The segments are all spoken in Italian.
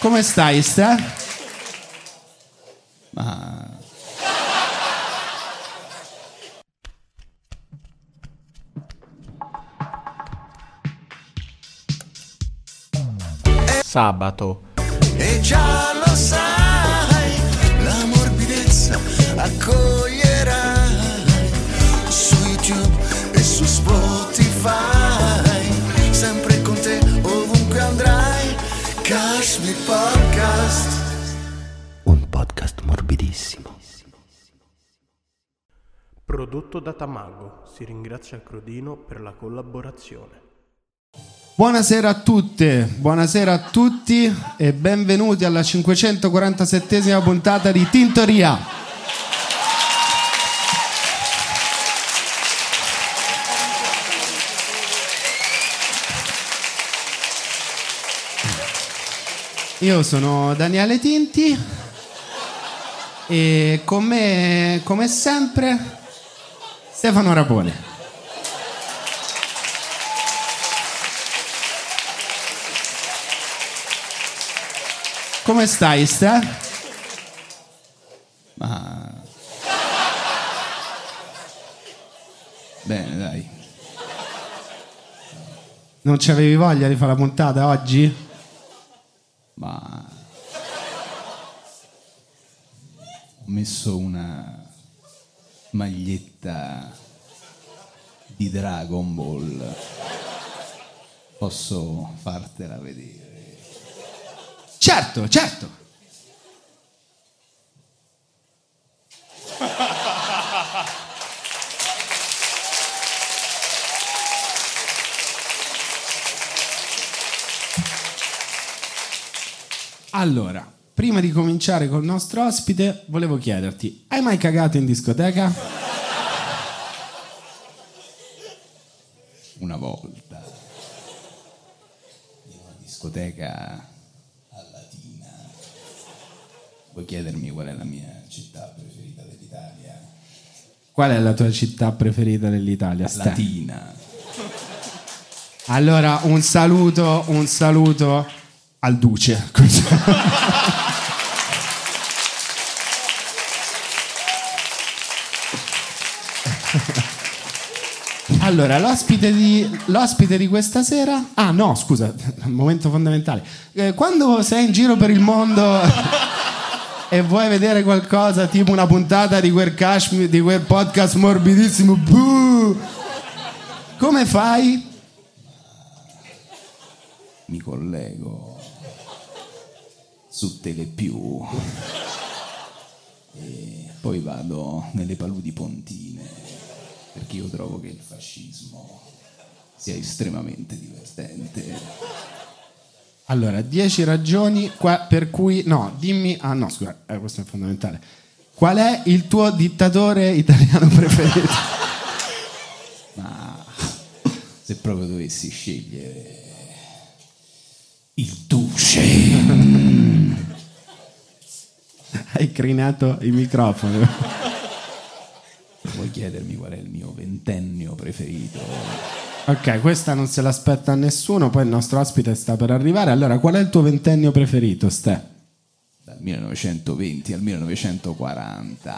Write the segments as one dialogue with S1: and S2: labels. S1: Come stai, Sta? Ah.
S2: Ma...
S3: Sabato.
S4: E già lo sai, la morbidezza accoglierai su YouTube e su Spotify. Sempre con te ovunque andrai, Kashmir Podcast.
S5: Un podcast morbidissimo.
S6: Prodotto da Tamago, si ringrazia Crodino per la collaborazione.
S1: Buonasera a tutte, buonasera a tutti e benvenuti alla 547esima puntata di Tintoria. Io sono Daniele Tinti e con me, come sempre, Stefano Rapone. Come stai, Sta?
S2: Ma... Bene, dai.
S1: Non ci avevi voglia di fare la puntata oggi?
S2: Ma... Ho messo una maglietta di Dragon Ball. Posso fartela vedere?
S1: Certo, certo. Allora, prima di cominciare col nostro ospite, volevo chiederti, hai mai cagato in discoteca?
S2: Una volta. In una discoteca Puoi chiedermi qual è la mia città preferita dell'Italia?
S1: Qual è la tua città preferita dell'Italia? Ste?
S2: Latina.
S1: Allora, un saluto, un saluto al Duce. Allora, l'ospite di, l'ospite di questa sera... Ah no, scusa, momento fondamentale. Eh, quando sei in giro per il mondo... e vuoi vedere qualcosa tipo una puntata di quel, Kashmir- di quel podcast morbidissimo, buh, come fai?
S2: Mi collego su Telepiù e poi vado nelle paludi pontine perché io trovo che il fascismo sia estremamente divertente.
S1: Allora, 10 ragioni qua- per cui... No, dimmi... Ah no, scusa, eh, questo è fondamentale. Qual è il tuo dittatore italiano preferito?
S2: Ma se proprio dovessi scegliere il duce,
S1: Hai crinato il microfono.
S2: vuoi chiedermi qual è il mio ventennio preferito?
S1: Ok, questa non se l'aspetta a nessuno, poi il nostro ospite sta per arrivare. Allora, qual è il tuo ventennio preferito, Ste?
S2: Dal 1920 al 1940.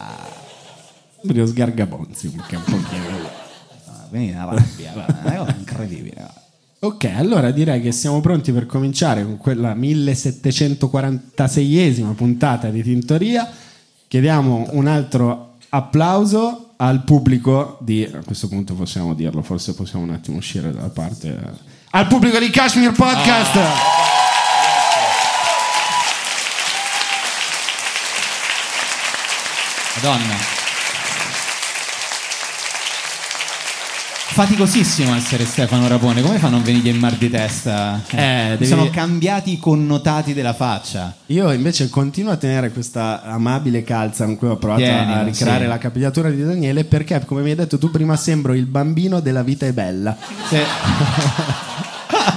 S1: Lo sgargabonzi, perché è un pochino...
S2: Ah, Quindi una rabbia, guarda, una cosa incredibile. guarda.
S1: Ok, allora direi che siamo pronti per cominciare con quella 1746esima puntata di Tintoria. Chiediamo un altro applauso al pubblico di... A questo punto possiamo dirlo, forse possiamo un attimo uscire dalla parte... Al pubblico di Kashmir Podcast!
S3: Madonna. Faticosissimo essere Stefano Rapone, come fa a non venire in mar di testa?
S1: Eh,
S3: Mi
S1: devi-
S3: Sono cambiati i connotati della faccia.
S1: Io invece continuo a tenere questa amabile calza con cui ho provato
S3: Tieni,
S1: a ricreare
S3: sì.
S1: la capigliatura di Daniele perché, come mi hai detto tu prima, sembro il bambino della vita è bella. Eh.
S3: Se-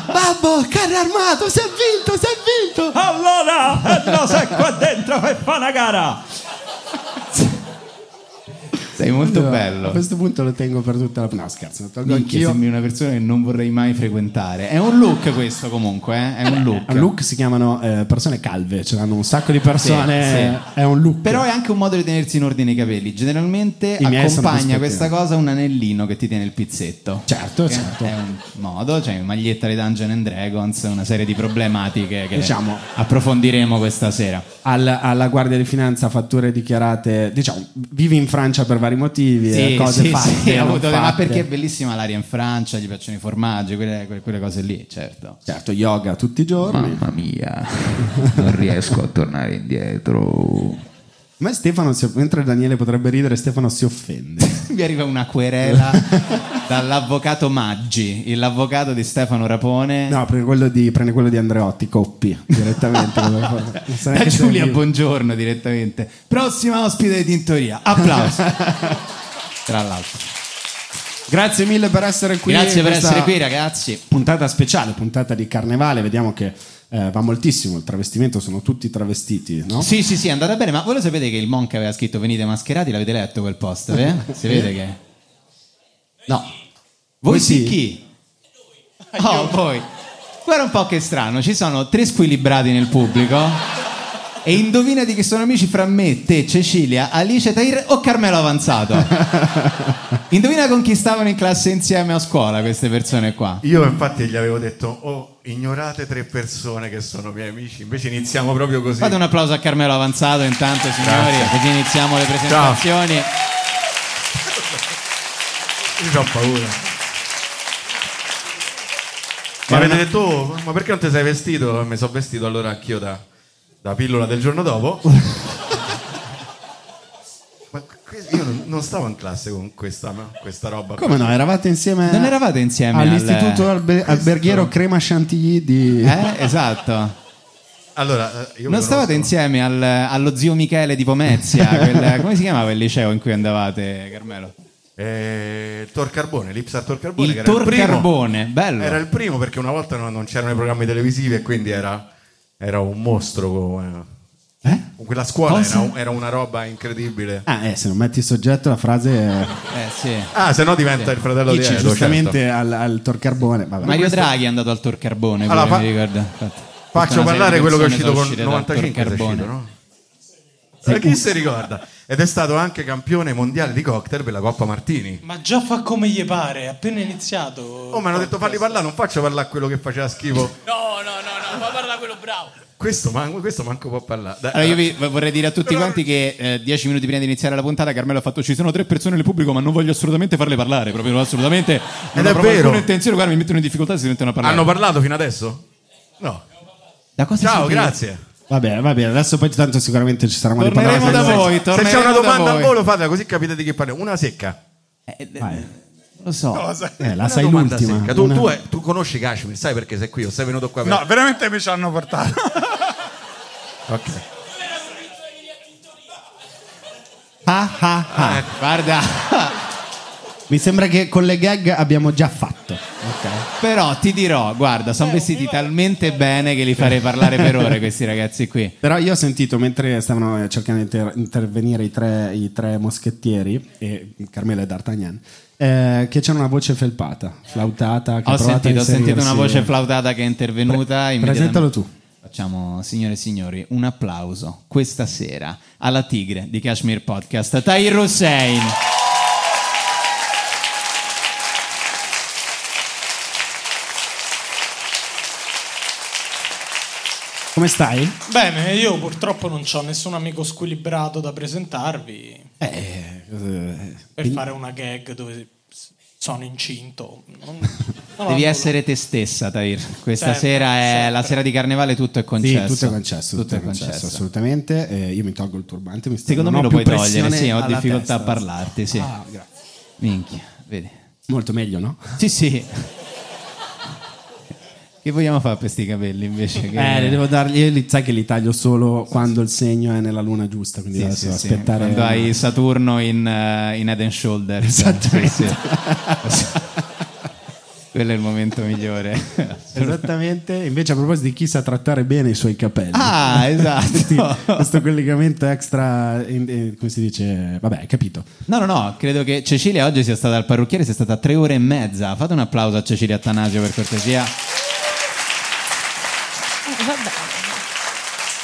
S1: Babbo, carro armato, si è vinto, si è vinto!
S3: Allora, no, sei qua dentro per fare una gara.
S2: Se
S3: Sei molto
S1: Io A
S3: bello.
S1: questo punto lo tengo per tutta la... No, scherzo, lo tolgo
S3: Minchia,
S1: anch'io.
S3: sembri una persona che non vorrei mai frequentare. È un look questo comunque, eh? è un look.
S1: A Look si chiamano eh, persone calve, ce l'hanno un sacco di persone,
S3: Sì, sì.
S1: è un look.
S3: Però è anche un modo di tenersi in ordine i capelli. Generalmente
S1: I miei sono più
S3: accompagna
S1: spettini.
S3: questa cosa un anellino che ti tiene il pizzetto.
S1: Certo,
S3: Che
S1: certo.
S3: È un modo, cioè maglietta di Dungeon and Dragons, una serie di problematiche che
S1: Diciamo-
S3: approfondiremo questa sera.
S1: Al- alla Guardia di Finanza fatture dichiarate, diciamo, vivi in Francia per vari motivi, eh, cose fatte,
S3: ho
S1: non
S3: avuto- ma
S1: fatte.
S3: perché è bellissima l'aria in Francia, gli piacciono i formaggi, quelle, que- quelle cose lì, certo.
S1: Certo, yoga tutti i giorni.
S7: Mamma mia, non riesco a tornare indietro.
S1: Ma Stefano, si- mentre Daniele potrebbe ridere, Stefano si offende.
S3: Mi arriva una querela dall'avvocato Maggi, l'avvocato di Stefano Rapone.
S1: No, prende quello di, prende quello di Andreotti, coppi, direttamente. Non so
S3: Da
S1: neanche se
S3: Giulia,
S1: è vivo.
S3: buongiorno direttamente. Prossima ospite di Tintoria, applauso. Tra l'altro,
S1: Grazie mille per essere qui.
S3: grazie per
S1: Questa
S3: essere qui, ragazzi.
S1: Puntata speciale, puntata di carnevale, vediamo che eh, va moltissimo il travestimento, sono tutti travestiti, no?
S3: Sì, sì, sì, è andata bene, ma voi lo sapete che il Monk aveva scritto venite mascherati, l'avete letto quel post, eh? Si vede che... No.
S1: Voi
S3: Voi sì
S1: sì?
S3: chi? Oh, voi. Guarda un po' che strano, ci sono tre squilibrati nel pubblico e indovina di chi sono amici fra me, te, Cecilia, Alice, Tahir o Carmelo Avanzato. Indovina con chi stavano in classe insieme a scuola queste persone qua.
S8: Io infatti gli avevo detto, oh, ignorate tre persone che sono miei amici, invece iniziamo proprio così.
S3: Fate un applauso a Carmelo Avanzato intanto, signori, così iniziamo le presentazioni.
S8: Io ho paura. Ma avete detto, "Oh, ma perché non ti sei vestito? Mi sono vestito allora anch'io da, da pillola del giorno dopo. ma que- io non, non stavo in classe con questa, questa roba.
S1: Come no, eravate insieme
S3: Non eravate insieme al-
S1: all'istituto albe- alberghiero Crema Chantilly di...
S3: Eh, esatto.
S8: Allora, eh, io
S3: Non
S8: vi
S3: stavate
S8: conosco.
S3: insieme al- allo zio Michele di Pomezia, quel- come si chiamava il liceo in cui andavate, Carmelo?
S8: Eh, il Tor Carbone, l'Ipsar Tor Carbone.
S3: Il
S8: che era
S3: Tor
S8: primo.
S3: Carbone, bello.
S8: Era il primo perché una volta non, non c'erano i programmi televisivi e quindi era, era un mostro. co- eh. Quella scuola
S3: Cosa?
S8: era, un- era una roba incredibile.
S1: Ah, eh, se non metti soggetto la frase... eh,
S3: Eh, sì.
S8: Ah, se no diventa il fratello di
S1: dici
S8: Edo,
S1: giustamente
S8: certo.
S1: al, al Torcarbone. Vabbè.
S3: Mario Draghi è andato al Tor Carbone,
S8: Allora,
S3: pure,
S8: fa-
S3: mi ricordo. Infatti, tutta
S8: Faccio
S3: una serie
S8: parlare
S3: di
S8: quello che è
S3: persone
S8: uscito
S3: da
S8: con
S3: uscire dal Tor
S8: 95 che è
S3: Carbone.
S8: uscito, no? Eh, chi si ricorda? Ed è stato anche campione mondiale di cocktail per la Coppa Martini.
S6: Ma già fa come gli pare, è appena iniziato.
S8: Oh, mi hanno detto falli parlare, non faccio parlare quello che faceva schifo.
S6: No, no, no, no, fa parlare quello bravo.
S8: Questo, man- questo manco può parlare. Dai,
S3: Allora, io vi vi vorrei dire a tutti quanti che eh, dieci minuti prima di iniziare la puntata, Carmelo ha fatto: Ci sono tre persone nel pubblico, ma non voglio assolutamente farle parlare. Proprio assolutamente. Non
S8: è
S3: ho proprio
S8: vero.
S3: alcuna intenzione. Guarda, mi mettono in difficoltà se si mettono a parlare.
S8: Hanno parlato fino adesso? No.
S3: Da cosa
S8: Ciao,
S3: siete-
S8: grazie.
S1: Vabbè, va bene, adesso poi tanto sicuramente ci sarà modo di
S3: Torneremo
S1: parlare.
S3: da
S8: Se-
S3: voi.
S8: Se c'è
S3: torneremo
S8: una
S3: da
S8: domanda
S3: voi.
S8: al volo, fatela così capite di che parliamo. Una secca.
S3: Lo so.
S1: Eh, la
S8: Una
S1: sai
S8: domanda
S1: l'ultima.
S8: secca. Tu,
S1: Una-
S8: tu è- tu conosci Kashmir, sai perché sei qui o sei venuto qua per...
S9: No, veramente mi ci hanno portato.
S8: Ok.
S1: Ah, ah, ah.
S8: ecco.
S3: Guarda,
S1: Mi sembra che con le gag abbiamo già fatto. Ok.
S3: però ti dirò, guarda, sono vestiti talmente bene che li farei parlare per ore questi ragazzi qui.
S1: Però io ho sentito mentre stavano eh, cercando di inter- intervenire i tre, i tre moschettieri, e Carmela e D'Artagnan, eh, che c'era una voce felpata, flautata. Che
S3: Ho
S1: ha provato a
S3: sentito, ho sentito
S1: inserirsi.
S3: una voce flautata che è intervenuta.
S1: Pre-
S3: immediatamente-
S1: presentalo tu.
S3: Facciamo, signore e signori, un applauso questa sera alla tigre di Kashmir Podcast, Tahir Hussein.
S1: Come stai?
S6: Bene, io purtroppo non ho nessun amico squilibrato da presentarvi
S1: Eh,
S6: per fare una gag dove s- sono incinto. Non- non ho
S3: Devi
S6: voluto.
S3: essere te stessa, Tahir. Questa
S6: Sempre,
S3: sera è
S6: sempre.
S3: la sera di carnevale, tutto è
S1: Sì,
S3: concesso.
S1: tutto è concesso, tutto,
S3: Tutto
S1: è concesso, assolutamente. Eh, io mi tolgo il turbante, mi sta-
S3: Secondo
S1: non
S3: me
S1: ho
S3: lo
S1: più
S3: puoi togliere,
S1: pressione
S3: sì, ho
S1: alla
S3: difficoltà a
S1: testa.
S3: parlarti, sì.
S1: Ah, grazie.
S3: Minchia, vedi.
S1: Molto meglio, no?
S3: Sì, sì. Che vogliamo fare per questi capelli invece? Che...
S1: Eh, le devo dargli, io li- sai che li taglio solo quando il segno è nella luna giusta, quindi
S3: Sì,
S1: adesso
S3: sì,
S1: devo
S3: sì.
S1: aspettare.
S3: Quando hai Saturno in, eh, in Head and Shoulders. Esatto. Quello è il momento migliore.
S1: Esattamente. Invece, a proposito di chi sa trattare bene i suoi capelli.
S3: ah, esatto.
S1: Questo collegamento extra, in- eh, come si dice? Vabbè, hai capito.
S3: No, no, no, credo che Cecilia oggi sia stata al parrucchiere, sia stata tre ore e mezza. Fate un applauso a Cecilia Attanasio per cortesia.
S9: Eh, vabbè.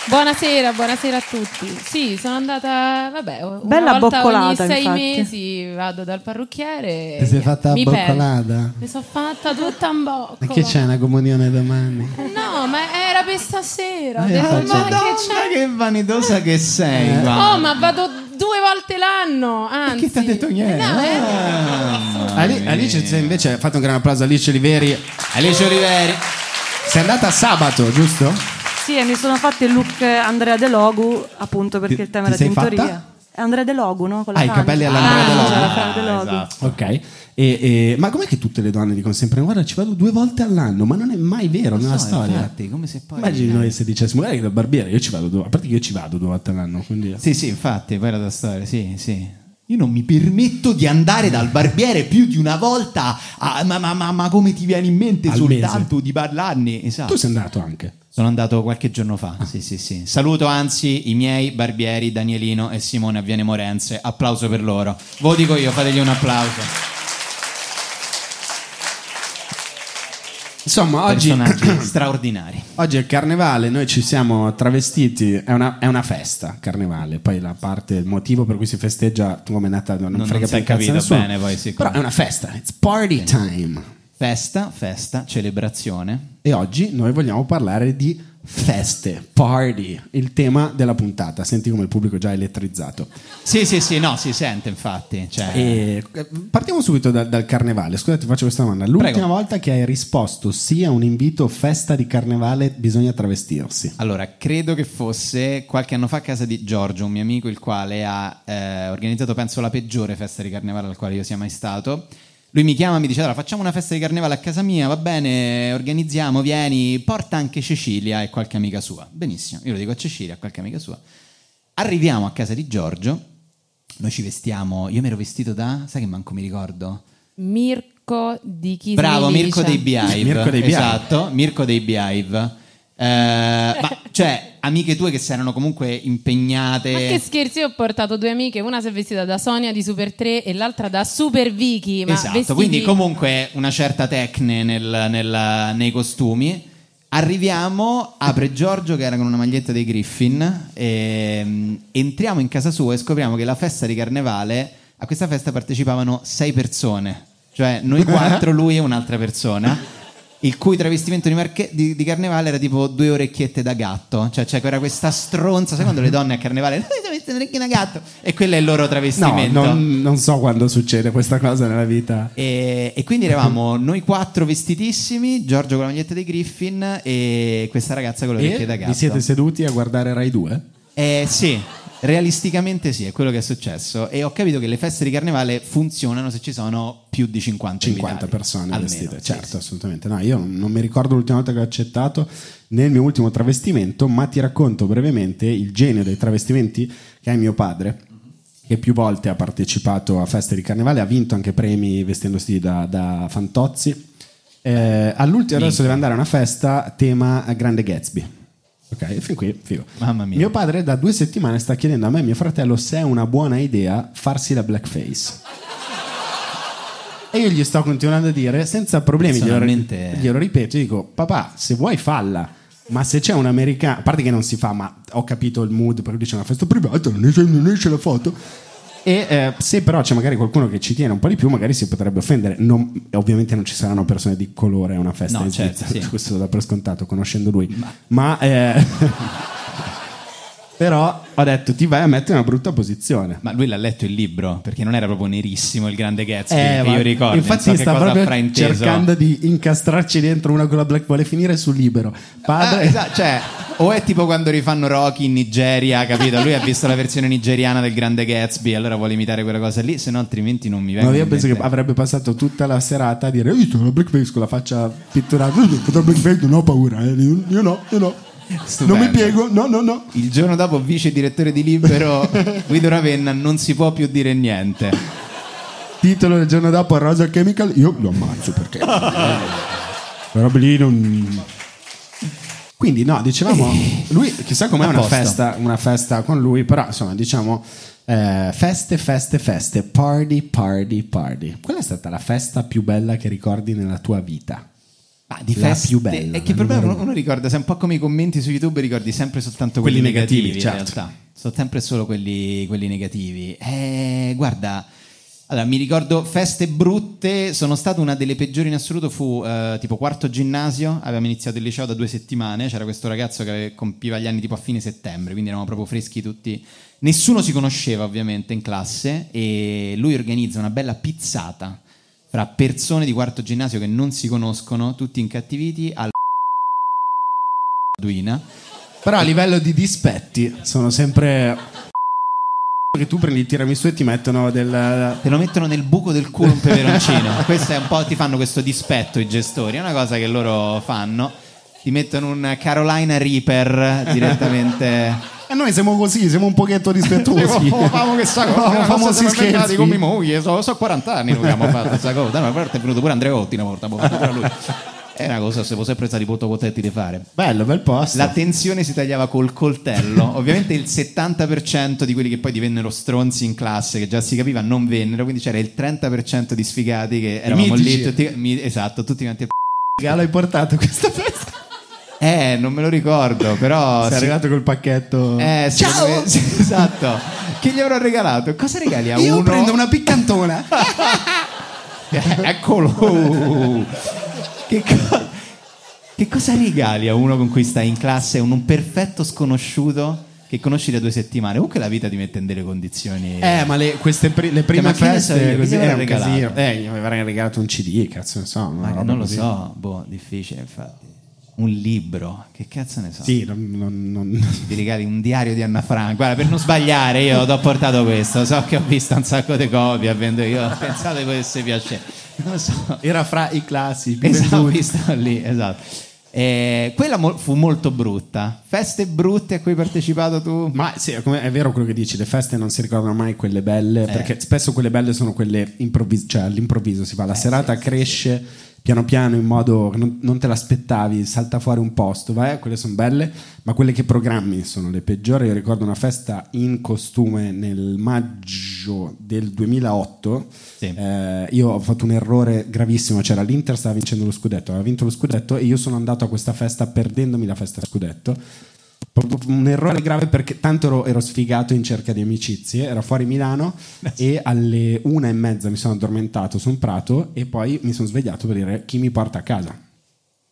S9: Buonasera, buonasera a tutti. Sì, sono andata, vabbè, una
S10: Bella
S9: volta
S10: boccolata,
S9: ogni sei
S10: infatti.
S9: mesi vado dal parrucchiere.
S1: Ti sei fatta
S9: mi
S1: la
S9: perdo.
S1: boccolata?
S9: Mi sono fatta tutta un bocco.
S1: E che c'è una comunione domani?
S9: No, ma era per stasera. Ho
S1: Eh,
S9: detto,
S1: faccio- Eh.
S9: ma che
S3: Madonna,
S9: c'è?
S3: che vanidosa che sei. guarda.
S9: Oh, ma vado due volte l'anno. Anzi,
S3: Chi ti ha detto niente?
S9: No, eh.
S3: Ah,
S1: Ali- Alice, se invece, fate un gran applauso a Alice Oliveri.
S3: Alice Oliveri.
S1: Sei andata sabato, giusto?
S10: Sì, e mi sono fatti il look Andrea De Logu, appunto perché
S1: Ti-
S10: il tema
S1: ti
S10: era
S1: sei
S10: tintoria.
S1: fatta?
S10: È Andrea De Logu, no? Con la
S1: Ah, i
S10: frangia.
S1: capelli all'Andrea De
S10: Ah,
S1: Logu.
S10: c'è la frangia De Logu.
S3: esatto.
S1: Ok. E- e- ma com'è che tutte le donne dicono sempre: Guarda, ci vado due volte all'anno? Ma non è mai vero nella
S3: No,
S1: storia.
S3: infatti, come se poi...
S1: Immagini noi se dicessimo, guarda che da barbiere, io ci vado due, a parte che io ci vado due volte all'anno, quindi...
S3: Sì, sì, infatti, poi la tua storia, sì, sì. Io non mi permetto di andare dal barbiere più di una volta, a- ma, ma- ma- ma come ti viene in mente
S1: Al
S3: soltanto di parlarne? Esatto.
S1: Tu sei andato anche.
S3: Sono andato qualche giorno fa, sì, sì, sì. Saluto anzi i miei barbieri Danielino e Simone Avviene Morenze, applauso per loro. Ve lo dico io, fategli un applauso.
S1: Insomma, oggi,
S3: Personaggi straordinari.
S1: oggi è il carnevale, noi ci siamo travestiti, è una, è una festa, carnevale, poi la parte, il motivo per cui si festeggia tu come è nata non,
S3: non
S1: frega
S3: si è
S1: più un cazzo a
S3: capito
S1: nessuno.
S3: bene poi, sì,
S1: Però
S3: come-
S1: è una festa, eh. it's party time.
S3: Festa, festa, celebrazione.
S1: E oggi noi vogliamo parlare di feste, party, il tema della puntata, senti come il pubblico è già elettrizzato.
S3: Sì, sì, sì, no, si sente infatti. Cioè,
S1: E, eh, partiamo subito dal, dal carnevale. Scusa, ti faccio questa domanda. L'ultima
S3: Prego.
S1: volta che hai risposto sì a un invito festa di carnevale, bisogna travestirsi.
S3: Allora, credo che fosse qualche anno fa a casa di Giorgio, un mio amico, il quale ha eh, organizzato, penso, la peggiore festa di carnevale al quale io sia mai stato. Lui mi chiama e mi dice, allora facciamo una festa di carnevale a casa mia, va bene, organizziamo, vieni, porta anche Cecilia e qualche amica sua. Benissimo, io lo dico a Cecilia, a qualche amica sua. Arriviamo a casa di Giorgio, noi ci vestiamo, io mi ero vestito da, sai che manco mi ricordo?
S9: Mirko di chi
S3: Bravo,
S9: si
S3: Mirko dei
S9: dice?
S3: Behive.
S1: Mirko dei Beehive.
S3: Esatto, Mirko dei Beehive. Eh, ma cioè, amiche tue che si erano comunque impegnate.
S9: Ma che scherzi, io ho portato due amiche, una si è vestita da Sonia di Super 3 e l'altra da Super Vicky. Ma
S3: esatto,
S9: vestiti-
S3: quindi comunque una certa tecne nel- nel- nei costumi. Arriviamo, apre Giorgio che era con una maglietta dei Griffin, ehm, entriamo in casa sua e scopriamo che la festa di carnevale, a questa festa partecipavano sei persone, cioè noi quattro, lui e un'altra persona, il cui travestimento di, marche- di- di carnevale era tipo due orecchiette da gatto, cioè, cioè era questa stronza, sai quando le donne a carnevale, "Noi siamo vestite da orecchie da gatto, e quello è il loro
S1: No,
S3: travestimento.
S1: non, non so quando succede questa cosa nella vita.
S3: E, e
S1: Mhm.
S3: quindi eravamo noi quattro vestitissimi, Giorgio con la maglietta dei Griffin e questa ragazza con le orecchie da
S1: E vi
S3: gatto.
S1: siete seduti a guardare Rai 2?
S3: Eh, sì, realisticamente sì, è quello che è successo. E ho capito che le feste di carnevale funzionano se ci sono più di 50
S1: 50
S3: invitati,
S1: persone
S3: almeno,
S1: vestite,
S3: sì,
S1: certo,
S3: sì.
S1: assolutamente. No, io non mi ricordo l'ultima volta che ho accettato nel mio ultimo travestimento, ma ti racconto brevemente il genio dei travestimenti che è mio padre, che più volte ha partecipato a feste di carnevale, ha vinto anche premi vestendosi da, da fantozzi. Eh, all'ultimo adesso deve andare a una festa a tema Grande Gatsby. Ok, fin qui, figo.
S3: Mamma mia.
S1: Mio padre da due settimane sta chiedendo a me e mio fratello se è una buona idea farsi la blackface. E io gli sto continuando a dire senza problemi, glielo,
S3: Personalmente-
S1: glielo ripeto, gli dico papà se vuoi falla, ma se c'è un americano, a parte che non si fa, ma ho capito il mood perché dice una festa privata, non esce, non esce la foto. E eh, se però c'è magari qualcuno che ci tiene un po' di più, magari si potrebbe offendere. Non- ovviamente non ci saranno persone di colore a una festa
S3: No,
S1: in
S3: certo,
S1: Svizzera,
S3: sì.
S1: questo lo dà per scontato conoscendo lui. Ma, eh, però ho detto Eh, ti vai a mettere in una brutta posizione.
S3: Ma lui l'ha letto il libro perché non era proprio nerissimo il grande Gatsby.
S1: Eh,
S3: che
S1: ma-
S3: io ricordo.
S1: Infatti,
S3: non so
S1: sta
S3: che cosa
S1: proprio
S3: avrà inteso.
S1: cercando di incastrarci dentro una con la black. Vuole finire sul libero. Padre,
S3: Ah, esatto, cioè, o è tipo quando rifanno Rocky in Nigeria, capito? Lui ha visto la versione nigeriana del grande Gatsby, allora vuole imitare quella cosa lì, se no altrimenti non mi
S1: No,
S3: vengono
S1: io
S3: in
S1: penso che
S3: mente.
S1: avrebbe passato tutta la serata a dire: Io sono la blackface con la faccia pitturata. Io sono blackface, non ho paura. eh, Io, io no, io no.
S3: Stupendo.
S1: Non mi piego, no, no, no.
S3: Il giorno dopo, vice direttore di Libero Guido Ravenna non si può più dire niente.
S1: Titolo del giorno dopo, Rosa Chemical, io lo ammazzo perché... Però lì non... Quindi no, dicevamo, lui chissà com'è
S3: A
S1: Eh. una
S3: posto.
S1: festa, una festa con lui, però insomma diciamo eh, feste, feste, feste, party, party, party. Qual è stata la festa più bella che ricordi nella tua vita? Ma
S3: di
S1: la
S3: feste-
S1: più bella.
S3: È che il
S1: la
S3: problema
S1: numero
S3: uno, uno ricorda, se un po' come i commenti su YouTube, ricordi sempre soltanto quelli,
S1: Quelli negativi,
S3: negativi, in
S1: certo.
S3: realtà. Sono sempre e solo quelli, quelli negativi. Eh, guarda, allora mi ricordo feste brutte, sono stato una delle peggiori in assoluto, fu eh, tipo quarto ginnasio, avevamo iniziato il liceo da due settimane, c'era questo ragazzo che compiva gli anni tipo a fine settembre, quindi eravamo proprio freschi tutti. Nessuno si conosceva ovviamente in classe e lui organizza una bella pizzata fra persone di quarto ginnasio che non si conoscono, tutti incattiviti, alla Duina.
S1: Però a livello di dispetti sono sempre che tu prendi il tiramisù e ti mettono del
S3: te lo mettono nel buco del culo un peperoncino. Questo è un po' ti fanno questo dispetto i gestori, è una cosa che loro fanno. Ti mettono un Carolina Reaper direttamente.
S1: E noi siamo così, siamo un pochetto rispettosi.
S3: famosi scherzi con
S1: scherzi.
S3: mia moglie, so, so 40 anni che abbiamo fatto questa cosa. Da una parte è venuto pure Andreotti una volta, boh, pure lui. È una cosa che siamo sempre stati molto contenti di fare.
S1: Bello, bel posto.
S3: La tensione si tagliava col coltello. Ovviamente il 70% di quelli che poi divennero stronzi in classe, che già si capiva, non vennero. Quindi c'era il 30% di sfigati che eravamo lì.
S1: mitici.
S3: Tutti, mi- esatto, tutti quanti.
S1: Regalo hai portato questa festa.
S3: Eh, non me lo ricordo, però.
S1: Sei
S3: sì-
S1: arrivato col pacchetto.
S3: eh, secondo me- sì, esatto. Che gli avrò regalato? Cosa regali a
S1: Io
S3: uno?
S1: prendo una piccantona.
S3: Eccolo! che, co- che cosa regali a uno con cui stai in classe? Un, un perfetto sconosciuto che conosci da due settimane? Comunque la vita ti mette in delle condizioni.
S1: Eh, ma le, queste pri- le
S3: Cioè,
S1: prime
S3: ma che ne so
S1: feste
S3: io, che gli
S1: così
S3: avrei
S1: era un
S3: regalato?
S1: casino. Eh, gli avrei regalato un CD, cazzo, ne so. una
S3: Ma
S1: roba
S3: non lo
S1: così.
S3: so, boh, difficile infatti. Un libro, che cazzo ne so?
S1: Sì, non- non- non-
S3: Ti regali un diario di Anna Frank. Guarda, per non sbagliare, io ti ho portato questo. So che ho visto un sacco di copie, avendo io pensato che potesse piacere. Non lo so.
S1: Era fra i classi più
S3: Esatto,
S1: venduti.
S3: visto lì, esatto. Eh, quella mo- fu molto brutta. Feste brutte a cui hai partecipato tu?
S1: Ma sì, è come- è vero quello che dici, le feste non si ricordano mai quelle
S3: Eh.
S1: belle, perché spesso quelle belle sono quelle improvvis- cioè all'improvviso si fa,
S3: Eh,
S1: la serata cresce piano piano in modo che non, non te l'aspettavi, salta fuori un posto, vai, quelle sono belle, ma quelle che programmi sono le peggiori. Io ricordo una festa in costume nel maggio del 2008, Eh, io ho fatto un errore gravissimo, c'era l'Inter, stava vincendo lo scudetto, aveva vinto lo scudetto e io sono andato a questa festa perdendomi la festa scudetto proprio un errore grave perché tanto ero, ero sfigato in cerca di amicizie, era fuori Milano e alle una e mezza mi sono addormentato su un prato e poi mi sono svegliato per dire chi mi porta a casa.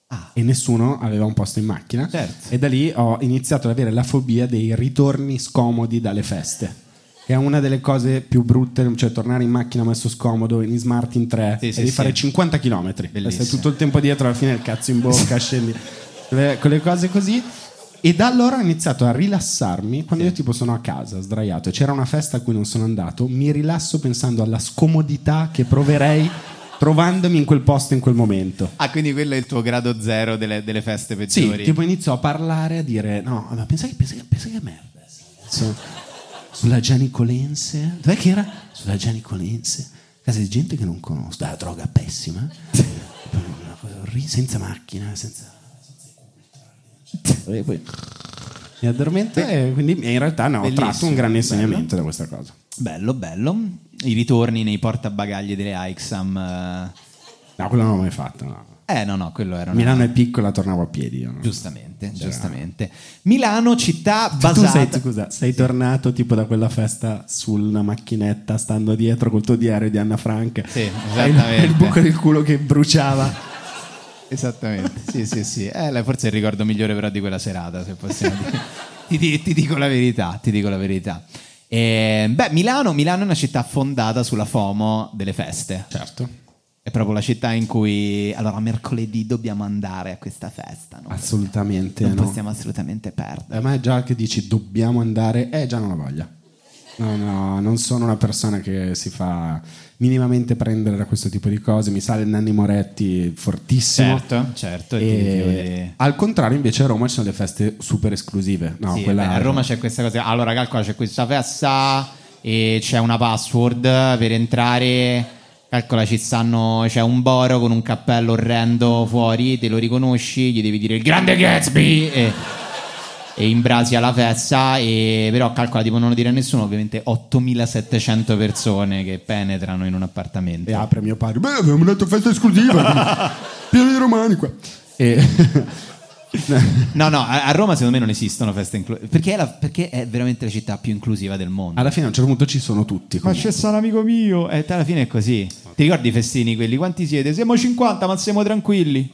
S3: Ah.
S1: E nessuno aveva un posto in macchina
S3: Certo.
S1: e da lì ho iniziato ad avere la fobia dei ritorni scomodi dalle feste. Che è una delle cose più brutte, cioè tornare in macchina messo scomodo, in smart in 3
S3: Sì,
S1: e
S3: sì,
S1: di
S3: sì.
S1: fare 50 km. E Stai
S3: Bellissimo.
S1: tutto il tempo dietro, alla fine il cazzo in bocca, scendi. Quelle, quelle cose così. E da allora ho iniziato a rilassarmi quando io tipo sono a casa, sdraiato, e c'era una festa a cui non sono andato, mi rilasso pensando alla scomodità che proverei trovandomi in quel posto in quel momento.
S3: Ah, quindi quello è il tuo grado zero delle, delle feste
S1: Sì,
S3: peggiori.
S1: tipo inizio a parlare, a dire no, ma pensa che, pensa che, pensa che merda. Su- sulla Gianicolense, dov'è che era? Sulla Gianicolense, casa di gente che non conosco, la droga pessima, Poi una cosa orribile, senza macchina, senza... senza- E poi mi addormento e quindi in realtà no, ho
S3: eh, Bellissimo,
S1: tratto un grande
S3: bello.
S1: insegnamento da questa cosa.
S3: Bello, bello. I ritorni nei portabagagli delle Aixam.
S1: No, quello non l'ho mai fatto. no.
S3: Eh, no, no, quello era. una-
S1: Milano è piccola, tornavo a piedi. io, no?
S3: Giustamente,
S1: Cioè,
S3: giustamente. Milano, città
S1: Tu sei,
S3: basata.
S1: scusa, sei tornato tipo da quella festa sulla macchinetta, stando dietro col tuo diario di Anna Frank.
S3: Sì,
S1: Hai il,
S3: esattamente.
S1: il buco del culo che bruciava.
S3: Esattamente, sì, sì, sì. Eh, là forse è il ricordo migliore però di quella serata, se possiamo dire. ti, di- ti dico la verità, ti dico la verità. Eh, beh, Milano, Milano è una città fondata sulla FOMO delle feste.
S1: Certo.
S3: È proprio la città in cui allora mercoledì dobbiamo andare a questa festa, no?
S1: Assolutamente.
S3: non
S1: no.
S3: possiamo assolutamente perdere.
S1: A me già che dici dobbiamo andare, eh già non la voglia. No, no, non sono una persona che si fa minimamente prendere da questo tipo di cose. Mi sale Nanni Moretti fortissimo.
S3: Certo, certo. e ti
S1: E
S3: rifiuti.
S1: al contrario, invece, a Roma ci sono le feste super esclusive. No,
S3: Sì,
S1: quella-
S3: beh, a Roma c'è questa cosa. Allora, calcola, c'è questa festa e c'è una password per entrare. Calcola, ci stanno, c'è un boro con un cappello orrendo fuori, te lo riconosci, gli devi dire il grande Gatsby e, e imbrasi alla festa, e, però calcola, tipo non lo dire a nessuno, ovviamente 8700 persone che penetrano in un appartamento. E
S1: apre mio padre, beh abbiamo detto festa esclusiva, pieno di romani qua.
S3: no, no, a a Roma secondo me non esistono feste inclusive, perché, è la- perché è veramente la città più inclusiva del mondo.
S1: Alla fine a un certo punto ci sono tutti.
S3: Ma c'è sta un amico mio. E te alla fine è così. Ti ricordi i festini quelli? Quanti siete? Siamo 50, ma siamo tranquilli.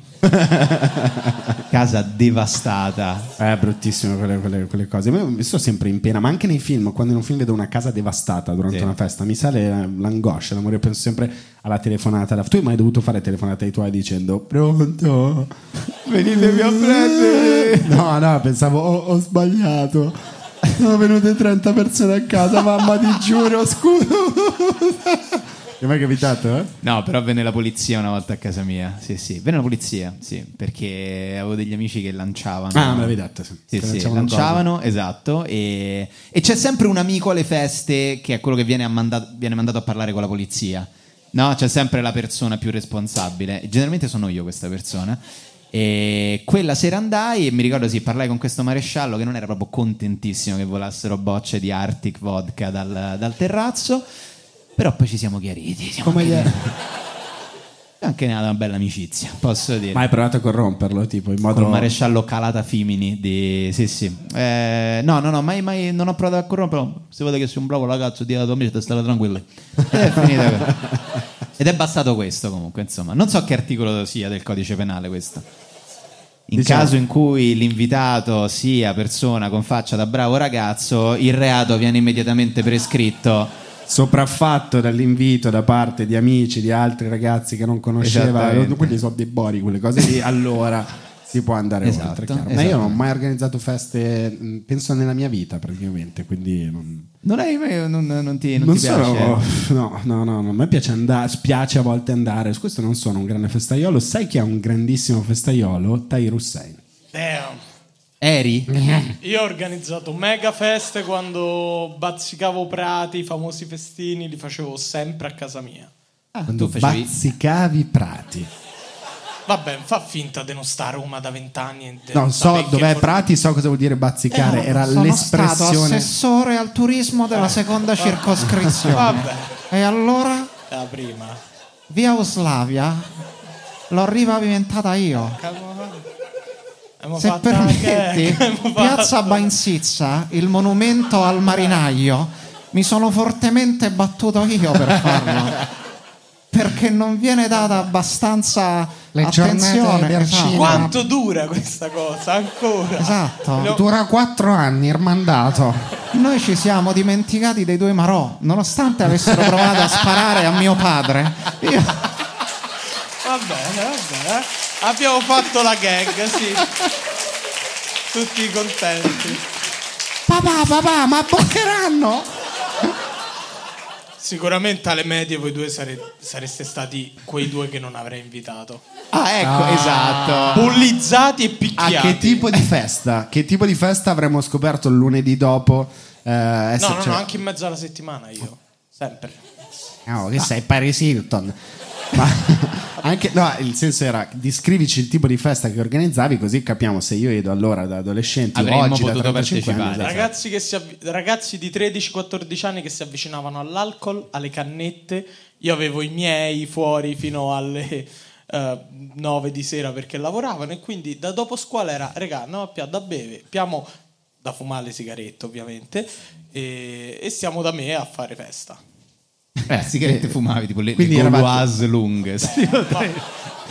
S3: Casa devastata.
S1: È bruttissimo Eh, quelle, quelle- quelle cose. Ma Io mi sto sempre in pena, ma anche nei film, quando in un film vedo una casa devastata durante
S3: Sì.
S1: una festa, mi sale eh, l'angoscia, l'amore. Io penso sempre alla telefonata. alla- Tu hai mai dovuto fare telefonata ai tuoi dicendo pronto?
S3: Venitevi a prendere.
S1: No, no, pensavo ho, ho sbagliato. Sono venute 30 persone a casa, mamma ti giuro, scusa. Ti è mai capitato? Eh?
S3: No, però venne la polizia una volta a casa mia. Sì, sì, venne la polizia, sì, perché avevo degli amici che lanciavano.
S1: Ah, me l'avevi detto, sì.
S3: Sì,
S1: Che
S3: sì,
S1: lanciavano
S3: lanciavano, esatto. E, e c'è sempre un amico alle feste che è quello che viene, a manda- viene mandato a parlare con la polizia. No, c'è sempre la persona più responsabile. Generalmente sono io questa persona. E quella sera andai e mi ricordo sì, parlai con questo maresciallo che non era proprio contentissimo che volassero bocce di Arctic vodka dal, dal terrazzo. Però poi ci siamo chiariti. Siamo
S1: Come gli
S3: anche,
S1: è?
S3: anche nata una bella amicizia, posso dire.
S1: Ma hai provato a corromperlo, tipo, in modo...
S3: Col maresciallo Calata Fimini di... Sì, sì. Eh, no, no, no, mai, mai non ho provato a corromperlo. Se vede che sei un bravo ragazzo, di alla tua amica, te stare tranquillo. Ed è finita così. Ed è bastato questo comunque, insomma. Non so che articolo sia del codice penale questo. In
S1: Diciamo-
S3: caso in cui l'invitato sia persona con faccia da bravo ragazzo, il reato viene immediatamente prescritto.
S1: sopraffatto dall'invito da parte di amici di altri ragazzi che non conosceva
S3: Esattamente.
S1: quelli sono dei bori quelle cose lì allora si può andare
S3: Esatto,
S1: oltre chiaro. ma
S3: esatto.
S1: io non ho mai organizzato feste mh, penso nella mia vita praticamente quindi non,
S3: Non, hai mai- non- non ti, non
S1: non
S3: ti piace?
S1: sono no no no no, a me piace andare spiace a volte andare su questo non sono un grande festaiolo sai chi è un grandissimo festaiolo Tahir Hussein Eh.
S6: Damn.
S3: Eri?
S6: Eh, Io ho organizzato mega feste quando bazzicavo prati, i famosi festini li facevo sempre a casa mia.
S3: Ah,
S1: quando bazzicavi i prati
S3: Eh,
S6: Vabbè, fa finta di non sta a Roma da vent'anni. e di
S1: no
S6: non
S1: so
S6: sapere che
S1: dov'è
S6: for-
S1: prati so cosa vuol dire bazzicare
S6: Eh,
S1: era
S6: sono
S1: l'espressione
S3: assessore al turismo della seconda circoscrizione.
S6: Vabbè.
S3: E allora
S6: La prima.
S3: via Oslavia l'ho ripavimentata io.
S6: Abbiamo
S3: Se
S6: fatto
S3: permetti, Piazza Bainsizza, il monumento al marinaio, mi sono fortemente battuto io per farlo. perché non viene data abbastanza
S1: Le giornate
S3: attenzione.
S1: del
S3: Esatto.
S1: cinema.
S6: Quanto dura questa cosa ancora?
S3: Esatto.
S6: No,
S1: Dura quattro anni il mandato.
S3: Noi ci siamo dimenticati dei due Marò, nonostante avessero provato a sparare a mio padre. Io...
S6: Va bene, va bene. Abbiamo fatto la gag, sì. Tutti contenti.
S1: Papà, papà, ma boccheranno?
S6: Sicuramente alle medie voi due sare- sareste stati quei due che non avrei invitato.
S3: Ah, ecco, esatto.
S6: Bullizzati e
S1: A
S6: picchiati.
S1: che tipo di festa? Che tipo di festa avremmo scoperto il lunedì dopo? eh,
S6: No,
S1: essere-
S6: no,
S1: cioè-
S6: no, anche in mezzo alla settimana io. Sempre.
S1: No, Oh, che sei Paris Hilton. Ma anche, no, il senso era descrivici il tipo di festa che organizzavi, così capiamo se io ed allora da adolescente
S3: Avremmo
S1: oggi da
S3: potuto
S1: 35 anni,
S3: partecipare.
S1: esatto.
S6: Ragazzi, che si avvi- ragazzi di 13-14 anni che si avvicinavano all'alcol, alle cannette. Io avevo i miei fuori fino alle eh, 9 di sera perché lavoravano e quindi da dopo scuola era, regà, andiamo a pia da bere, piamo da fumare le sigarette ovviamente e, e stiamo da me a fare festa.
S3: Eh, sigarette fumavi, tipo le,
S1: Quindi
S3: le
S1: eravate-
S3: Gauloise lunghe. sì.
S6: Ma,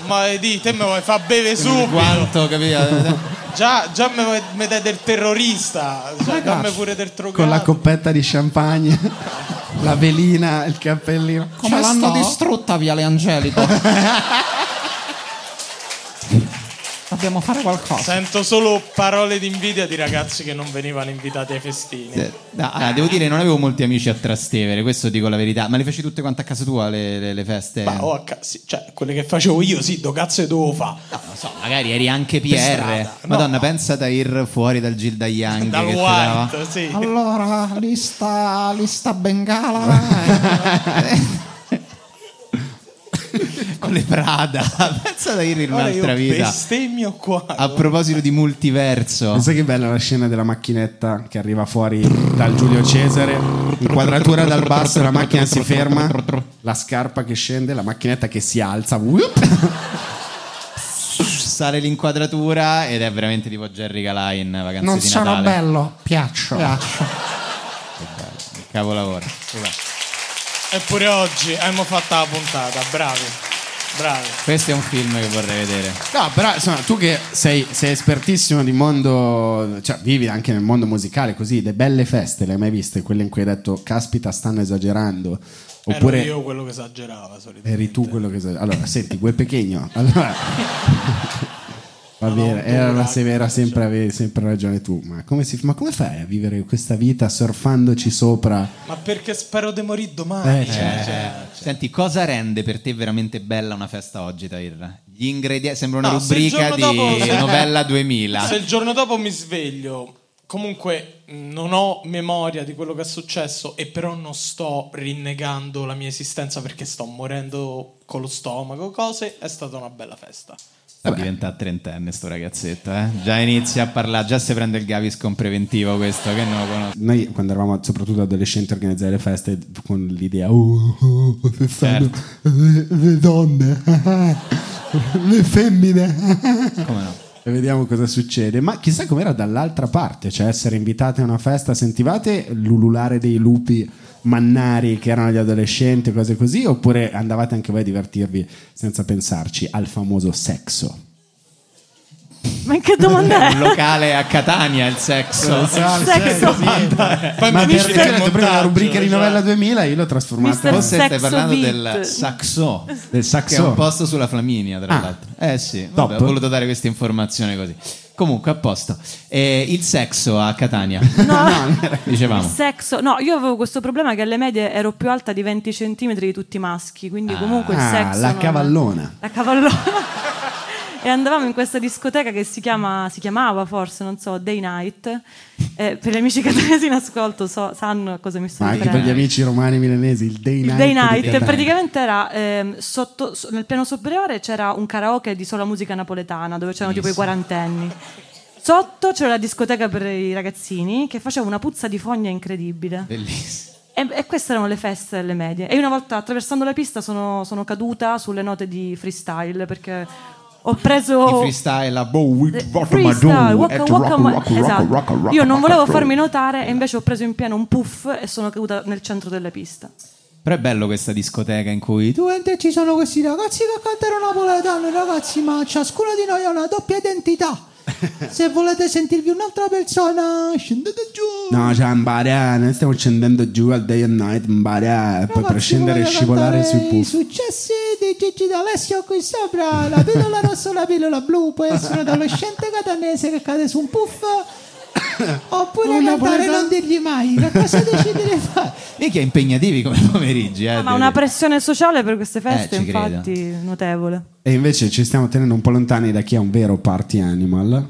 S6: ma di te me vuoi far bere
S3: Il
S6: subito?
S3: guanto, capito?
S6: Già, già me, vuoi- me dai del terrorista, cioè, dammi pure del drogato.
S1: Con la coppetta di champagne, la velina, il cappellino.
S3: Come l'hanno distrutta Viale Angelico? Dobbiamo fare qualcosa.
S6: Sento solo parole di invidia di ragazzi che non venivano invitati ai festini.
S3: Eh, no, allora, devo dire, non avevo molti amici a Trastevere, questo dico la verità. Ma le feci tutte quante a casa tua le, le- le
S1: Eh.
S3: feste?
S6: Ma oh, a ca- sì, cioè, quelle che facevo io, sì, do cazzo e dovevo fa.
S3: Non so, magari eri anche PR.
S6: strada, oh. no.
S3: Madonna, pensa da ir fuori dal Gilda Young.
S6: Dal
S3: che ti dava-
S6: white, sì.
S3: Allora, lista, lista bengala. con le Prada. Pensa ad Irri in
S6: Ora io
S3: un'altra vita.
S6: bestemmio qua.
S3: A proposito di multiverso.
S1: Sai che bella la scena della macchinetta che arriva fuori dal Giulio Cesare, inquadratura dal basso, la macchina si ferma, la scarpa che scende, la macchinetta che si alza, whoop,
S3: Sale l'inquadratura ed è veramente tipo Jerry Calai in vacanze
S1: non
S3: di
S1: sono
S3: Natale.
S1: bello, piaccio.
S3: Capolavoro.
S6: Eppure oggi abbiamo fatto la puntata, bravi, bravi.
S3: Questo è un film che vorrei vedere.
S1: No, però insomma, tu che sei, sei espertissimo di mondo, cioè vivi anche nel mondo musicale così, le belle feste le hai mai viste? Quelle in cui hai detto, caspita, stanno esagerando. Oppure
S6: Ero Eh, io quello che esagerava solitamente.
S1: eri tu quello che... Allora, senti, quel pechegno. Allora... Va bene, era, la se- era sempre, avevi sempre ragione tu, ma come, si- ma come fai a vivere questa vita surfandoci sopra?
S6: Ma perché spero di morire domani?
S1: Eh, cioè,
S3: Senti, cosa rende per te veramente bella una festa oggi, Tair? Gli ingredienti sembra una
S6: No, se il
S3: rubrica di
S6: giorno dopo- se-
S3: novella 2000.
S6: Se il giorno dopo mi sveglio, comunque mh, non ho memoria di quello che è successo e però non sto rinnegando la mia esistenza perché sto morendo con lo stomaco, cose, è stata una bella festa.
S3: Sta diventando trentenne sto ragazzetto, eh? Già inizia a parlare, già si prende il Gavis con preventivo questo, che non lo conosco.
S1: Noi quando eravamo soprattutto adolescenti organizzare le feste con l'idea, oh, oh,
S11: Certo.
S1: che fanno le, le donne, le femmine.
S3: Come no?
S1: E vediamo cosa succede. Ma chissà com'era dall'altra parte, cioè essere invitate a una festa, sentivate l'ululare dei lupi mannari che erano gli adolescenti, cose così, oppure andavate anche voi a divertirvi senza pensarci al famoso sexo?
S10: Ma che domanda
S3: Un
S10: è?
S3: locale a Catania il sexo.
S10: Sexo.
S6: Poi
S1: Ma
S6: mi
S1: per
S6: dici
S1: perché ho
S6: del
S1: detto prima la
S6: montaggio,
S1: rubrica di
S6: cioè.
S1: novella 2000 io l'ho trasformata
S10: Mister-
S3: Forse stai
S10: Sexo
S3: parlando
S10: beat.
S3: del Saxo,
S1: del
S3: che è un
S1: saxo.
S3: posto sulla Flaminia, tra
S1: Ah.
S3: l'altro. Eh sì,
S1: Top.
S3: vabbè, ho voluto dare questa informazione così. Comunque, a posto. Eh, il sexo a Catania,
S10: Il
S1: esatto.
S3: dicevamo.
S10: sexo, no, io avevo questo problema che alle medie ero più alta di 20 cm di tutti i maschi, quindi comunque il
S1: Ah,
S10: sexo.
S1: la
S10: non-
S1: cavallona.
S10: La cavallona. e andavamo in questa discoteca che si, chiama, si chiamava forse, non so, Day Night. Eh, per gli amici catanesi in ascolto so- sanno a cosa mi sto
S1: Ma anche per
S10: riferendo.
S1: gli amici romani milanesi, il day
S10: Il
S1: night.
S10: Day
S1: di
S10: Night,
S1: Catania.
S10: praticamente era ehm, sotto, so- nel piano superiore c'era un karaoke di sola musica napoletana dove c'erano tipo i quarantenni. Sotto c'era la discoteca per i ragazzini che faceva una puzza di fogna incredibile.
S3: Bellissimo.
S10: E, e queste erano le feste delle medie. E una volta attraversando la pista sono, sono caduta sulle note di freestyle perché ho
S3: I
S10: preso.
S3: freestyle a Bowie.
S10: Eh, Freestyle, waka, waka, ma- esatto. Io non volevo farmi notare e invece ho preso in pieno un puff e sono caduta nel centro della pista.
S3: Però è bello questa discoteca in cui tu entri e ci sono questi ragazzi che cantano napoletano, ragazzi, ma ciascuno di noi ha una doppia identità. Se volete sentirvi un'altra persona, scendete giù.
S1: No, cioè, mbarà, noi stiamo scendendo giù al day and night, mbarà, e poi per
S3: Ragazzi,
S1: scendere e
S3: voglio
S1: scivolare
S3: cantare
S1: sui
S3: I
S1: puff.
S3: successi di Gigi D'Alessio qui sopra, la pillola rossa o la pillola blu, può essere un adolescente catanese che cade su un puff. Oppure cantare non dirgli mai che cosa decide di fare. Mica impegnativi come pomeriggi, eh.
S10: ma una pressione sociale per queste feste,
S3: Eh, ci credo.
S10: infatti, notevole.
S1: E invece ci stiamo tenendo un po' lontani da chi è un vero party animal,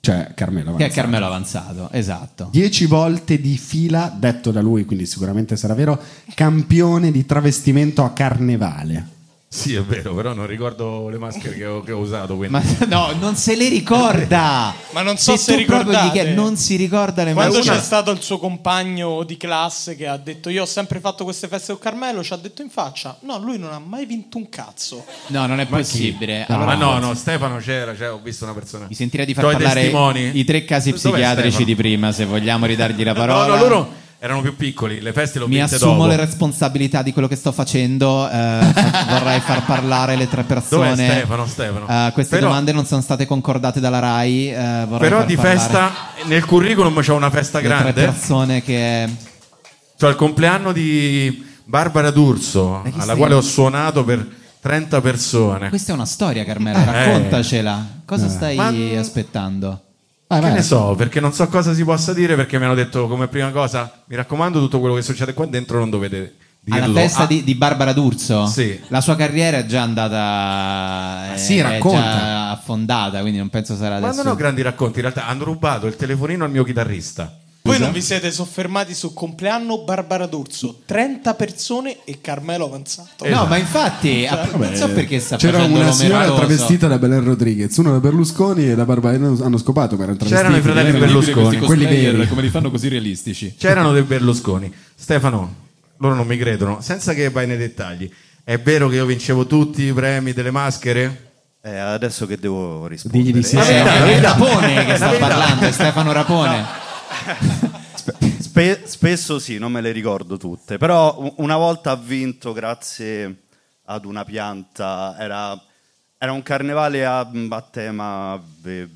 S1: cioè Carmelo.
S3: Che è
S1: Avanza.
S3: Carmelo Avanzato, esatto.
S1: Dieci volte di fila, detto da lui, quindi sicuramente sarà vero, campione di travestimento a carnevale.
S8: Sì, è vero, però non ricordo le maschere che ho, che ho usato. Quindi.
S3: Ma no, non se le ricorda.
S6: Ma non so se
S3: tu proprio gli
S6: ricordate.
S3: chiedi- non si ricorda le
S6: Quando
S3: maschere.
S6: c'è stato il suo compagno di classe che ha detto io ho sempre fatto queste feste con Carmelo, ci ha detto in faccia, no, lui non ha mai vinto un cazzo.
S3: No, non è possibile.
S8: No,
S3: Allora,
S8: ma no, no, Stefano c'era, cioè, ho visto una persona.
S3: Mi sentirei di far
S8: Do i
S3: parlare
S8: testimoni?
S3: i tre casi
S8: Dov'è
S3: psichiatrici
S8: Stefano?
S3: di prima, se vogliamo ridargli la parola.
S8: No, no, loro erano più piccoli, le feste le ho
S3: Mi
S8: vinte
S3: assumo
S8: dopo.
S3: le responsabilità di quello che sto facendo. eh, fa- vorrei far parlare le tre persone.
S8: Dov'è Stefano, Stefano?
S3: Eh, queste
S8: Però-
S3: domande non sono state concordate dalla Rai. eh, vorrei
S8: Però
S3: far
S8: di
S3: parlare
S8: festa, nel curriculum c'è una festa
S3: le tre
S8: grande.
S3: persone che.
S8: Cioè il compleanno di Barbara D'Urso,
S3: chi
S8: alla
S3: sei?
S8: quale ho suonato per 30 persone.
S3: Questa è una storia,
S8: Eh.
S3: Carmela. cioè, Raccontacela. Cosa stai
S8: Ma-
S3: aspettando?
S1: Vai,
S8: Che
S1: vai.
S8: ne so, perché non so cosa si possa dire, perché mi hanno detto come prima cosa, mi raccomando, tutto quello che succede qua dentro non dovete dirlo.
S3: Alla testa
S8: a-
S3: di, di Barbara D'Urso?
S8: Sì.
S3: La sua carriera è già andata. eh,
S1: Ah, sì,
S3: è
S1: racconta.
S3: già affondata, quindi non penso sarà
S8: Ma
S3: adesso.
S8: non ho grandi racconti, in realtà hanno rubato il telefonino al mio chitarrista.
S6: Voi non vi siete soffermati su compleanno Barbara D'Urso, 30 persone e Carmelo Avanzato. Eh. Cioè,
S3: No, ma infatti, a- non so perché sta
S12: C'era
S3: facendo
S12: una
S3: l'omeroloso.
S12: signora travestita da Belen Rodriguez, uno da Berlusconi e la Barbara hanno scopato che erano travestiti.
S8: C'erano i fratelli
S12: non erano
S8: Berlusconi,
S12: quelli veri.
S8: come li fanno così realistici. C'erano dei Berlusconi. Stefano, loro non mi credono, senza che vai nei dettagli. È vero che io vincevo tutti i premi delle maschere?
S13: Eh, adesso che devo rispondere.
S8: Digli di sì.
S13: La
S8: Eh,
S13: verità,
S8: è
S13: la verità.
S3: Rapone che sta
S13: La verità.
S3: parlando, è Stefano Rapone.
S13: Spe- spesso sì, non me le ricordo tutte, però u- una volta ha vinto grazie ad una pianta, era, era un carnevale a, a tema... ve-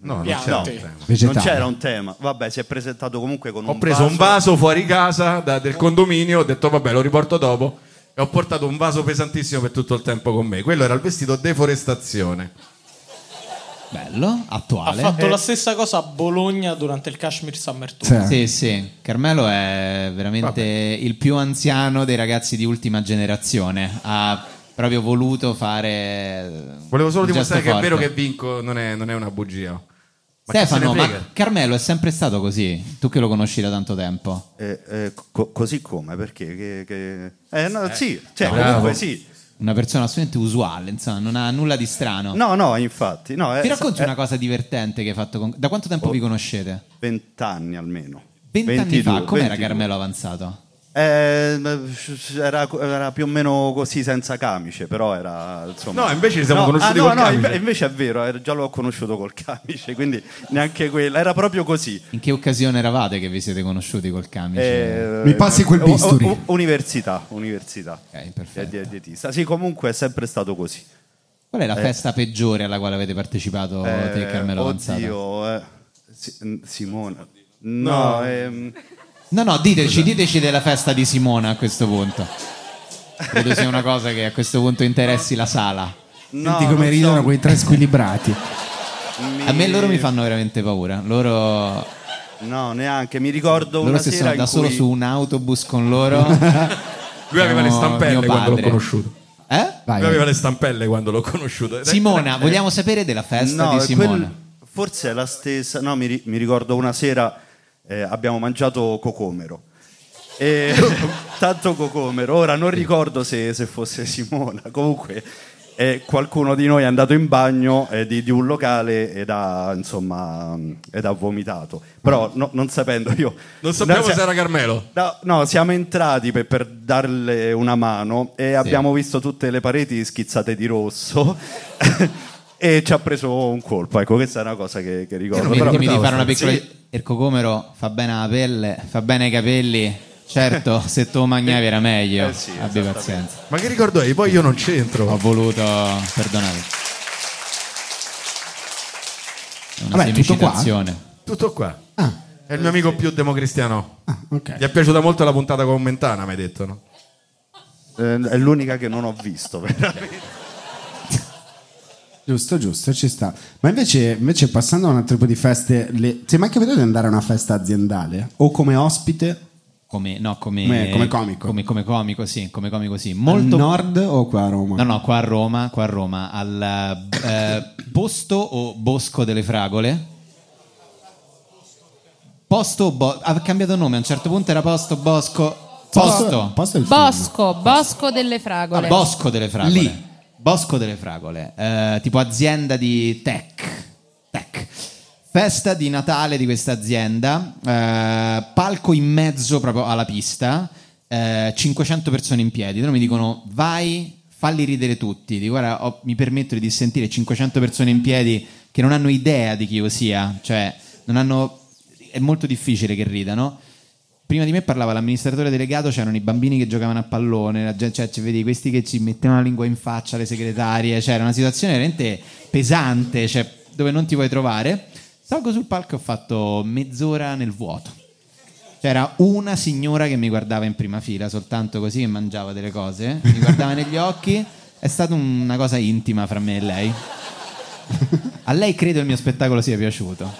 S8: No, non c'era un tema.
S13: Non
S8: Vegetale.
S13: c'era un tema, vabbè, si è presentato comunque con
S8: Ho preso un vaso fuori casa da- del condominio, ho detto vabbè lo riporto dopo e ho portato un vaso pesantissimo per tutto il tempo con me. Quello era il vestito deforestazione.
S3: Bello,
S6: Ha
S3: attuale.
S6: fatto la stessa cosa a Bologna durante il Kashmir Summer Tour.
S3: Eh. Sì, sì, Carmelo è veramente il più anziano dei ragazzi di ultima generazione. Ha proprio voluto fare.
S8: Volevo solo
S3: un
S8: dimostrare che
S3: gesto
S8: è vero
S3: forte.
S8: che vinco, non è, non è una bugia. Ma chi se
S3: Stefano,
S8: ne
S3: ma
S8: frega?
S3: Carmelo è sempre stato così. Tu che lo conosci da tanto tempo.
S13: Eh, eh, co- così come? Perché? Che, che- Eh, no,
S3: Eh,
S13: sì, cioè,
S3: bravo.
S13: comunque sì.
S3: Una persona assolutamente usuale, insomma, non ha nulla di strano.
S13: No, no, infatti. No, eh,
S3: Ti racconti
S13: eh,
S3: una cosa divertente che hai fatto con... Da quanto tempo vi conoscete?
S13: 20 anni almeno.
S3: Vent'anni fa,
S13: 22,
S3: com'era
S13: 22.
S3: Carmelo avanzato?
S13: Eh, era, era più o meno così senza camice, però era insomma.
S8: No, invece ci siamo conosciuti
S13: no,
S8: col
S13: no,
S8: camice.
S13: inve- invece è vero, eh, già l'ho conosciuto col camice, quindi neanche quella, era proprio così.
S3: In che occasione eravate che vi siete conosciuti col camice?
S13: Eh, oh, o- o-
S3: bisturi
S13: o- università, università.
S3: perfetto.
S13: Di- di- dietista. Sì, comunque è sempre stato così.
S3: Qual è la
S13: Eh.
S3: festa peggiore alla quale avete partecipato Oh, te e
S13: Eh,
S3: Carmelo Avanzato?
S13: Oddio, eh, Si- Simona. No,
S3: No.
S13: ehm,
S3: No, no, diteci, diteci della festa di Simona a questo punto. Credo sia una cosa che a questo punto interessi la sala.
S1: Senti come ridono quei tre squilibrati.
S3: A me loro mi fanno veramente paura. Loro,
S13: no, neanche. Mi ricordo
S3: loro
S13: una
S3: se
S13: sera
S3: sono da
S13: in
S3: solo
S13: cui
S3: su eh? un autobus con loro.
S8: Lui aveva le stampelle quando l'ho conosciuto.
S3: Eh?
S8: Lui aveva le stampelle quando l'ho conosciuto. Era-
S3: Simona,
S8: eh,
S3: vogliamo sapere della festa
S13: No,
S3: di
S13: quel-
S3: Simona?
S13: forse è la stessa. No, mi, ri- mi ricordo una sera eh, abbiamo mangiato cocomero. E- tanto cocomero. Ora non ricordo se, se fosse Simona. Comunque, eh, qualcuno di noi è andato in bagno eh, di, di un locale ed ha, insomma, mh, ed ha vomitato. Però no- non sapendo io.
S8: Non sapevo
S13: no,
S8: se
S13: sia-
S8: era Carmelo.
S13: No, no, siamo entrati per, per darle una mano e abbiamo visto tutte le pareti schizzate di rosso e ci ha preso un colpo. Ecco, questa è una cosa che, che ricordo.
S3: Permettimi
S13: Però-
S3: di fare una piccola.
S13: Sì.
S3: Il cocomero fa bene alla pelle, fa bene ai capelli. Certo, se tu mangiavi era meglio.
S8: Eh sì,
S3: Abbi
S8: esattamente.
S3: pazienza.
S8: Ma che ricordo hai? Poi io non c'entro.
S3: Ho voluto. Perdonate. Una
S8: Vabbè, tutto qua?
S3: semicitazione.
S8: Tutto qua.
S3: Ah.
S8: È il mio amico più democristiano.
S1: ok.
S8: Gli è piaciuta molto la puntata con Mentana, mi hai detto, no?
S13: Eh, è l'unica che non ho visto, veramente.
S1: Giusto, giusto, ci sta. Ma invece, invece passando a un altro tipo di feste, le... ti è mai capitato di andare a una festa aziendale? O come ospite?
S3: Come, no, come,
S1: Come- come comico.
S3: Come, come comico, sì, come comico, sì. Molto
S1: Al nord o qua a Roma?
S3: No, no, qua a Roma, qua a Roma, al eh, posto o bosco delle fragole? Posto o bo- ha cambiato nome, a un certo punto era posto bosco. Posto.
S9: Bosco, Bosco delle Fragole.
S3: Ah, bosco delle fragole.
S9: Lì.
S3: Bosco delle fragole, eh, tipo azienda di tech. Tech. Festa di Natale di questa azienda, eh, palco in mezzo proprio alla pista, eh, 500 persone in piedi, loro mi dicono vai, falli ridere tutti, Dico, guarda ho- mi permetto di dissentire 500 persone in piedi che non hanno idea di chi io sia, cioè non hanno, è molto difficile che ridano. Prima di me parlava l'amministratore delegato, c'erano i bambini che giocavano a pallone, la gente- cioè ci vedi questi che ci mettevano la lingua in faccia, le segretarie, cioè era una situazione veramente pesante, cioè, dove non ti puoi trovare. Salgo sul palco e ho fatto mezz'ora nel vuoto. C'era una signora che mi guardava in prima fila, soltanto così che mangiava delle cose, eh. mi guardava negli occhi, è stata una cosa intima fra me e lei. A lei credo il mio spettacolo sia piaciuto.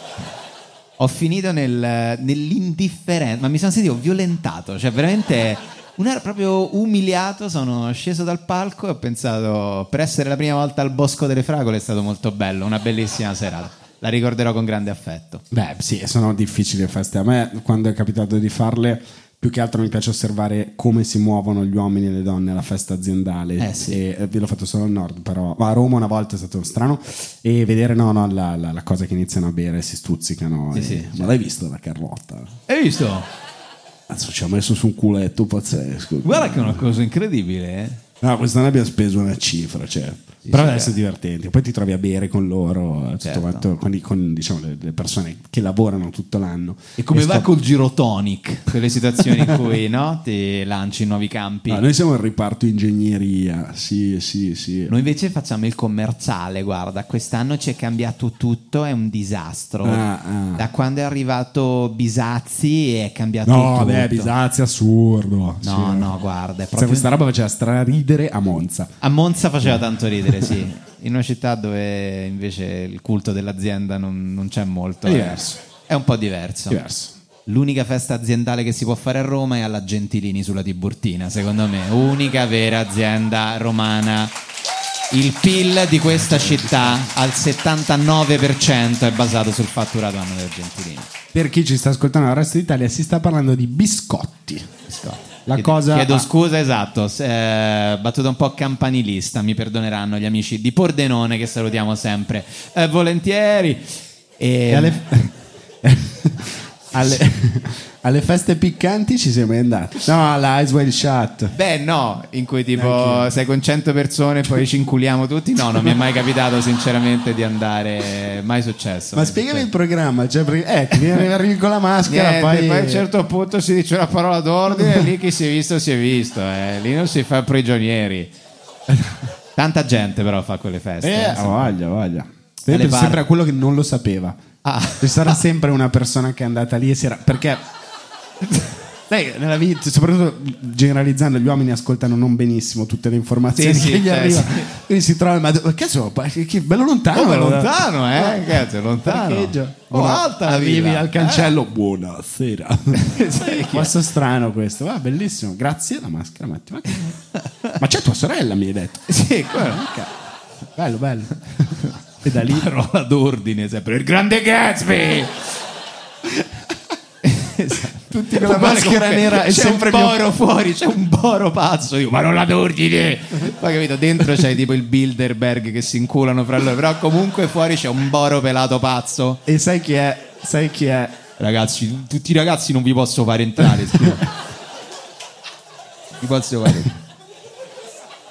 S3: Ho finito nel- nell'indifferenza, ma mi sono sentito violentato, cioè veramente una- proprio umiliato. Sono sceso dal palco e ho pensato, per essere la prima volta al Bosco delle Fragole è stato molto bello, una bellissima serata. la ricorderò con grande affetto.
S1: Beh, sì, sono difficili le feste. A me, quando è capitato di farle, più che altro mi piace osservare come si muovono gli uomini e le donne alla festa aziendale.
S3: Eh, sì.
S1: E, eh, l'ho fatto solo al nord, però. Ma a Roma una volta è stato strano. E vedere, no, no, la, la- la cosa che iniziano a bere, si stuzzicano.
S3: Sì,
S1: e-
S3: sì,
S1: Ma l'hai vista la Carlotta?
S3: Hai visto?
S1: Cazzo, ci ha messo su un culetto pazzesco.
S3: Guarda che è una cosa incredibile, eh.
S1: No, quest'anno abbiamo speso una cifra, cioè. Però
S3: sì,
S1: adesso
S3: sì.
S1: è divertente, poi ti trovi a bere con loro, eh, tutto
S3: Certo.
S1: quanto, con, i- con, diciamo, le, le persone che lavorano tutto l'anno.
S3: E come va
S1: sto-
S3: col girotonic? Quelle situazioni in cui no, ti lanci in nuovi campi.
S1: No, Ah, noi siamo il riparto ingegneria, sì, sì, sì.
S3: Noi invece facciamo il commerciale, guarda, quest'anno ci è cambiato tutto, è un disastro.
S1: Ah, ah.
S3: Da quando è arrivato Bisazzi è cambiato
S1: No,
S3: tutto.
S1: beh, Bisazzi assurdo.
S3: No, no, guarda, è
S1: Cioè,
S3: proprio-
S1: questa roba faceva straridere a Monza.
S3: A Monza faceva tanto ridere, sì. In una città dove invece il culto dell'azienda non, non c'è molto. eh,
S1: È diverso.
S3: È un po' diverso.
S1: Diverso.
S3: L'unica festa aziendale che si può fare a Roma è alla Gentilini sulla Tiburtina, secondo me. Unica vera azienda romana. Il PIL di questa città al 79% è basato sul fatturato anno della Gentilini.
S1: Per chi ci sta ascoltando dal resto d'Italia, si sta parlando di biscotti.
S3: Biscotti.
S1: La
S3: Chiedo-
S1: cosa...
S3: Chiedo
S1: ah,
S3: scusa, esatto, s- eh, battuta un po' campanilista, mi perdoneranno gli amici di Pordenone che salutiamo sempre eh, volentieri. E-
S1: E alle- alle, alle feste piccanti ci siamo andati. No, la Ice Wide Shut.
S3: Beh, no, in cui tipo sei con 100 persone e poi ci inculiamo tutti. No, non mi è mai capitato sinceramente di andare, mai successo.
S1: Ma spiegami il programma, cioè, perché- eh, ti viene arrivi con la maschera,
S3: Niente,
S1: poi...
S3: a un certo punto si dice una parola d'ordine e lì chi si è visto si è visto, eh. lì non si fa prigionieri. Tanta gente però fa quelle feste.
S1: Eh,
S3: insomma.
S1: ha voglia, ha voglia.
S3: Alle
S1: Io penso
S3: bar-
S1: sempre a quello che non lo sapeva.
S3: Ah.
S1: Ci sarà sempre una persona che è andata lì e si era... Perché... Sai, nella vita, soprattutto generalizzando, gli uomini ascoltano non benissimo tutte le informazioni
S3: Sì, sì,
S1: che gli
S3: cioè,
S1: arrivano.
S3: sì.
S1: Quindi si trova, ma do- che so, pa- che, che bello lontano.
S3: Oh, ma è
S1: allora.
S3: lontano, eh? Cazzo, è lontano.
S1: Parcheggio.
S3: Oh,
S1: Uno
S3: alta la eh.
S1: arrivi
S3: villa,
S1: al cancello, buonasera. Questo è strano questo, va bellissimo. Grazie la maschera, Matteo. Ma, che- ma c'è tua sorella, mi hai detto.
S3: Sì, quello.
S1: Bello, bello. E da lì
S3: parola d'ordine sempre. Il grande Gatsby! Tutti
S1: con la maschera nera e
S3: c'è
S1: sempre
S3: un
S1: mio-
S3: boro fuori, c'è un boro pazzo. Io, parola d'ordine! Poi capito, dentro c'è tipo il Bilderberg che si inculano fra loro, però comunque fuori c'è un boro pelato pazzo.
S1: E sai chi è? Sai chi è?
S3: Ragazzi, tutti i ragazzi non vi posso fare entrare. scrivo. vi posso fare entrare.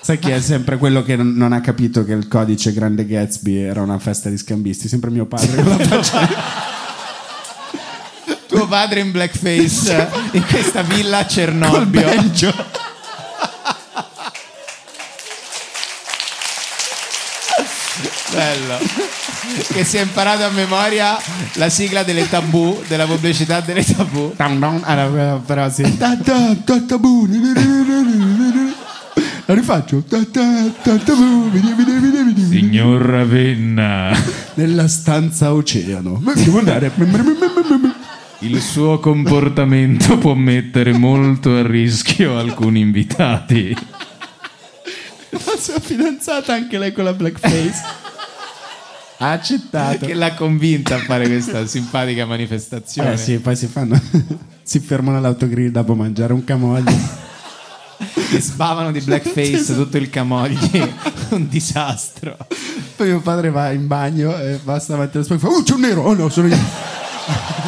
S1: Sai chi è sempre quello che non, non ha capito che il codice Grande Gatsby era una festa di scambisti? Sempre mio padre con la faccia.
S3: Tuo padre in blackface in questa villa a Cernobbio. Bello. Che si è imparato a memoria la sigla delle tabù, della pubblicità delle tabù.
S1: Allora, però sì. Ta ta ta ta bu, ni ni ni ni ni ni ni. La rifaccio. Ta ta ta ta bu, ni ni ni ni ni ni ni.
S4: Signor Ravenna,
S1: Nella stanza oceano. Ma Devo andare.
S4: il suo comportamento può mettere molto a rischio alcuni invitati.
S1: La sua fidanzata anche lei con la blackface. Ha accettato.
S3: Che l'ha convinta a fare questa simpatica manifestazione.
S1: Eh sì, poi si fanno. si fermano all'autogrill dopo mangiare un camoglio.
S3: Che sbavano di blackface tutto il camogli. Un disastro.
S1: Poi mio padre va in bagno e basta davanti allo specchio e fa: Oh, c'è un nero! Oh no, sono io.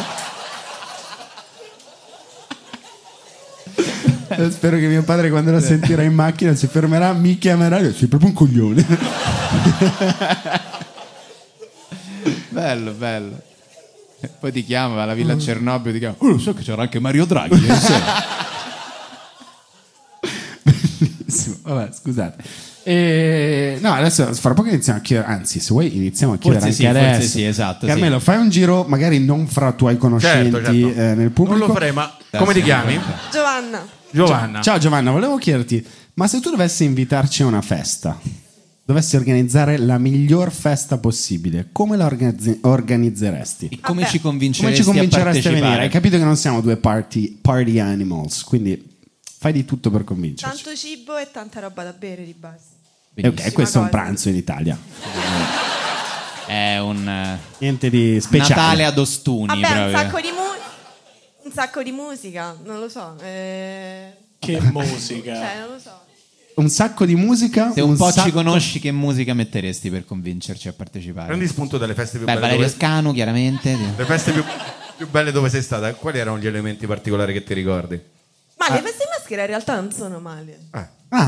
S1: Eh, Spero che mio padre quando la sentirà in macchina si fermerà, mi chiamerà e dirà, sei proprio un coglione.
S3: Bello, bello. Poi ti chiama alla
S1: Mm.
S3: villa a Cernobbio ti chiama. Oh, lo so che c'era anche Mario Draghi. ieri sera."
S1: Bellissimo. Vabbè, scusate. E... No, adesso fra poco iniziamo a chiudere. Anzi, se vuoi iniziamo a chiudere
S3: Forse sì,
S1: anche
S3: forse
S1: adesso.
S3: sì, esatto,
S1: Carmelo,
S3: sì.
S1: fai un giro, magari non fra tuoi conoscenti
S8: Certo, certo.
S1: eh, nel pubblico.
S8: Non lo farei, ma come ti chiami?
S14: Giovanna.
S8: Giovanna.
S1: Ciao Giovanna, volevo chiederti, ma se tu dovessi invitarci a una festa, dovessi organizzare la miglior festa possibile, come la organizzi- organizzeresti?
S3: Come ci
S1: Come
S3: convinceresti,
S1: ci convinceresti a, venire?
S3: partecipare?
S1: Hai capito che non siamo due party, party animals, quindi fai di tutto per convincerci.
S14: Tanto cibo e tanta roba da bere di base.
S1: E ok, questo è un pranzo in Italia.
S3: È un eh,
S1: Niente di speciale.
S3: Natale ad Ostuni.
S14: Vabbè, un
S3: proprio.
S14: sacco, di mu- un sacco di musica, non lo so. eh,
S6: Che musica.
S14: cioè, non lo so.
S1: Un sacco di musica.
S3: Se un, po'
S1: sacco-
S3: ci conosci, che musica metteresti per convincerci a partecipare?
S8: Prendi spunto dalle feste più
S3: Beh,
S8: belle
S3: Valerio
S8: dove-
S3: Scanu, chiaramente.
S8: Le feste più, più belle dove sei stata, quali erano gli elementi particolari che ti ricordi? Ah, eh,
S14: Ma
S3: Ah.
S14: le feste in maschera in realtà non sono male.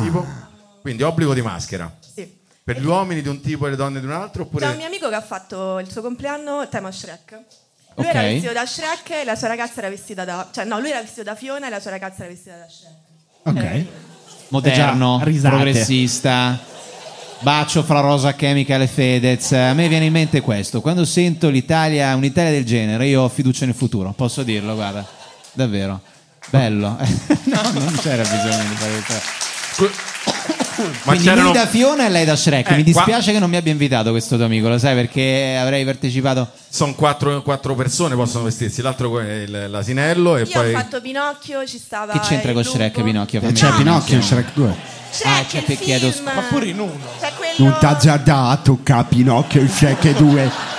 S8: Tipo? Quindi obbligo di maschera.
S14: Sì.
S8: Per gli uomini di un tipo e le donne di un altro oppure...
S14: C'è un mio amico che ha fatto il suo compleanno tema Shrek. Lui
S8: Ok.
S14: era vestito da Shrek e la sua ragazza era vestita da... Cioè, no, lui era vestito da Fiona e la sua ragazza era vestita da Shrek.
S3: Ok. Moderno,
S1: Eh già, risate.
S3: progressista. Bacio fra Rosa Chemical e Fedez. A me viene in mente questo. Quando sento l'Italia, un'Italia del genere, io ho fiducia nel futuro. Posso dirlo, guarda. Davvero. Bello. no, non c'era bisogno di fare questo.
S8: Ma
S3: Quindi
S8: c'erano-
S3: lui da Fiona e lei da Shrek.
S8: Eh,
S3: Mi
S8: qua-
S3: dispiace che non mi abbia invitato questo tuo amico, lo sai, perché avrei partecipato.
S8: Sono quattro, quattro persone possono vestirsi, l'altro è il- l'asinello e
S14: Io
S8: poi...
S14: ho fatto Pinocchio, ci stava...
S3: Che c'entra
S14: il
S3: con
S14: lupo.
S3: Shrek e Pinocchio?
S15: Eh, c'è Pinocchio in
S3: Shrek 2.
S14: Shrek,
S3: Ah, c'è
S14: il
S3: Pe- chiedo
S14: film.
S3: scusa. Ma pure
S6: in uno.
S14: C'è quello...
S15: Non t'ha già dato capinocchio il Shrek 2.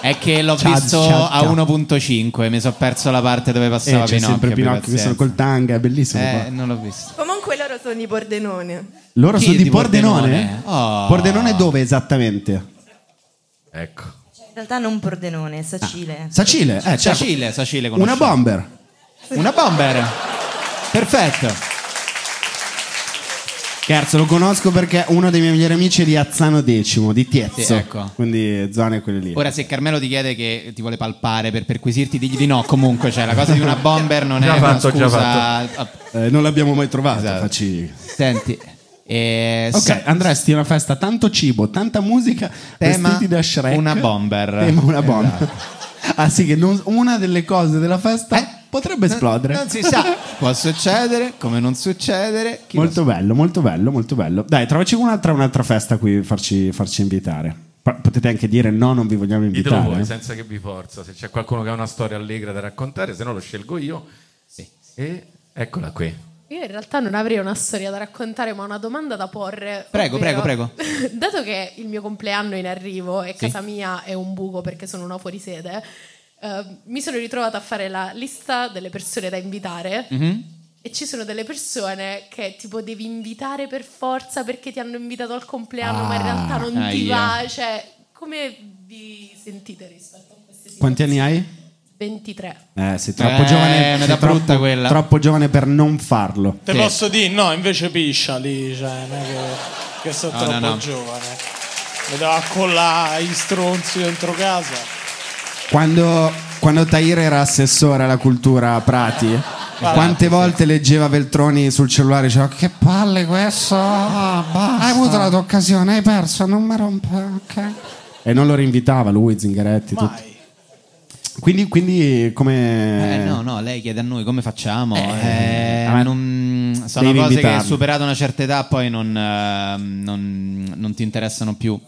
S3: È che l'ho
S15: Ciao,
S3: visto
S15: ciao,
S3: a
S15: ciao.
S3: 1.5, mi sono perso la parte dove
S15: Eh,
S3: passava
S15: c'è
S3: Pinocchio.
S15: sempre
S3: abbi
S15: Pinocchio che sono
S3: pazienza.
S15: col tanga, è bellissimo.
S3: Eh,
S15: qua.
S3: non l'ho visto.
S14: Comunque loro sono di Pordenone.
S1: Loro
S3: Chi
S1: sono
S3: è
S1: di,
S3: di
S1: Pordenone?
S3: Pordenone? Oh.
S1: Pordenone dove esattamente?
S8: Ecco.
S16: In realtà non Pordenone, Sacile.
S1: Sacile, eh, certo.
S3: Sacile, Sacile
S1: Una
S3: conosciamo.
S1: bomber.
S3: Una bomber. Perfetto.
S1: Scherzo, lo conosco perché uno dei miei migliori amici è di Azzano Decimo, di Tiezzo.
S3: Sì, ecco.
S1: Quindi zone quelle lì.
S3: Ora se Carmelo ti chiede che ti vuole palpare per perquisirti, digli di no comunque, cioè la cosa di una bomber non
S1: Già
S3: è
S1: fatto,
S3: una
S1: già
S3: scusa. Esatto.
S1: Eh, non l'abbiamo mai trovato. Facci...
S3: Senti. eh,
S1: Ok,
S3: sa-
S1: andresti a una festa, tanto cibo, tanta musica,
S3: Tema
S1: vestiti da Shrek.
S3: una bomber.
S1: Tema una bomber.
S3: Esatto. Eh?
S1: Ah sì, che non- una delle cose della festa potrebbe esplodere.
S3: non si sa, può succedere, come non succedere. chi lo
S1: Molto bello, molto bello, molto bello. Dai, trovaci un'altra, un'altra festa qui, farci, farci invitare. Pa- Potete anche dire no, non vi vogliamo
S8: Ditelo
S1: invitare.
S8: voi, senza che vi forza. Se c'è qualcuno che ha una storia allegra da raccontare, se no lo scelgo io. E eccola qui.
S17: Io in realtà non avrei una storia da raccontare, ma una domanda da porre.
S3: Prego,
S17: ovvero-
S3: prego,
S17: Dato che il mio compleanno è in arrivo e
S3: Sì.
S17: casa mia è un buco perché sono una fuorisede, eh, mi sono ritrovata a fare la lista delle persone da invitare.
S3: Mhm.
S17: E ci sono delle persone che tipo devi invitare per forza perché ti hanno invitato al compleanno, ma in realtà non ti
S1: ahia.
S3: Ah,
S17: va. Cioè, come vi sentite rispetto a queste situazioni?
S1: Quanti anni hai?
S17: 23.
S1: Eh, sei troppo
S3: Eh,
S1: giovane.
S3: è
S1: sei
S3: da
S1: troppo-
S3: brutta quella.
S1: Troppo giovane per non farlo.
S6: Te posso dire, no, invece piscia lì, cioè, non è che, che sono
S1: No, no,
S6: troppo
S1: no.
S6: giovane. Mi devo accollare i stronzi dentro casa.
S1: Quando, quando Tahir era assessore alla cultura a Prati, quante volte leggeva Veltroni sul cellulare e diceva che palle questo? Hai avuto la tua occasione, hai perso, non mi rompa. ok? E non lo rinvitava lui, Zingaretti. tutti. Quindi, quindi come...
S3: Eh, no, no, lei chiede a noi come facciamo.
S1: Eh,
S3: Eh,
S1: ma
S3: non- sono
S1: devi
S3: cose
S1: invitarli.
S3: che superata una certa età poi non, eh, non- non ti interessano più.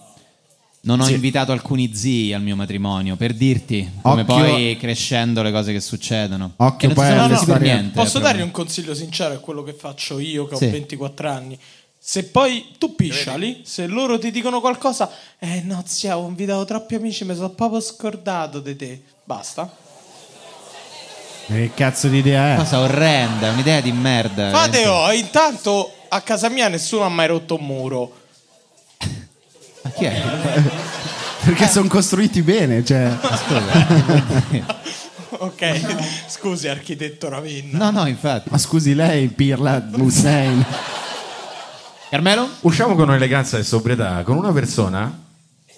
S3: Non ho
S1: Sì.
S3: invitato alcuni zii al mio matrimonio per dirti come
S1: Occhio-
S3: poi crescendo le cose che succedono.
S1: Occhio
S3: Che non
S1: poi
S3: ti sono
S1: alle
S3: piaciute per
S1: storie-
S3: niente. eh,
S6: Posso
S3: proprio.
S6: dargli un consiglio sincero? È quello che faccio io che
S3: Sì.
S6: ho 24 anni. Se poi tu pisciali, se loro ti dicono qualcosa, eh no, zia, ho invitato troppi amici, mi sono proprio scordato di te. Basta.
S1: Che cazzo di idea è?
S3: Cosa orrenda, un'idea di merda.
S6: Fate
S3: veramente.
S6: oh, intanto a casa mia nessuno ha mai rotto un muro.
S3: Ma chi è?
S1: Perché sono costruiti bene, cioè...
S3: eh.
S6: ok, scusi architetto Ravinna.
S3: No, no, infatti.
S1: Ma scusi lei, Pirla Hussein.
S3: Carmelo?
S8: Usciamo con eleganza e sobrietà con una persona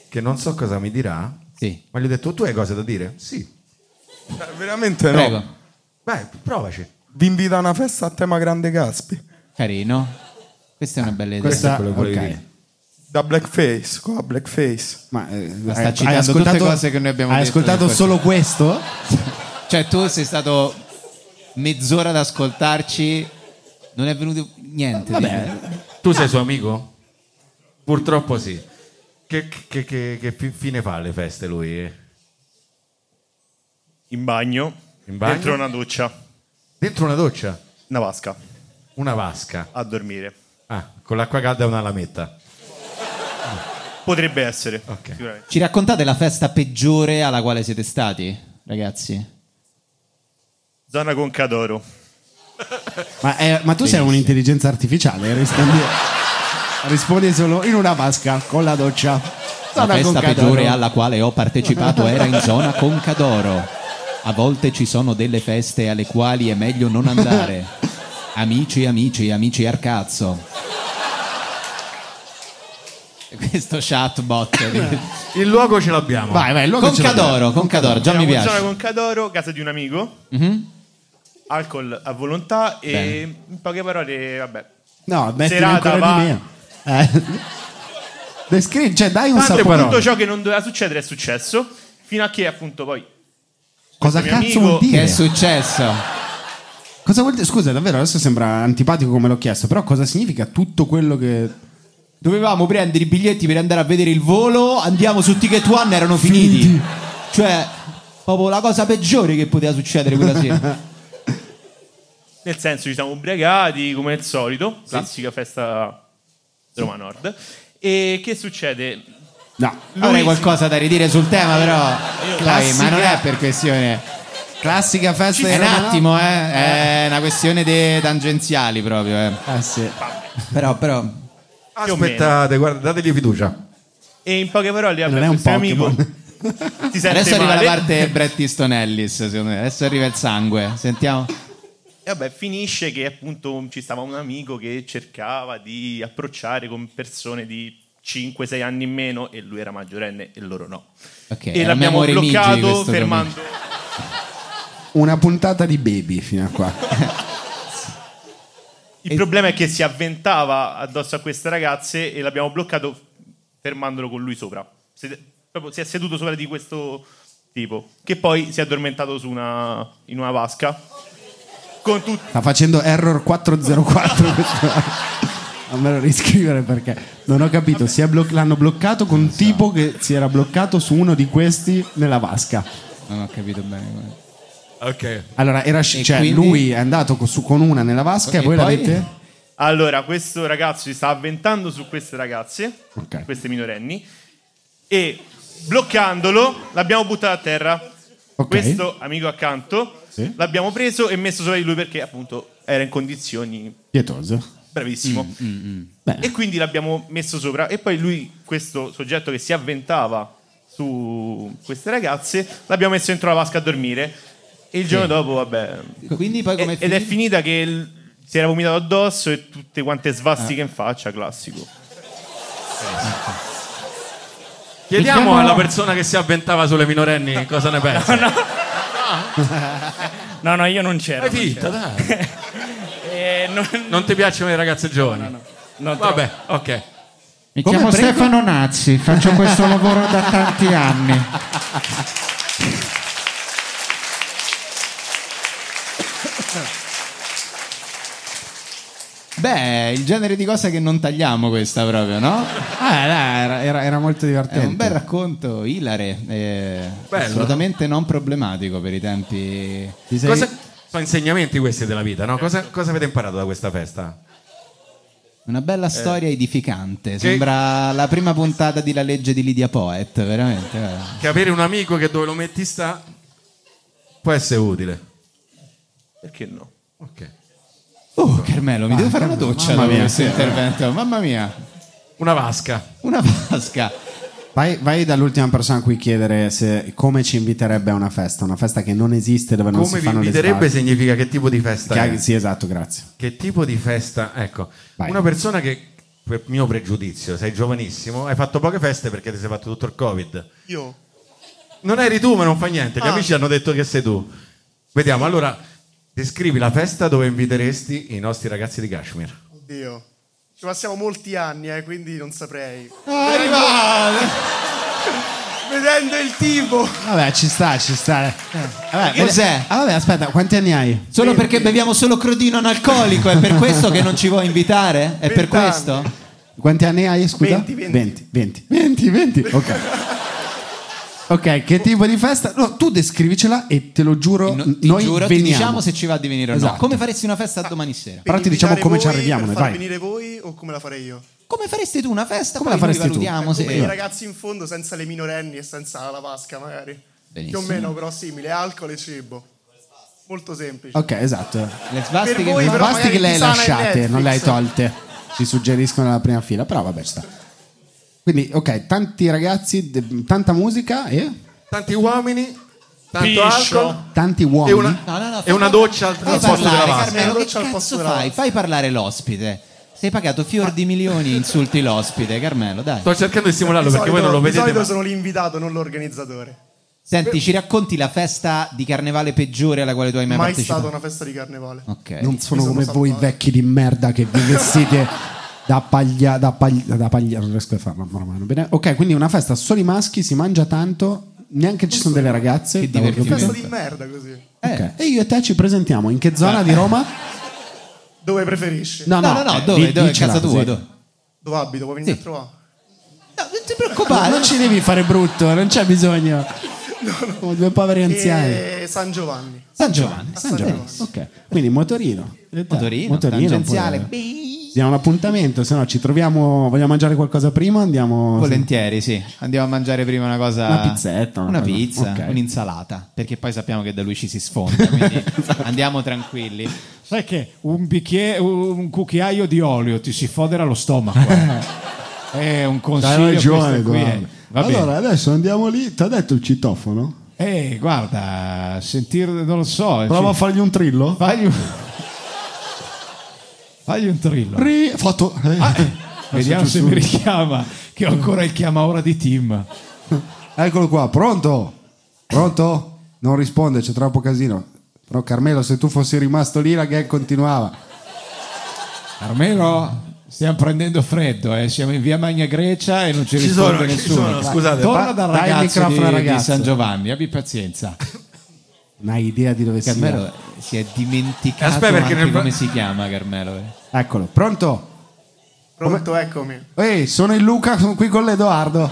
S8: che non so cosa mi dirà. Ma gli ho detto, tu hai cose da dire? Sì. Ma Veramente no.
S3: Prego.
S8: Beh, provaci.
S18: Vi invito a una festa a tema Grande Gaspi.
S3: Carino. Questa è una bella idea.
S18: questa-
S3: Questo è quello che volevo
S18: ok.
S3: dire.
S18: Da Blackface, con la Blackface.
S1: Ma eh,
S3: Ma sta citando tutte cose che noi abbiamo
S1: hai
S3: detto
S1: ascoltato
S3: di questo.
S1: solo questo?
S3: Cioè, tu sei stato mezz'ora ad ascoltarci, non è venuto niente.
S8: Vabbè. Tu sei suo amico? Purtroppo sì. Che, che- che- che fi- fine fa alle feste lui? eh?
S19: In bagno,
S8: bagno?
S19: dentro una doccia,
S8: Dentro una doccia?
S19: una vasca,
S8: Una vasca.
S19: a dormire.
S8: Ah, con l'acqua calda e una lametta.
S19: Potrebbe essere. Sicuramente.
S3: Ci raccontate la festa peggiore alla quale siete stati, ragazzi?
S19: Zona con Cadoro.
S1: Ma, eh, ma tu sei un'intelligenza artificiale, eh, rispondi, rispondi solo in una vasca con la doccia.
S3: La
S1: Zona
S3: festa
S1: Concadoro.
S3: peggiore alla quale ho partecipato era in zona Concadoro. A volte ci sono delle feste alle quali è meglio non andare. Amici, amici, amici Arcazzo. Questo chatbot.
S8: Il luogo ce l'abbiamo.
S3: Vai, vai, il luogo ce l'abbiamo. Concadoro, già mi
S20: Abbiamo
S3: piace.
S20: Zona con Cadoro, casa di un amico,
S1: Mhm.
S20: alcol a volontà e
S1: Bene.
S20: in poche parole, vabbè.
S1: No, mettili
S20: Serata
S1: ancora
S20: va-
S1: di meno. Eh. Descri- cioè, dai un
S20: Tanto
S1: sapore.
S20: tutto ciò che non doveva succedere è successo, fino a che appunto poi
S1: Cosa
S20: mio
S1: cazzo
S20: amico-
S1: vuol dire?
S20: Che è
S3: successo?
S1: Cosa vuol dire? Scusa, davvero, adesso sembra antipatico come l'ho chiesto, però cosa significa tutto quello che...
S3: Dovevamo prendere i biglietti per andare a vedere il volo, andiamo su Ticket One, erano finiti. Cioè, proprio la cosa peggiore che poteva succedere quella sera.
S20: Nel senso, ci siamo ubriacati come al solito, classica festa di Roma Nord. E che succede?
S1: No,
S20: Lui
S3: avrei
S20: si-
S3: qualcosa da ridire sul tema, però. Chloe,
S1: Classica-
S3: ma non è per questione.
S1: Classica festa
S3: È
S1: di
S3: un
S1: Roma, no?
S3: attimo, eh. È una questione de tangenziali proprio, eh.
S1: Ah,
S3: Però, però.
S20: Più o
S8: Aspettate, guarda, dategli fiducia.
S20: E in poche parole, vabbè,
S3: Non è un
S20: questo mio
S3: Pokémon.
S20: amico si sente
S3: Adesso arriva
S20: male.
S3: la parte Bret Easton Ellis, secondo me. Adesso arriva il sangue. Sentiamo.
S20: E vabbè, finisce che appunto ci stava un amico che cercava di approcciare con persone di 5-6 anni in meno e lui era maggiorenne e loro no.
S3: Ok,
S20: e
S3: era
S20: l'abbiamo
S3: Memory Migi
S20: bloccato
S3: questo
S20: fermando.
S1: Una puntata di baby fino a qua.
S20: Il problema è che si avventava addosso a queste ragazze e l'abbiamo bloccato fermandolo con lui sopra. Sede- proprio si è seduto sopra di questo tipo, che poi si è addormentato su una- in una vasca. Con tutti
S1: Sta facendo error 404. questo. Non me lo riscrivere perché non ho capito. Si è bloc- l'hanno bloccato con un tipo che si era bloccato su uno di questi nella vasca.
S3: Non ho capito bene.
S8: Ok.
S1: Allora, era sci-
S20: E
S1: cioè,
S20: quindi?
S1: lui è andato co- su con una nella vasca e, voi l'avete.
S20: Allora, questo ragazzo si sta avventando su queste ragazze, queste minorenni, e bloccandolo l'abbiamo buttato a terra. Questo amico accanto
S1: Sì.
S20: l'abbiamo preso e messo sopra di lui perché appunto era in condizioni
S1: Pietoso.
S20: bravissimo.
S1: Mm, E
S20: quindi l'abbiamo messo sopra e poi lui, questo soggetto che si avventava su queste ragazze, l'abbiamo messo dentro la vasca a dormire e il giorno
S3: Sì.
S20: dopo, vabbè...
S3: Quindi poi com'è
S20: E- ed è finita che il- si era vomitato addosso e tutte quante svastiche in faccia, classico.
S8: Chiediamo
S20: Chiediamo-
S8: alla persona che si avventava sulle minorenni cosa ne pensa.
S21: No, no, io non c'ero.
S8: Dai
S21: non
S8: fitta,
S21: c'ero.
S8: dai.
S21: Eh, non-
S8: Non ti piacciono le ragazze giovani?
S21: non troppo.
S8: Vabbè, ok.
S4: Mi
S8: Come
S4: chiamo
S8: prego?
S4: Stefano Nazzi, faccio questo lavoro da tanti anni.
S3: Beh, il genere di cosa che non tagliamo questa proprio, no?
S1: Ah, dai, era, era- era molto
S3: È un
S1: divertente.
S3: bel racconto, Ilare. eh,
S8: Bello.
S3: assolutamente non problematico per i tempi.
S8: Cosa- Sono insegnamenti questi della vita, no? Cosa, cosa avete imparato da questa festa?
S3: Una
S8: Eh.
S3: bella storia edificante. Sembra la prima puntata di La legge di Lydia Poet, veramente. eh. guarda.
S8: Che avere un amico che dove lo metti sta può essere utile.
S20: Perché no?
S8: Ok.
S3: Oh, Carmelo, mi devo fare una doccia
S8: mamma
S3: dopo
S8: mia,
S3: questo
S8: sì,
S3: intervento. Mamma mia.
S8: Una vasca.
S3: Una vasca.
S1: Vai, vai dall'ultima persona a cui chiedere se- come ci inviterebbe a una festa, una festa che non esiste dove non
S8: Come
S1: si
S8: vi
S1: fanno le
S8: inviterebbe
S1: strade.
S8: significa che tipo di festa
S1: Che-
S8: è?
S1: Sì, esatto, grazie.
S8: Che tipo di festa? Ecco, una persona che, per mio pregiudizio, sei giovanissimo, hai fatto poche feste perché ti sei fatto tutto il Covid.
S20: Io.
S8: Non eri tu, ma non fa niente. Gli
S20: Ah.
S8: amici hanno detto che sei tu. Vediamo, allora, descrivi la festa dove inviteresti i nostri ragazzi di Kashmir.
S11: Oddio. Ci passiamo molti anni, eh, quindi non saprei.
S3: Ah,
S11: Vedendo il tipo.
S1: Vabbè, ci sta, ci sta. eh. Vabbè,
S3: Cos'è?
S1: Ah, vabbè, aspetta, quanti anni hai?
S3: Solo perché beviamo solo crodino analcolico, è per questo che non ci vuoi invitare? È per
S1: Vent'anni.
S3: questo?
S1: Quanti anni hai, scusa?
S3: 20,
S1: 20. 20, 20, 20, ok. Ok, che tipo di festa? No, tu descrivicela e te lo giuro,
S3: Ti
S1: noi veniamo.
S3: giuro, ti diciamo se ci va di venire o
S1: Esatto.
S3: no. Come faresti una festa domani sera?
S1: Però ti diciamo come ci arriviamo,
S11: Per
S1: noi,
S11: far
S1: vai.
S11: venire voi o come la farei io?
S3: Come faresti tu una festa?
S1: Come la
S3: Poi noi
S1: faresti tu?
S3: valutiamo se-
S1: Come
S11: I ragazzi in fondo senza le minorenni e senza la vasca, magari. Più o meno, però simile, alcol e cibo. Molto semplice.
S1: Ok, esatto.
S3: Le
S11: svastiche- Per voi, però, magari
S1: le hai
S11: tisana e
S1: lasciate,
S11: Netflix.
S1: non le hai tolte. Ci suggeriscono la prima fila, però vabbè, ci sta. Quindi, ok, tanti ragazzi, de- tanta musica e
S8: Tanti uomini, tanto
S1: Piscio.
S8: alcol
S1: tanti uomini.
S8: e una, e una doccia al,
S3: Fai
S8: al posto della
S3: parlare,
S8: vasca.
S3: Carmelo, che cazzo fai? Fai parlare l'ospite. Sei pagato fior di milioni, insulti l'ospite, Carmelo, dai.
S8: Sto cercando di stimolarlo
S11: Di
S8: perché voi non lo
S11: solito-
S8: vedete.
S11: Di solito
S8: ma-
S11: sono l'invitato, non l'organizzatore.
S3: Senti, ci racconti la festa di carnevale peggiore alla quale tu hai mai,
S11: Mai
S3: partecipato?
S11: stata una festa di carnevale.
S3: Ok.
S1: Non sono
S11: Sono
S1: come
S11: salvato.
S1: voi vecchi di merda che vi vestite da paglia, da paglia, da paglia. Non riesco a farla a mano a mano. Bene. Ok, quindi una festa solo i maschi, si mangia tanto, neanche ci sono delle ragazze. da quello che ho
S11: Festa
S1: visto.
S11: di merda così.
S3: Eh,
S1: Ok, E io e te ci presentiamo in che zona di Roma?
S11: Dove preferisci?
S1: Eh. No, no, No, no, no, eh, dove- di- dove? dicela, Casa tua, sì. dove?
S11: Dove abito? Puoi venire a trovare?
S1: Copà, non ci devi fare brutto, non c'è bisogno. Come due poveri anziani.
S11: E San Giovanni.
S1: Eh. San Giovanni,
S11: A
S1: San Giovanni. Ok, quindi motorino.
S3: Motorino, tangenziale.
S1: pure. Diamo un appuntamento, se no ci troviamo. Vogliamo mangiare qualcosa prima? Andiamo.
S3: Volentieri, sì. Andiamo a mangiare prima una cosa.
S1: Una pizzetta, una
S3: Una
S1: cosa-
S3: pizza,
S1: ok.
S3: un'insalata. Perché poi sappiamo che da lui ci si sfonda. Quindi Esatto. andiamo tranquilli.
S2: Sai che un bicchiere, un cucchiaio di olio ti si fodera lo stomaco. eh. È un
S15: Hai
S2: consiglio
S15: ragione,
S2: questo qui. eh.
S15: guarda.
S2: Va bene.
S15: Allora, adesso andiamo lì. Ti ha detto il citofono?
S2: Eh, guarda, sentire, non lo so.
S15: Prova a
S2: cioè-
S15: fargli un trillo.
S2: Fagli un, fagli un trillo.
S15: Ri- fatto.
S2: Ah, vediamo
S15: giusto.
S2: se mi richiama, che ho ancora il chiama ora di Tim.
S15: Eccolo qua, pronto? Pronto? Non risponde, c'è troppo casino. Però Carmelo, se tu fossi rimasto lì, la gag continuava.
S2: Carmelo, stiamo prendendo freddo, eh. siamo in via Magna Grecia e non ci,
S8: Ci
S2: risponde
S8: sono, ci
S2: nessuno.
S8: sono,
S2: Dai,
S8: scusate,
S2: Torna
S8: pa-
S2: dal
S8: dai il
S2: ragazzo, di,
S8: microfono al
S2: di
S8: ragazzo.
S2: San Giovanni, abbi pazienza.
S1: Non hai idea di dove
S3: Carmelo
S1: sia.
S3: si è dimenticato
S1: Aspetta, perché
S3: anche
S1: nel-
S3: come si chiama Carmelo. eh.
S1: Eccolo, pronto?
S11: Pronto, eccomi.
S1: Ehi, sono il Luca, sono qui con l'Edoardo.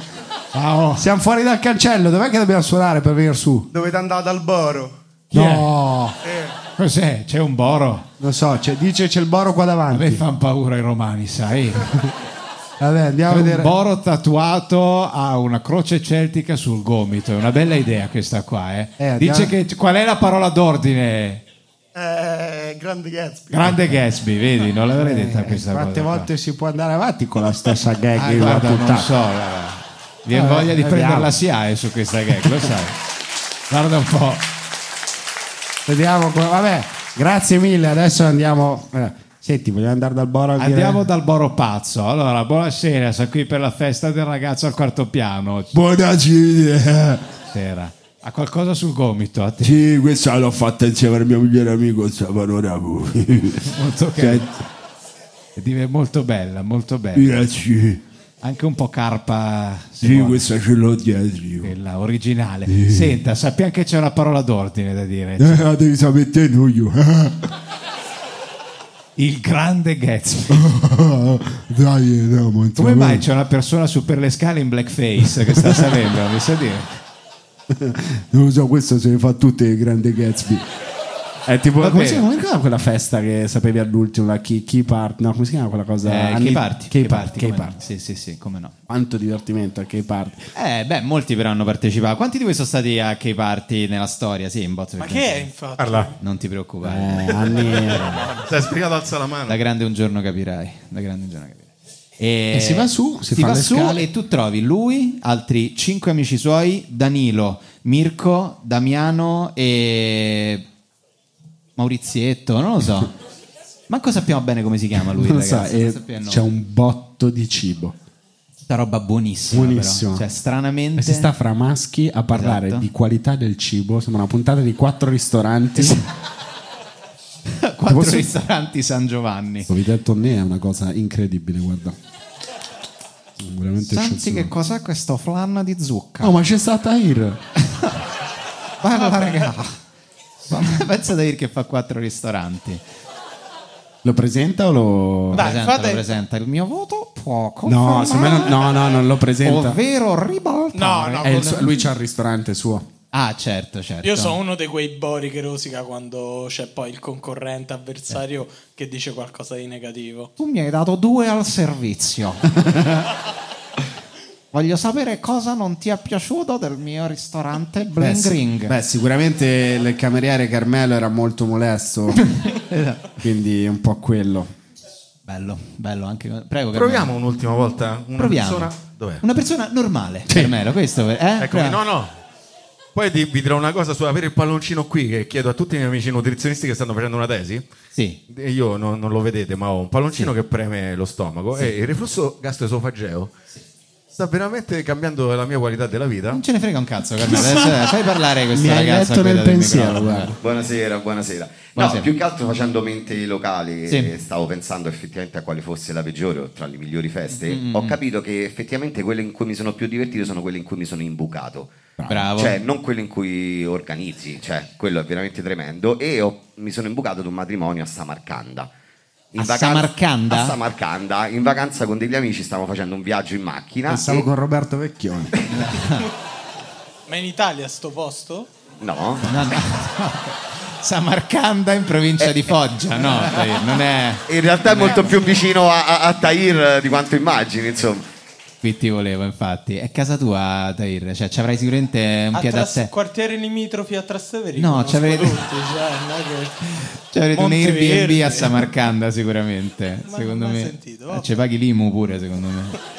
S2: Ciao.
S1: Siamo fuori dal cancello, dov'è che dobbiamo suonare per venire su?
S11: Dovete andare al Boro.
S1: No.
S2: Eh. Cos'è? C'è un boro?
S1: Lo so, c'è- dice c'è il boro qua davanti.
S2: A me fanno paura i romani, sai?
S1: Vabbè, andiamo a
S2: C'è
S1: vedere.
S2: Un boro tatuato ha una croce celtica sul gomito, è una bella idea questa qua, eh.
S1: Eh, andiamo-
S2: Dice che qual è la parola d'ordine?
S11: Eh, grande Gatsby.
S2: Grande Gatsby, vedi, non l'avrei detta questa
S1: Eh. Quante
S2: cosa. qua.
S1: volte si può andare avanti con la stessa
S22: Eh,
S1: gag?
S2: Ah,
S1: che va
S2: guarda, non
S1: tutta-
S2: so, guarda. Vi è
S1: Vabbè,
S2: voglia di
S1: vediamo.
S2: prendere la SIAE su questa gag, lo sai. Guarda un po'.
S1: Vediamo, qua- vabbè, grazie mille. Adesso andiamo. eh, Senti, vogliamo andare dal Boro? a dire-
S2: Andiamo dal Boro Pazzo. Allora, buonasera, sono qui per la festa del ragazzo al quarto piano.
S22: Buonasera.
S2: Buonasera. Ha qualcosa sul gomito? a te?
S22: Sì, questa l'ho fatta insieme al mio migliore amico Stefano Rabu.
S2: Molto carina. È div- molto bella, molto bella.
S22: Grazie.
S2: Anche un po' carpa. se
S22: Sì,
S2: vuole.
S22: questa ce l'ho dietro.
S2: Quella originale. Senta, sappiamo che c'è una parola d'ordine da dire.
S22: Eh, la devi sapere te, non io.
S2: Il grande Gatsby.
S22: Dai, no, ma
S2: Come
S22: insomma-
S2: mai cioè? c'è una persona su per le scale in blackface che sta salendo? mi sa dire?
S22: Non lo so, questo se ne fa tutte le grande Gatsby.
S1: È tipo,
S2: Va
S1: come
S2: bene.
S1: si chiama come si chiama quella festa che sapevi all'ultimo? La key, key part, no? Come si chiama quella cosa?
S2: Eh,
S1: Anni-
S3: che parti?
S1: Key party, key
S3: come no.
S1: party.
S3: Sì, sì, sì, come no.
S1: Quanto divertimento a key party.
S3: Eh, beh, molti però hanno partecipato. Quanti di voi sono stati a che party nella storia? Sì, in botto.
S6: Ma
S3: perché-
S6: che è, infatti?
S8: Parla.
S3: Non ti preoccupare.
S1: Eh,
S8: Stai spiegato alza la mano.
S3: Da grande un giorno capirai. Da grande un giorno capirai. E,
S1: E si va su, si fa
S3: va
S1: le
S3: su
S1: scale.
S3: e tu trovi lui, altri cinque amici suoi, Danilo, Mirko, Damiano e Maurizietto, non lo so. Manco sappiamo bene come si chiama lui,
S1: Non lo so,
S3: ragazzi.
S1: e
S3: non sappiamo il
S1: c'è
S3: nome.
S1: un botto di cibo.
S3: Sta roba buonissima,
S1: Buonissima.
S3: però. Cioè, stranamente
S1: E si sta fra maschi a parlare
S3: Esatto.
S1: di qualità del cibo. Sembra una puntata di quattro ristoranti.
S3: quattro
S1: Posso-
S3: ristoranti San Giovanni.
S1: Ho del Tonné è una cosa incredibile, guarda. Veramente
S3: Senti
S1: eccezionale.
S3: che cos'è questo flan di zucca?
S1: Oh, ma c'è stata Ir.
S3: Parla, raga. Pensa da dire che fa quattro ristoranti.
S1: Lo presenta o lo.
S3: Dai, presenta,
S6: fate-
S3: lo presenta. Il mio voto può confermare,
S1: No, secondo me non- no, no, non lo presenta.
S3: ovvero ribaltare. Eh,
S1: È il suo- lui c'ha il ristorante suo.
S3: Ah, certo, certo.
S6: Io sono uno di quei bori che rosica quando c'è poi il concorrente
S3: Eh.
S6: avversario che dice qualcosa di negativo.
S4: Tu mi hai dato due al servizio. Voglio sapere cosa non ti è piaciuto del mio ristorante
S15: Beh,
S4: Bling
S15: sì-
S4: Ring.
S15: beh, sicuramente il cameriere Carmelo era molto molesto, quindi è un po' quello.
S3: Bello, bello anche. Prego,
S15: Proviamo
S3: Carmelo.
S15: un'ultima volta una
S3: Proviamo.
S15: persona-
S8: dov'è?
S3: Una persona normale. Carmelo, questo. Eh?
S8: Eccomi,
S3: Proviamo.
S8: no, no. Poi ti- vi dirò una cosa su avere il palloncino qui che chiedo a tutti i miei amici nutrizionisti che stanno facendo una tesi.
S3: Sì.
S8: Io non, non lo vedete, ma ho un palloncino che preme lo stomaco
S3: Sì.
S8: e il reflusso gastroesofageo sta veramente cambiando la mia qualità della vita.
S3: Non ce ne frega un cazzo, Carmelo. Adesso, eh, fai parlare questa
S8: Mi hai
S3: ragazza.
S8: letto
S3: qui
S8: nel
S3: del
S8: pensiero,
S3: microfono.
S8: guarda.
S23: Buonasera, buonasera. No,
S3: Buonasera.
S23: più che altro facendo mente ai locali,
S3: Sì.
S23: eh, stavo pensando effettivamente a quale fosse la peggiore o tra le migliori feste.
S3: Mm.
S23: Ho capito che effettivamente quelle in cui mi sono più divertito sono quelle in cui mi sono imbucato.
S3: Bravo.
S23: Cioè, non quelle in cui organizzi, cioè, quello è veramente tremendo. E ho- mi sono imbucato ad un matrimonio a Samarcanda.
S3: A Samarcanda?
S23: A Samarcanda, in vacanza con degli amici, stavamo facendo un viaggio in macchina.
S15: Pensavo
S23: e-
S15: con Roberto Vecchioni.
S6: Ma in Italia sto posto?
S23: No.
S3: Samarcanda in
S2: Eh.
S3: provincia di Foggia, no? dai, Non è.
S23: In realtà è molto più vicino a, a- a Tahir eh, di quanto immagini, insomma.
S3: Qui ti volevo, infatti. È casa tua, Tair. Cioè, ci avrai sicuramente un
S6: A
S3: piede a
S6: Tras-
S3: te.
S6: quartieri limitrofi a Trastevere?
S3: No,
S6: conosco
S3: c'avrete-
S6: tutti, cioè, non è che-
S3: Cioè, avrete un
S6: Monteverdi.
S3: Airbnb a Samarcanda, sicuramente. secondo me. Eh, Ci paghi l'IMU pure, secondo me.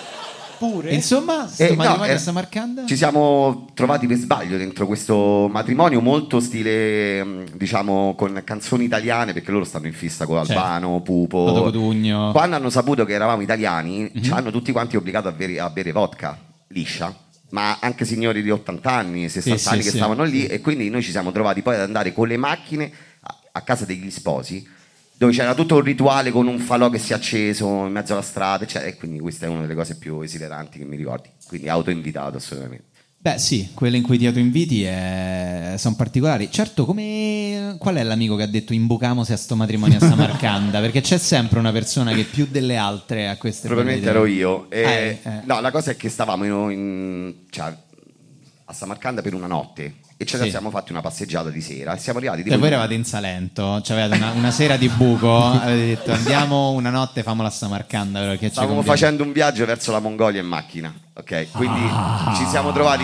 S6: Pure?
S3: Insomma, sto
S23: Eh, no,
S3: matrimonio
S23: eh,
S3: a Samarcanda?
S23: Ci siamo trovati per sbaglio dentro questo matrimonio molto stile, mh, diciamo, con canzoni italiane, perché loro stanno in fissa con Albano,
S3: Vado
S23: Pupo.
S3: Cotugno.
S23: Quando hanno saputo che eravamo italiani,
S3: Mhm.
S23: ci hanno tutti quanti obbligato a bere, a bere vodka liscia, ma anche signori di 80 anni, 60
S3: Sì,
S23: anni
S3: sì,
S23: che
S3: sì.
S23: stavano lì e quindi noi ci siamo trovati poi ad andare con le macchine a, a casa degli sposi dove c'era tutto un rituale con un falò che si è acceso in mezzo alla strada, eccetera, e quindi questa è una delle cose più esileranti che mi ricordi, quindi autoinvitato assolutamente.
S3: Beh, sì, quelle in cui ti autoinviti è... sono particolari. Certo, come qual è l'amico che ha detto imbucamo se a sto matrimonio a Samarcanda? Perché c'è sempre una persona che più delle altre a queste
S23: Probabilmente ero
S3: partite.
S23: io. E-
S3: Eh, eh.
S23: No, la cosa è che stavamo in- in- cioè, a Samarcanda per una notte e ce la
S3: Sì.
S23: siamo fatti una passeggiata di sera e siamo arrivati tipo
S3: Cioè, voi
S23: in-
S3: eravate in Salento, cioè avevate una, una sera di buco, avete detto andiamo una notte, famola a Samarcanda. Perché ci
S23: Stavamo
S3: conviene".
S23: facendo un viaggio verso la Mongolia in macchina, ok? Quindi ci siamo trovati.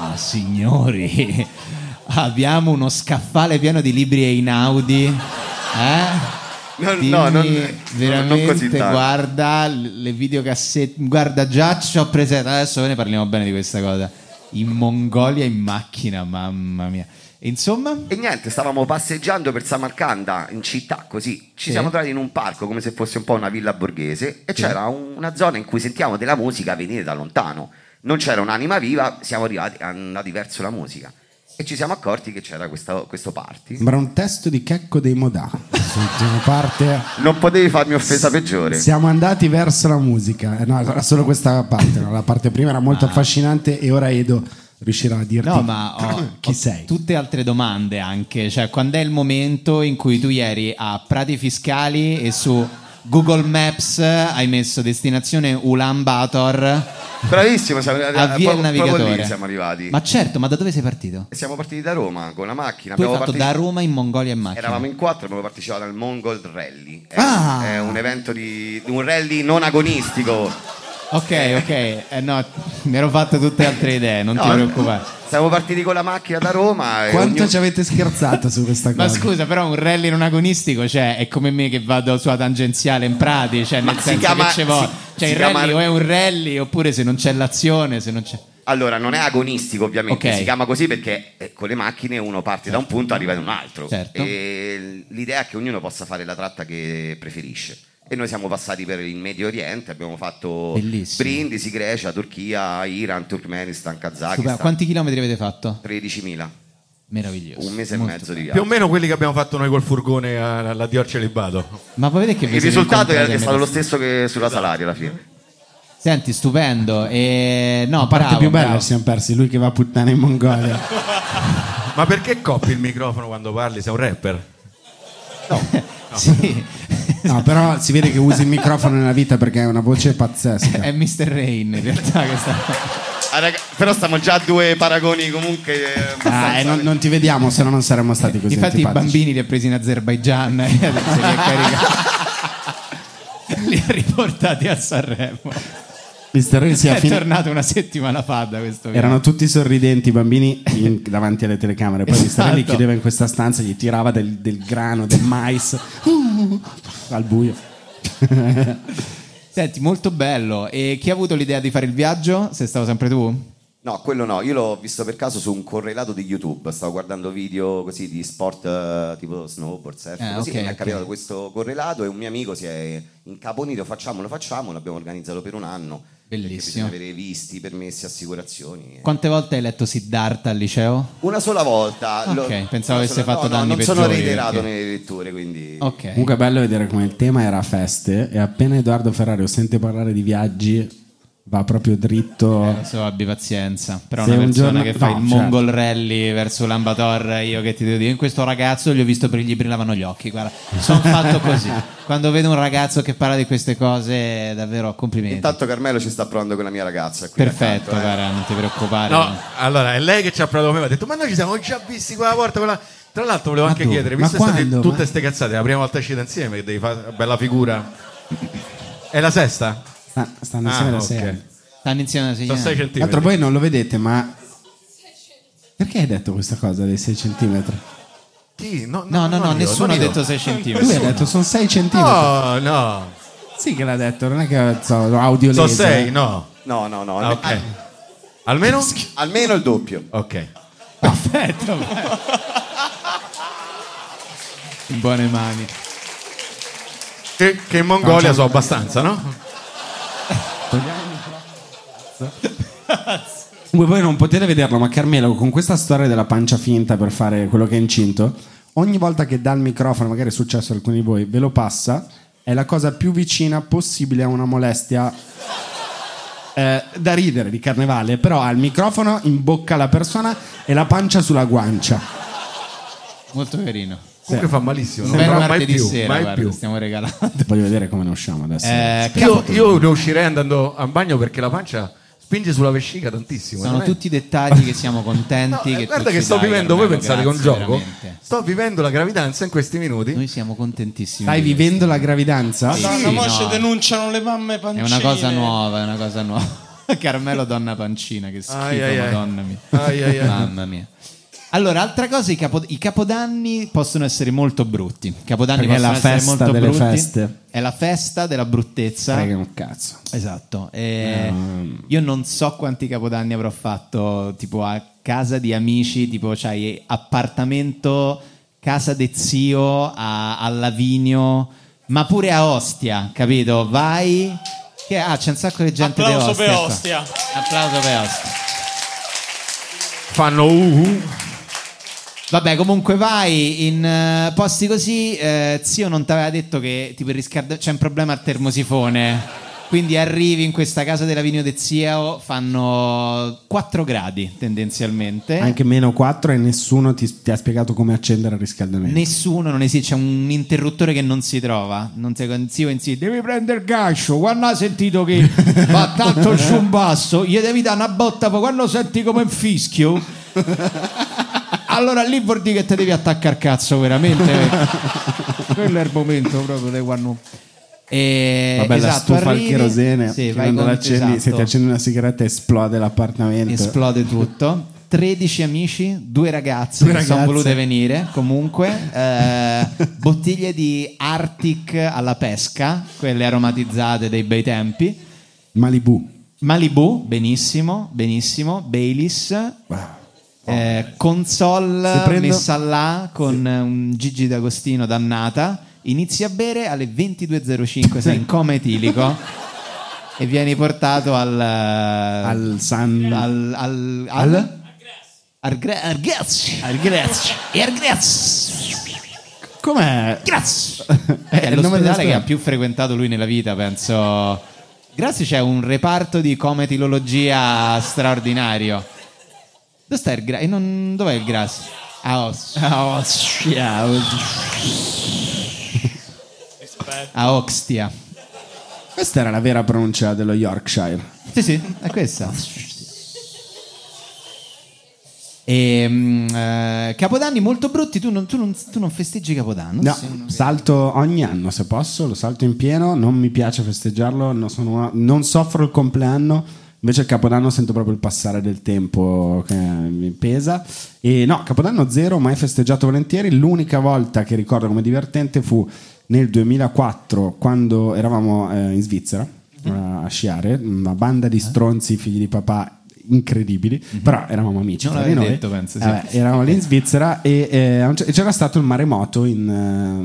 S3: Ah, signori, abbiamo uno scaffale pieno di libri einaudi. Eh?
S23: No,
S3: Dimmi
S23: no, non-
S3: veramente,
S23: non così tanto.
S3: guarda le videocassette, guarda già ci ho presente, adesso ve ne parliamo bene di questa cosa. In Mongolia in macchina, mamma mia. E Insomma?
S23: E niente, stavamo passeggiando per Samarcanda in città così. Ci
S3: Sì.
S23: siamo trovati in un parco come se fosse un po' una villa borghese e
S3: Sì.
S23: c'era un- una zona in cui sentiamo della musica venire da lontano. Non c'era un'anima viva, siamo arrivati, andati verso la musica. E ci siamo accorti che c'era questo, questo party.
S15: Sembra un testo di Checco dei Modà. Sentiamo parte.
S23: Non potevi farmi offesa peggiore.
S15: Siamo andati verso la musica, Eh, no, era solo questa parte, no? la parte prima era
S23: Ah.
S15: molto affascinante e ora Edo riuscirà a dirti
S3: No, ma ho,
S15: chi
S3: ho
S15: sei.
S3: tutte altre domande anche, cioè quando è il momento in cui tu ieri a Prati Fiscali e su Google Maps hai messo destinazione Ulan Bator
S23: Bravissimo, siamo arrivati
S3: avvia il
S23: proprio- proprio
S3: navigatore.
S23: lì siamo arrivati.
S3: Ma certo, ma da dove sei partito?
S23: Siamo partiti da Roma con la macchina.
S3: tu hai fatto da
S23: abbiamo partecipato-
S3: Roma in Mongolia in macchina.
S23: Eravamo in quattro, abbiamo partecipato al Mongol Rally. È,
S3: Ah!
S23: è un evento di, di un rally non agonistico.
S3: Ok, ok, eh, no, mi ero fatto tutte altre idee, non ti
S23: No,
S3: preoccupare.
S23: Siamo partiti con la macchina da Roma. e
S15: Quanto
S23: ognuno-
S15: ci avete scherzato su questa cosa?
S3: Ma scusa, però un rally non agonistico, cioè, è come me che vado sulla tangenziale in Prati, cioè, nel
S23: Ma si
S3: senso
S23: chiama-
S3: che c'è vo-
S23: si-
S3: cioè,
S23: si
S3: il rally
S23: chiama-
S3: o è un rally oppure se non c'è l'azione, se non c'è...
S23: Allora, non è agonistico ovviamente,
S3: Ok.
S23: si chiama così perché eh, con le macchine uno parte da un punto e arriva ad un altro.
S3: Certo.
S23: E l'idea è che ognuno possa fare la tratta che preferisce. E noi siamo passati per il Medio Oriente, abbiamo fatto
S3: Bellissimo.
S23: Brindisi, Grecia, Turchia, Iran, Turkmenistan,
S3: Super-
S23: Kazakistan.
S3: Quanti chilometri avete fatto?
S23: 13.000,
S3: Meraviglioso.
S23: un mese e mezzo di
S8: Più o
S23: viaggio.
S8: meno quelli che abbiamo fatto noi col furgone alla, alla Dior Celibato.
S3: Ma voi vedete che vi
S23: Il
S3: siete
S23: risultato è
S3: incontrati
S23: che è
S3: a
S23: stato
S3: metà-
S23: lo stesso che sulla Salaria alla fine.
S3: Senti, stupendo. E... No,
S15: La parte
S3: bravo,
S15: più bella
S3: bravo.
S15: ci siamo persi, lui che va a puttane in Mongolia.
S8: Ma perché coppi il microfono quando parli? Sei un rapper?
S3: Sì,
S15: No, però si vede che usi il microfono nella vita perché è una voce pazzesca.
S3: è Mr. Rain in realtà che sta...
S23: Ah, raga, però stiamo già a due paragoni comunque. eh,
S1: Ah,
S23: abbastanza-
S1: eh, non, non ti vediamo, se no non saremmo stati così.
S3: Infatti i
S1: antipatici.
S3: bambini li ha presi in Azerbaigian e adesso li ha caricati. li ha riportati a Sanremo.
S1: Mister Renzi a
S3: è
S1: fine-
S3: tornato una settimana fa da questo video.
S1: Erano tutti sorridenti i bambini in- davanti alle telecamere. Poi
S3: Esatto.
S1: Mister Renzi li chiudeva in questa stanza, gli tirava del, del grano, del mais al buio.
S3: Senti, molto bello. E chi ha avuto l'idea di fare il viaggio? Sei stato sempre tu?
S23: No, quello no, io l'ho visto per caso su un correlato di YouTube, stavo guardando video così di sport eh, tipo snowboard, surf,
S3: Ah,
S23: così
S3: ok,
S23: e mi è
S3: ok.
S23: capitato questo correlato e un mio amico si è incaponito, facciamolo, facciamolo, l'abbiamo organizzato per un anno. perché
S3: Bellissimo.
S23: Bisogna avere visti, permessi, assicurazioni.
S3: Quante volte hai letto Siddhartha al liceo?
S23: Una sola volta.
S3: Ok, pensavo avesse fatto
S23: da
S3: danni
S23: Non sono
S3: peggiori,
S23: reiterato
S3: perché-
S23: nelle letture, quindi...
S3: Ok.
S1: Comunque è bello vedere come il tema era feste e appena Edoardo Ferrario sente parlare di viaggi va proprio dritto.
S3: Adesso abbi pazienza. Però
S1: Se
S3: una
S1: un
S3: persona
S1: giorno-
S3: che fa
S1: no,
S3: il
S1: certo.
S3: mongol rally verso l'ambator, io che ti devo dire, in questo ragazzo gli ho visto per gli brillavano gli occhi. Guarda, sono fatto così. Quando vedo un ragazzo che parla di queste cose, davvero complimenti.
S23: Intanto Carmelo ci sta provando con la mia ragazza. qui
S3: Perfetto,
S23: accanto, eh.
S3: cara, non ti preoccupare.
S8: No, allora è lei che ci ha provato con me, ha detto ma noi ci siamo già visti quella volta. quella-". Tra l'altro volevo
S1: Ma
S8: anche
S1: dove?
S8: chiedere,
S1: Ma
S8: visto che state
S1: quando?
S8: tutte
S1: Ma-
S8: ste cazzate, è la prima volta che uscite insieme che devi fare una bella figura. È la sesta? Ah,
S1: Sta- Ah, stanno insieme da
S8: ok.
S1: sei anni.
S3: Stanno insieme da sei
S8: Sono
S3: anni.
S8: sei
S1: Tra l'altro
S8: centimetri.
S1: voi non lo vedete, ma perché hai detto questa cosa dei 6 centimetri?
S8: Chi? No,
S3: No, no, no,
S8: non io,
S3: nessuno
S8: non
S3: ha
S8: io.
S3: detto sei centimetri.
S1: Lui ha detto sono 6 centimetri.
S8: No, no.
S1: Sì che l'ha detto, non è che so, audio
S8: Sono
S1: laser.
S8: sei, no.
S23: No, no, no.
S8: Ah, ok. Almeno?
S23: Almeno il doppio.
S8: Ok.
S3: Perfetto. In buone mani.
S8: Che, che in Mongolia so abbastanza, no?
S1: Comunque voi non potete vederlo, ma Carmelo con questa storia della pancia finta per fare quello che è incinto, ogni volta che dà il microfono, magari è successo a alcuni di voi, ve lo passa, è la cosa più vicina possibile a una molestia eh, da ridere di carnevale, però ha il microfono in bocca alla persona e la pancia sulla guancia.
S3: Molto carino.
S1: Comunque fa
S8: malissimo,
S1: non
S3: Sembra
S1: verrà
S3: martedì
S1: mai più,
S3: sera,
S1: mai
S3: guarda,
S1: più.
S3: stiamo regalando.
S1: Voglio vedere come ne usciamo adesso.
S3: Eh,
S8: io, io ne uscirei andando a bagno perché la pancia spinge sulla vescica tantissimo.
S3: Sono
S8: non è-
S3: tutti dettagli che siamo contenti.
S8: No,
S3: che
S8: eh, guarda
S3: tu
S8: che
S3: ci
S8: sto
S3: dai,
S8: vivendo, voi
S3: Carmelo,
S8: pensate che è un
S3: grazie,
S8: gioco?
S3: veramente.
S8: Sto vivendo la gravidanza in questi minuti. Noi
S3: siamo contentissimi.
S1: Stai vivendo la gravidanza?
S6: Madonna, mo
S3: no.
S6: ci denunciano le mamme
S3: È
S6: pancine.
S3: una cosa nuova, è una cosa nuova. Carmelo donna pancina, che schifo,
S6: Ai, ai, ai.
S3: madonna mia.
S6: Ai, ai, ai.
S3: Mamma mia. Allora, altra cosa, i, capo- i capodanni possono essere molto brutti. Capodanni
S1: Perché è
S3: possono
S1: la
S3: essere
S1: festa
S3: molto
S1: delle
S3: brutti.
S1: feste.
S3: È la festa della bruttezza.
S1: Frega un cazzo. Eh,
S3: Esatto. E Io non so quanti capodanni avrò fatto, tipo a casa di amici, tipo c'hai appartamento, casa de zio a, a Lavinio, ma pure a Ostia, capito? Vai. Che, ah, c'è un sacco di gente di
S6: Applauso per
S3: Ostia. qua.
S6: Ostia.
S3: Applauso per Ostia.
S8: Fanno uhu.
S3: Vabbè, comunque vai in eh, posti così. eh, zio non ti aveva detto che tipo il riscalda- c'è un problema al termosifone. Quindi arrivi in questa casa della Vigno de Zio, fanno 4 gradi tendenzialmente.
S1: Anche meno 4 e nessuno ti, ti ha spiegato come accendere il riscaldamento.
S3: Nessuno, non esiste, c'è un interruttore che non si trova. Non si zio insiste, devi prendere il gascio. Quando ha sentito che fa tanto il ciumbasso, gli devi dare una botta. Poi quando senti come un fischio, allora lì vuol dire che ti devi attaccare cazzo, veramente. Quello è il momento proprio di quando. E,
S1: Vabbè, la
S3: esatto,
S1: stufa al
S3: arrivi-
S1: kerosene,
S3: sì,
S1: che
S3: vai
S1: quando
S3: con-
S1: l'accendi, se ti
S3: esatto.
S1: accendi una sigaretta esplode l'appartamento.
S3: Esplode tutto. 13 amici, due ragazze
S1: Due
S3: che sono
S1: ragazze.
S3: volute venire comunque, eh, bottiglie di Arctic alla pesca, quelle aromatizzate dei bei tempi.
S1: Malibu.
S3: Malibu, benissimo, benissimo. Baileys. eh, console
S1: Se prendo-
S3: messa là con eh, un Gigi D'Agostino dannata. Inizi a bere alle 22.05, sei in coma etilico. e vieni portato al... Al
S1: San...
S3: Al... Al... al... Argre- Argreazzi. E Argreazzi.
S1: Com'è?
S3: Grazie.
S1: È
S3: Eh, È
S1: il nome
S3: l'ospedale che
S1: dell'ospedale.
S3: ha più frequentato lui nella vita, penso. Grazie c'è un reparto di cometilologia straordinario. Dove sta il gra- e non- Dov'è il grasso? A Os- a Ostia. a Os- A Oxtia.
S1: Questa era la vera pronuncia dello Yorkshire.
S3: Sì, sì, è questa. E, mm, eh, Capodanni molto brutti, tu non, tu non- tu non festeggi Capodanno?
S1: No,
S3: Sì.
S1: salto ogni anno se posso, lo salto in pieno, non mi piace festeggiarlo, non, sono una- non soffro il compleanno, invece il Capodanno sento proprio il passare del tempo che mi pesa. E no, Capodanno zero, mai festeggiato volentieri, l'unica volta che ricordo come divertente fu nel 2004 quando eravamo eh, in Svizzera
S3: Mhm.
S1: eh, a sciare, una banda
S3: Eh?
S1: di stronzi figli di papà incredibili, però eravamo amici.
S3: Mhm. Non
S1: tra di
S3: l'avevi
S1: noi. Eh,
S3: detto, penso, sì.
S1: Vabbè, eravamo lì in Svizzera e eh, a un cer- c'era stato il maremoto in,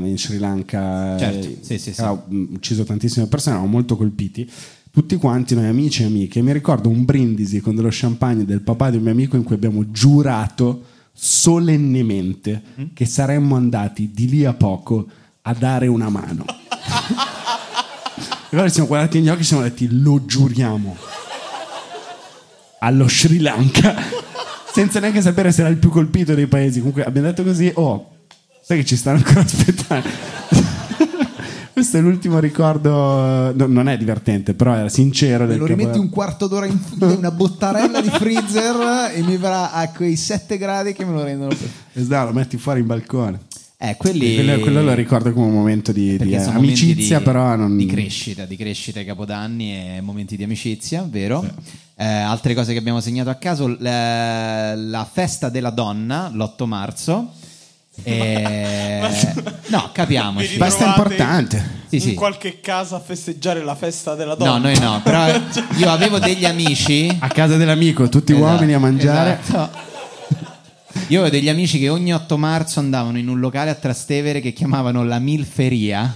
S1: eh, in Sri Lanka, eh,
S3: Certo, sì, sì,
S1: che
S3: sì.
S1: aveva mh, ucciso tantissime persone, eravamo molto colpiti. Tutti quanti, noi amici e amiche, mi ricordo un brindisi con dello champagne del papà di un mio amico in cui abbiamo giurato solennemente
S3: Mm?
S1: che saremmo andati di lì a poco a dare una mano. E allora ci siamo guardati negli occhi e ci siamo detti: Lo giuriamo allo Sri Lanka, senza neanche sapere se era il più colpito dei paesi. Comunque abbiamo detto così: Oh, sai che ci stanno ancora aspettando. Questo è l'ultimo ricordo, eh, no, non è divertente, però era sincero.
S3: Me
S1: del
S3: lo rimetti
S1: Capodanno.
S3: un quarto d'ora in in una bottarella di freezer e mi verrà a quei 7 gradi che me lo rendono per-
S1: Esatto, lo metti fuori in balcone.
S3: Eh, quelli-
S1: Quello, quello lo ricordo come un momento di, di,
S3: perché
S1: eh,
S3: sono momenti
S1: amicizia,
S3: di-
S1: però non...
S3: di crescita, di crescita ai capodanni e momenti di amicizia, vero? Eh, altre cose che abbiamo segnato a caso, l- eh, la festa della donna l'8 marzo. Eh, no, capiamoci.
S6: Vi ritrovate
S3: Sì,
S6: In
S3: sì.
S6: qualche casa a festeggiare la festa della
S3: No,
S6: donna. Cioè,
S3: noi no, però io avevo degli amici
S1: A casa dell'amico, tutti
S3: Esatto,
S1: uomini a mangiare.
S3: esatto. Io avevo degli amici che ogni 8 marzo andavano in un locale a Trastevere che chiamavano la Milferia.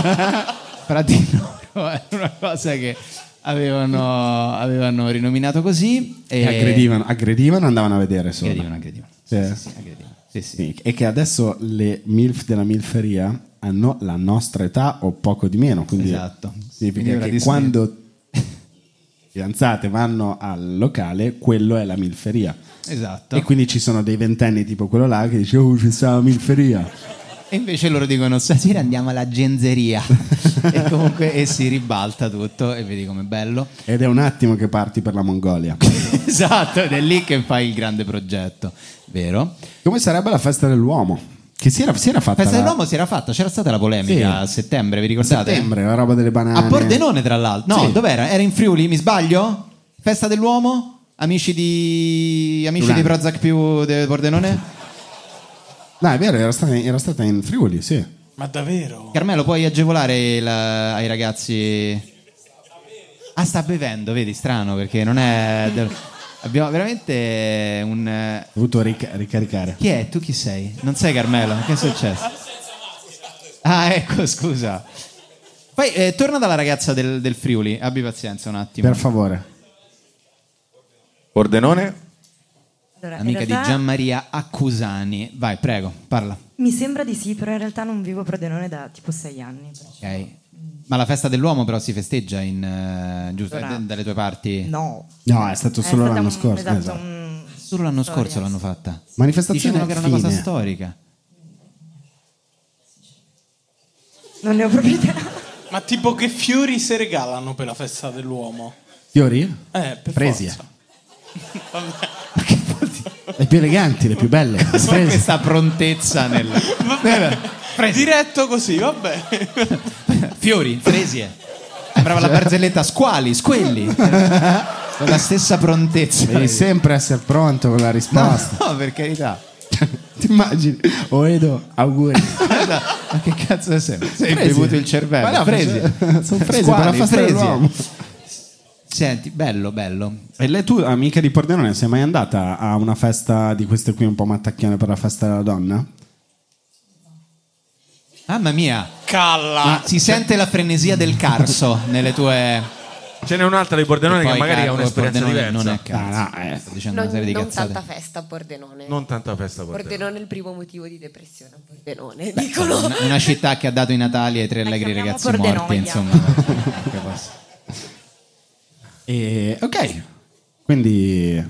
S3: Fra di loro era una cosa che avevano, avevano rinominato così.
S1: E, aggredivano, aggredivano, andavano a vedere solo.
S3: Aggredivano, aggredivano.
S1: Sì.
S3: Sì,
S1: E che adesso le MILF della milferia hanno la nostra età o poco di meno. Quindi
S3: Esatto. Quindi
S1: Significa
S3: ora
S1: che
S3: Disney-
S1: quando fidanzate vanno al locale, quello è la milferia.
S3: Esatto.
S1: E quindi ci sono dei ventenni tipo quello là che dice oh ci sta la milferia.
S3: E invece loro dicono stasera andiamo alla genzeria. e comunque e si ribalta tutto e vedi com'è bello.
S1: Ed è un attimo che parti per la Mongolia.
S3: esatto, ed è lì che fai il grande progetto, vero?
S1: Come sarebbe la festa dell'uomo? Che si era, si era fatta
S3: La festa
S1: la-
S3: dell'uomo si era fatta, c'era stata la polemica
S1: Sì.
S3: a settembre, vi
S1: a
S3: ricordate?
S1: settembre, la roba delle banane.
S3: A Pordenone, tra l'altro. No,
S1: Sì.
S3: dov'era? Era in Friuli, mi sbaglio? Festa dell'uomo? Amici di. Amici
S1: Durante.
S3: di Prozac più de Pordenone?
S1: No, è vero, era stata, era stata in Friuli, sì.
S6: Ma davvero?
S3: Carmelo, puoi agevolare il- ai ragazzi. Ah, sta bevendo, vedi, strano perché non è. Abbiamo veramente un. eh,
S1: Ho dovuto ric- ricaricare.
S3: Chi è? Tu chi sei? Non sei Carmelo? Che è successo? Ah, ecco, scusa. Poi eh, torna dalla ragazza del, del Friuli, abbi pazienza un attimo.
S1: Per favore.
S8: Pordenone?
S16: Allora, in
S3: Amica di
S16: realtà
S3: Gianmaria Accusani. Vai, prego, parla.
S16: Mi sembra di sì, però in realtà non vivo a Pordenone da tipo sei anni.
S3: Ok. Ma la festa dell'uomo però si festeggia in eh, giusto
S16: Allora,
S3: Eh, dalle tue parti?
S16: No.
S1: No, è stato solo l'anno scorso. esatto.
S3: Solo l'anno scorso l'hanno fatta.
S1: Manifestazione
S3: Dicevano che era una cosa
S1: fine.
S3: storica.
S16: Non ne ho proprio idea.
S6: Ma tipo che fiori si regalano per la festa dell'uomo?
S1: Fiori?
S6: Eh, per
S1: Fresie.
S6: forza. Vabbè.
S1: Le più eleganti, le più belle. le
S3: Sai
S1: fresi.
S3: questa prontezza nel...
S6: Diretto così, vabbè.
S3: Fiori, fresie. Sembrava la barzelletta squali, squelli. Con la stessa prontezza.
S1: Devi sempre essere pronto con la risposta.
S3: No, per carità.
S1: Ti immagini? Oedo, auguri.
S3: Ma che cazzo è sempre? Sei
S1: Fresi.
S3: bevuto il cervello.
S1: Ma no,
S3: fresi.
S1: sono fresi per la
S3: Squali,
S1: festa
S3: fresi.
S1: dell'uomo.
S3: Senti, bello, bello.
S1: E lei tu, amica di Pordenone, sei mai andata a una festa di queste qui un po' mattacchione per la festa della donna?
S3: Mamma mia.
S6: Calla.
S3: Ma si sente la frenesia del carso nelle tue...
S8: Ce n'è un'altra di Pordenone
S3: E
S8: che
S3: poi
S8: magari ha
S3: Carlo
S8: un'esperienza
S3: Pordenone
S8: diversa.
S3: non è cazzo.
S1: Ah, no, eh.
S3: Sto dicendo
S5: Non,
S3: una serie di
S5: non
S3: cazzate.
S5: tanta festa a Pordenone.
S8: Non tanta festa a Pordenone.
S5: Pordenone è il primo motivo di depressione a Pordenone. dicono.
S3: Una, una città che ha dato i Natali ai tre
S16: Ecco,
S3: allegri
S5: chiamiamo
S3: ragazzi
S5: Pordenone.
S3: morti, insomma. Che posso-
S1: E, ok. Quindi...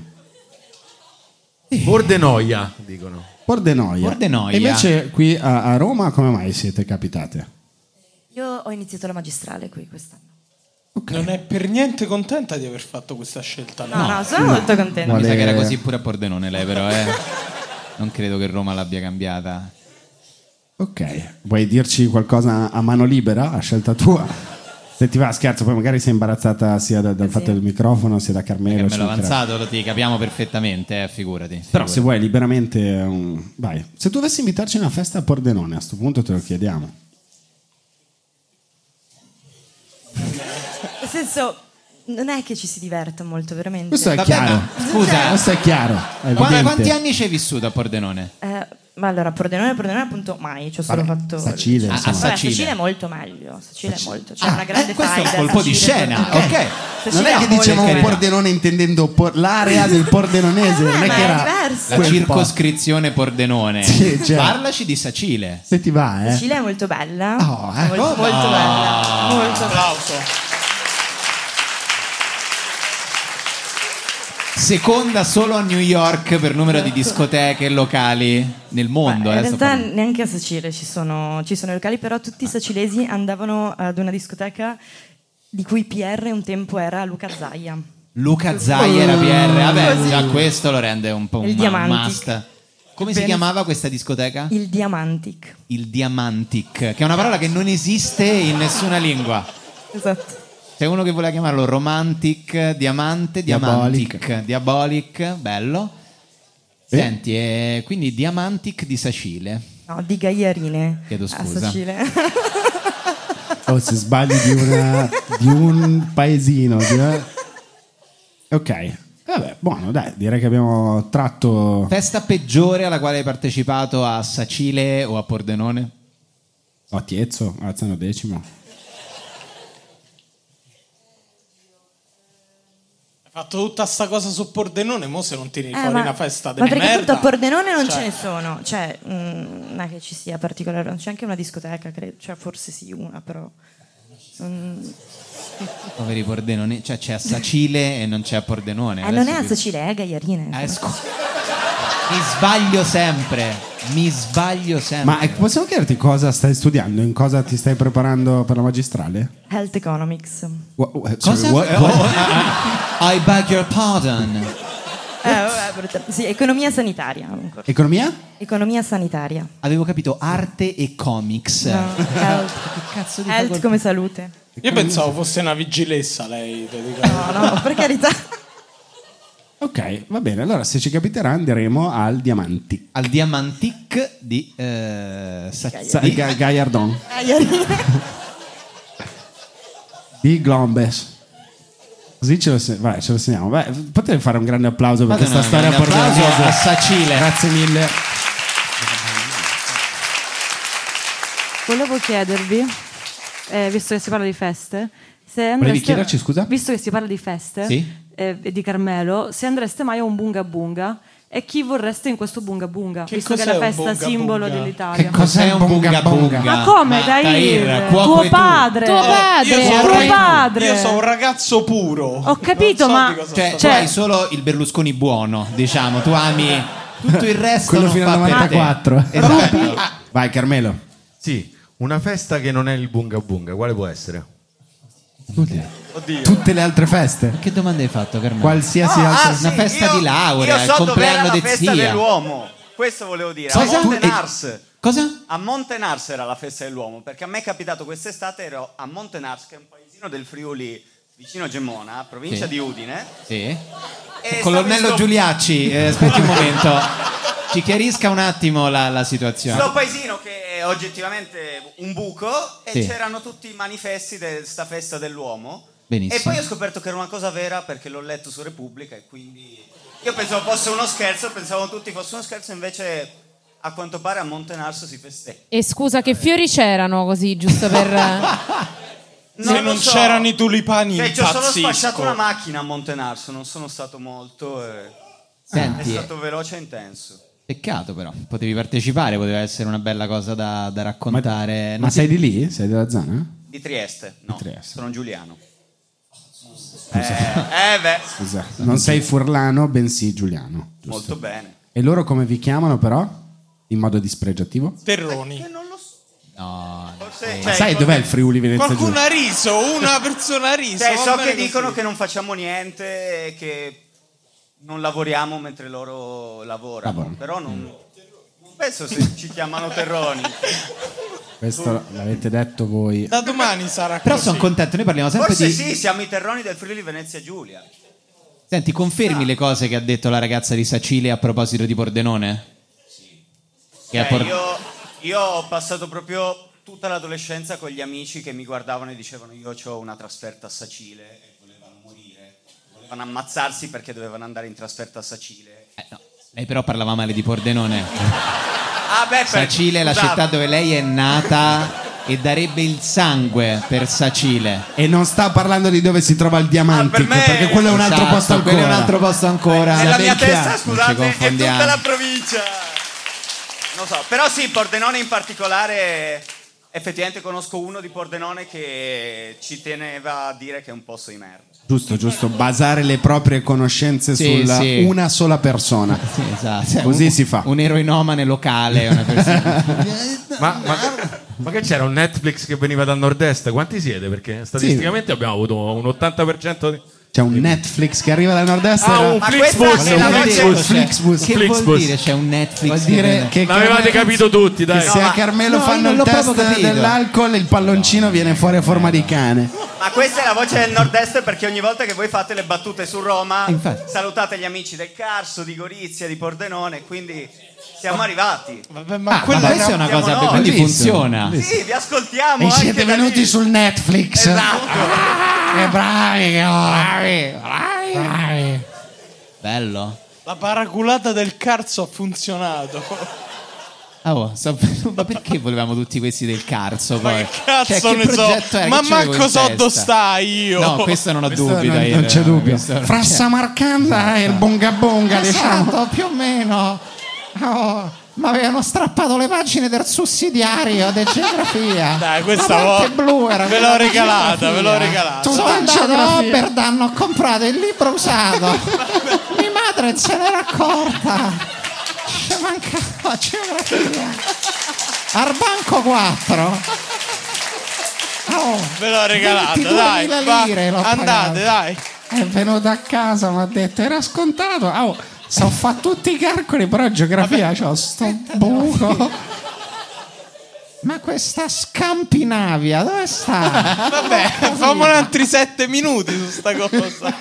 S8: Pordenoia, dicono.
S1: Pordenone.
S8: Pordenone.
S1: E invece qui a, a Roma come mai siete capitate?
S16: Io ho iniziato la magistrale qui quest'anno.
S6: Non è per niente contenta di aver fatto questa scelta.
S16: No, no, sono molto contenta.
S3: Mi sa
S16: Vuole-
S3: che era così pure a Pordenone lei però, eh. Non credo che Roma l'abbia cambiata.
S1: Ok, vuoi dirci qualcosa a mano libera, a scelta tua? Se ti va scherzo, poi magari sei imbarazzata sia da- dal fatto del microfono sia da Carmelo.
S3: Carmelo
S1: eccetera.
S3: avanzato lo ti capiamo perfettamente, eh, figurati.
S1: Però
S3: figurati.
S1: se vuoi liberamente, um, vai. Se tu dovessi invitarci a una festa a Pordenone, a sto punto te lo chiediamo.
S16: Cioè, Nel senso, non è che ci si diverte molto, veramente.
S1: Questo è
S3: Eh, Vabbè,
S1: chiaro.
S3: ma- scusa.
S1: questo è chiaro. è
S3: Qua-
S1: evidente.
S3: quanti anni ci hai vissuto a Pordenone?
S16: Eh, ma allora, Pordenone, Pordenone appunto mai, ci ho solo fatto... Ah,
S3: Sacile,
S16: Vabbè,
S3: insomma.
S16: Sacile.
S3: Sacile
S16: è molto meglio, Sacile è molto, c'è
S3: Ah,
S16: una
S1: eh,
S16: grande
S3: questo è un
S16: faida,
S3: colpo di
S16: Sacile,
S3: scena,
S16: Pordenone.
S3: ok.
S16: Sacile
S1: Non è che diciamo
S16: è molto
S1: dicevamo
S16: meglio.
S1: Pordenone intendendo por- l'area del Pordenonese, non è
S16: ma
S1: che
S16: è
S1: era
S16: diverso.
S3: La
S1: quel po'.
S3: circoscrizione Pordenone.
S1: Sì, cioè-
S3: Parlaci di Sacile.
S1: Se ti va, eh.
S16: Sacile è molto bella,
S1: eh.
S6: ecco.
S16: molto,
S3: Oh.
S16: molto bella,
S6: Ah,
S16: molto bella.
S3: Seconda solo a New York per numero di discoteche e locali nel mondo. eh,
S16: In
S3: sto
S16: realtà
S3: parlando.
S16: neanche a Sacile ci sono, ci sono i locali, però tutti i sacilesi andavano ad una discoteca di cui PR un tempo era Luca Zaia.
S3: Luca Zai era PR. Vabbè,
S16: Così.
S3: già questo lo rende un po' un
S16: Il
S3: ma-
S16: Diamantic.
S3: must. Come si
S16: Ben-
S3: chiamava questa discoteca?
S16: Il Diamantic.
S3: Il Diamantic, che è una parola che non esiste in nessuna lingua.
S16: Esatto.
S3: C'è uno che voleva chiamarlo Romantic, Diamante, Diamantic, Diabolic, bello. Senti, eh, quindi Diamantic di Sacile.
S16: No, di Gagliarine.
S3: Chiedo
S16: A
S3: scusa.
S16: Sacile.
S1: Oh, se sbagli di, una- di un paesino. di una- Ok. Vabbè, buono, dai, direi che abbiamo tratto...
S3: Festa peggiore alla quale hai partecipato a Sacile o a Pordenone?
S1: A Tiezzo, alzano decimo.
S6: Hai fatto tutta sta cosa su Pordenone, mo se non tiri
S16: Eh,
S6: fuori
S16: ma-
S6: una festa
S16: ma
S6: delle
S16: perché
S6: merda.
S16: appunto a Pordenone non
S6: Cioè-
S16: ce ne sono, cioè mm, non è che ci sia particolare, non c'è anche una discoteca, credo, cioè forse sì una però. Mm.
S3: Poveri Pordenone, cioè c'è a Sacile e non c'è a Pordenone.
S16: Eh, non è
S3: Adesso
S16: a
S3: vi-
S16: Sacile, è a Gagliarine.
S3: Eh, scu- mi sbaglio sempre, mi sbaglio sempre.
S1: Ma eh, possiamo chiederti cosa stai studiando? In cosa ti stai preparando per la magistrale?
S16: Health Economics.
S1: Wha- wha-
S3: Cosa?
S1: sorry, what-
S3: Eh,
S1: what-
S3: oh, eh, eh, I beg your pardon.
S16: Eh, vabbè, brutta- sì, economia sanitaria. ancora.
S1: Economia?
S16: Economia sanitaria.
S3: Avevo capito arte e comics.
S16: No, health. Health come salute.
S6: Io pensavo fosse una vigilessa lei. te dico.
S16: No, per carità.
S1: Ok, va bene. Allora, se ci capiterà, andremo al Diamanti.
S3: Al Diamantic di eh, Sa-
S1: Sa-
S3: di-
S1: Ga- Gaiardon.
S16: Gagliarine.
S1: Di Glombes. Così ce lo, se- vai, ce lo segniamo. Vai, potete fare un grande applauso per
S3: Fate
S1: questa
S3: un
S1: storia
S3: grande applauso
S1: pordenonese.
S3: a Sacile. Eh,
S1: Grazie mille.
S10: Volevo chiedervi, eh, visto che si parla di feste, se
S1: Volevi
S10: andreste-
S1: chiederci, scusa?
S10: Visto che si parla di feste
S1: Sì.
S10: eh, e di Carmelo, se andreste mai a un bunga bunga e chi vorreste in questo bunga bunga,
S6: Che
S10: visto che è
S6: cos'è
S10: la
S6: un
S10: festa
S6: bunga
S10: simbolo
S6: bunga?
S10: dell'Italia.
S3: Cos'è un bunga bunga?
S10: Ma come,
S3: Ma,
S10: dai?
S3: Tahir, cuoco e
S10: tuo
S3: tu.
S10: padre.
S6: Oh, Io sono,
S10: Tuo
S6: un-
S10: padre.
S6: io sono un ragazzo puro.
S10: Ho capito,
S6: Non so
S10: ma
S6: di cosa
S3: Cioè, tu
S6: sto
S3: hai solo il Berlusconi buono, diciamo, tu ami tutto il resto.
S1: Quello
S3: non
S1: fino
S3: fa
S1: al
S3: per te.
S1: 94.
S3: Esatto.
S1: Vai, Carmelo.
S8: Sì, una festa che non è il bunga bunga, quale può essere?
S1: Tutte le altre feste.
S3: Che domanda hai fatto, Carmelo?
S1: Qualsiasi
S19: Ah,
S1: altra
S19: ah, sì,
S3: Una festa
S19: io-
S3: di laurea,
S19: io
S3: il
S19: so
S3: compleanno
S19: dov'era
S3: di
S19: la festa
S3: zia.
S19: dell'uomo. Questo volevo dire.
S3: Cosa?
S19: A Montenars.
S3: Cosa?
S19: A Montenars era la festa dell'uomo, perché a me è capitato quest'estate, ero a Montenars, che è un paesino del Friuli, vicino a Gemona, provincia
S3: Sì.
S19: di Udine.
S3: Sì.
S19: E
S3: Colonnello
S19: stavo in sto-
S3: Giuliacci, eh, aspetti un momento, ci chiarisca un attimo la, la situazione.
S19: Sto paesino che è oggettivamente un buco e
S3: Sì.
S19: c'erano tutti i manifesti di sta festa dell'uomo.
S3: Benissimo.
S19: E poi ho scoperto che era una cosa vera perché l'ho letto su Repubblica e quindi io pensavo fosse uno scherzo, pensavo tutti fosse uno scherzo, invece a quanto pare a Montenarso si festeggia.
S9: E scusa, che fiori c'erano così, giusto per...
S6: Se non c'erano i tulipani,
S19: Cioè, ci ho solo
S6: impazzisco.
S19: spacciato una macchina a Montenarso, non sono stato molto. e-
S3: Senti,
S19: è stato veloce e intenso.
S3: Peccato però, potevi partecipare, poteva essere una bella cosa da, da raccontare. Non
S1: Ma
S3: ti-
S1: sei di lì? Sei della zona?
S19: Di Trieste? No, sono Giuliano.
S1: Scusa.
S19: Eh, eh beh,
S1: Scusa. Non sei Furlano, bensì Giuliano. giusto?
S19: molto bene.
S1: E loro come vi chiamano però? In modo dispregiativo?
S6: Terroni.
S3: No,
S23: Forse,
S1: Ma sai dov'è il Friuli Venezia
S6: Qualcuno
S1: Giulia?
S6: ha riso, una persona ha riso.
S19: Cioè,
S6: va
S19: so
S6: bene
S19: che dicono
S6: così.
S19: che non facciamo niente e che non lavoriamo mentre loro
S3: Ah,
S19: lavorano.
S1: Lavorano.
S19: Però non,
S3: Mm.
S19: non penso se ci chiamano terroni.
S1: Questo l'avete detto voi.
S6: Da domani sarà
S3: Però sono contento, noi parliamo sempre
S19: Forse
S3: di...
S19: sì, siamo i terroni del Friuli Venezia Giulia.
S3: Senti, confermi le cose che ha detto la ragazza di Sacile a proposito di Pordenone? Sì. Che a
S19: Cioè,
S3: Por-
S19: io, io ho passato proprio tutta l'adolescenza con gli amici che mi guardavano e dicevano io ho una trasferta a Sacile e volevano morire. Volevano ammazzarsi perché dovevano andare in trasferta a Sacile.
S3: Lei però parlava male di Pordenone.
S19: Ah beh, per-
S3: Sacile è la
S19: scusate.
S3: città dove lei è nata e darebbe il sangue per Sacile.
S1: E non sta parlando di dove si trova il Diamantic, perché quello è un altro
S3: Esatto,
S1: posto ancora.
S3: quello è un altro posto ancora.
S19: Ah, Nella mia
S3: Sapete chi è?
S19: testa,
S3: Non ci
S19: scusate, è
S3: confondiamo.
S19: tutta la provincia. Non so, però sì, Pordenone in particolare, effettivamente conosco uno di Pordenone che ci teneva a dire che è un posto di merda.
S1: Giusto, giusto, basare le proprie conoscenze
S3: Sì,
S1: sulla
S3: sì.
S1: una sola persona.
S3: esatto. Cioè,
S1: Così
S3: un-
S1: si fa.
S3: Un eroinomane locale, una persona.
S8: Ma, ma- ma che c'era un Netflix che veniva dal nord-est? Quanti siete? Perché statisticamente abbiamo avuto un 80% di...
S1: C'è un Netflix che arriva dal nord-est.
S8: Ah, un Ma Flixbus, questa è la un voce- Flixbus.
S1: Flixbus.
S8: Che vuol Flixbus. dire
S3: c'è un Netflix?
S1: Vuol dire Eh, che
S8: L'avevate
S1: Carmelo-
S8: capito tutti, dai.
S1: che se
S8: No,
S1: a
S8: ma-
S1: Carmelo
S8: no,
S1: fanno
S8: io
S1: il
S8: l'ho proprio
S1: test
S8: capito.
S1: dell'alcol, il palloncino viene fuori a forma di cane.
S19: Ma questa è la voce del nord-est perché ogni volta che voi fate le battute su Roma,
S1: Eh, infatti.
S19: salutate gli amici del Carso, di Gorizia, di Pordenone, quindi siamo arrivati.
S6: ma
S3: Ah, quella ma questa era- è una cosa- quindi funziona.
S19: Sì, vi ascoltiamo.
S1: E
S19: anche
S1: siete
S19: da lì.
S1: venuti sul Netflix.
S19: Esatto.
S1: Che bravi, che bravi, bravi.
S3: Bello.
S6: La paraculata del carzo ha funzionato.
S3: Ah, oh, so- ma perché volevamo tutti questi del Carso? Poi?
S6: che cazzo
S3: Cioè, che
S6: ne so?
S3: progetto era?
S6: Ma
S3: Che ce l'avevo
S6: manco
S3: in
S6: so
S3: testa?
S6: dove stai io.
S3: No, questo non ho
S1: Questo
S3: dubbi.
S1: non-
S3: dai,
S1: non c'è
S3: no,
S1: dubbio.
S3: questo non
S1: Fra
S3: c'è.
S1: Samarcanda e il Bonga Bonga, diciamo.
S4: Esatto. più o meno. ma avevano strappato le pagine del sussidiario di geografia.
S6: Dai, Eh, questa La parte vo- blu era ve quella l'ho di regalata, geografia. ve l'ho regalata. Sono andato a Oberdan,
S4: ho comprato il libro usato. Mia madre se n'era accorta. Ci mancava geografia. Al banco 4. Oh.
S6: Ve l'ho regalata, dai.
S4: 22.000
S6: va,
S4: lire l'ho
S6: andate,
S4: pagato.
S6: dai.
S4: È venuto a casa, mi ha detto, era scontato. Oh, so fa tutti i calcoli, però geografia c'ho sto buco. Ma questa Scampinavia, dove sta?
S6: Vabbè, fammi altri sette minuti su sta cosa.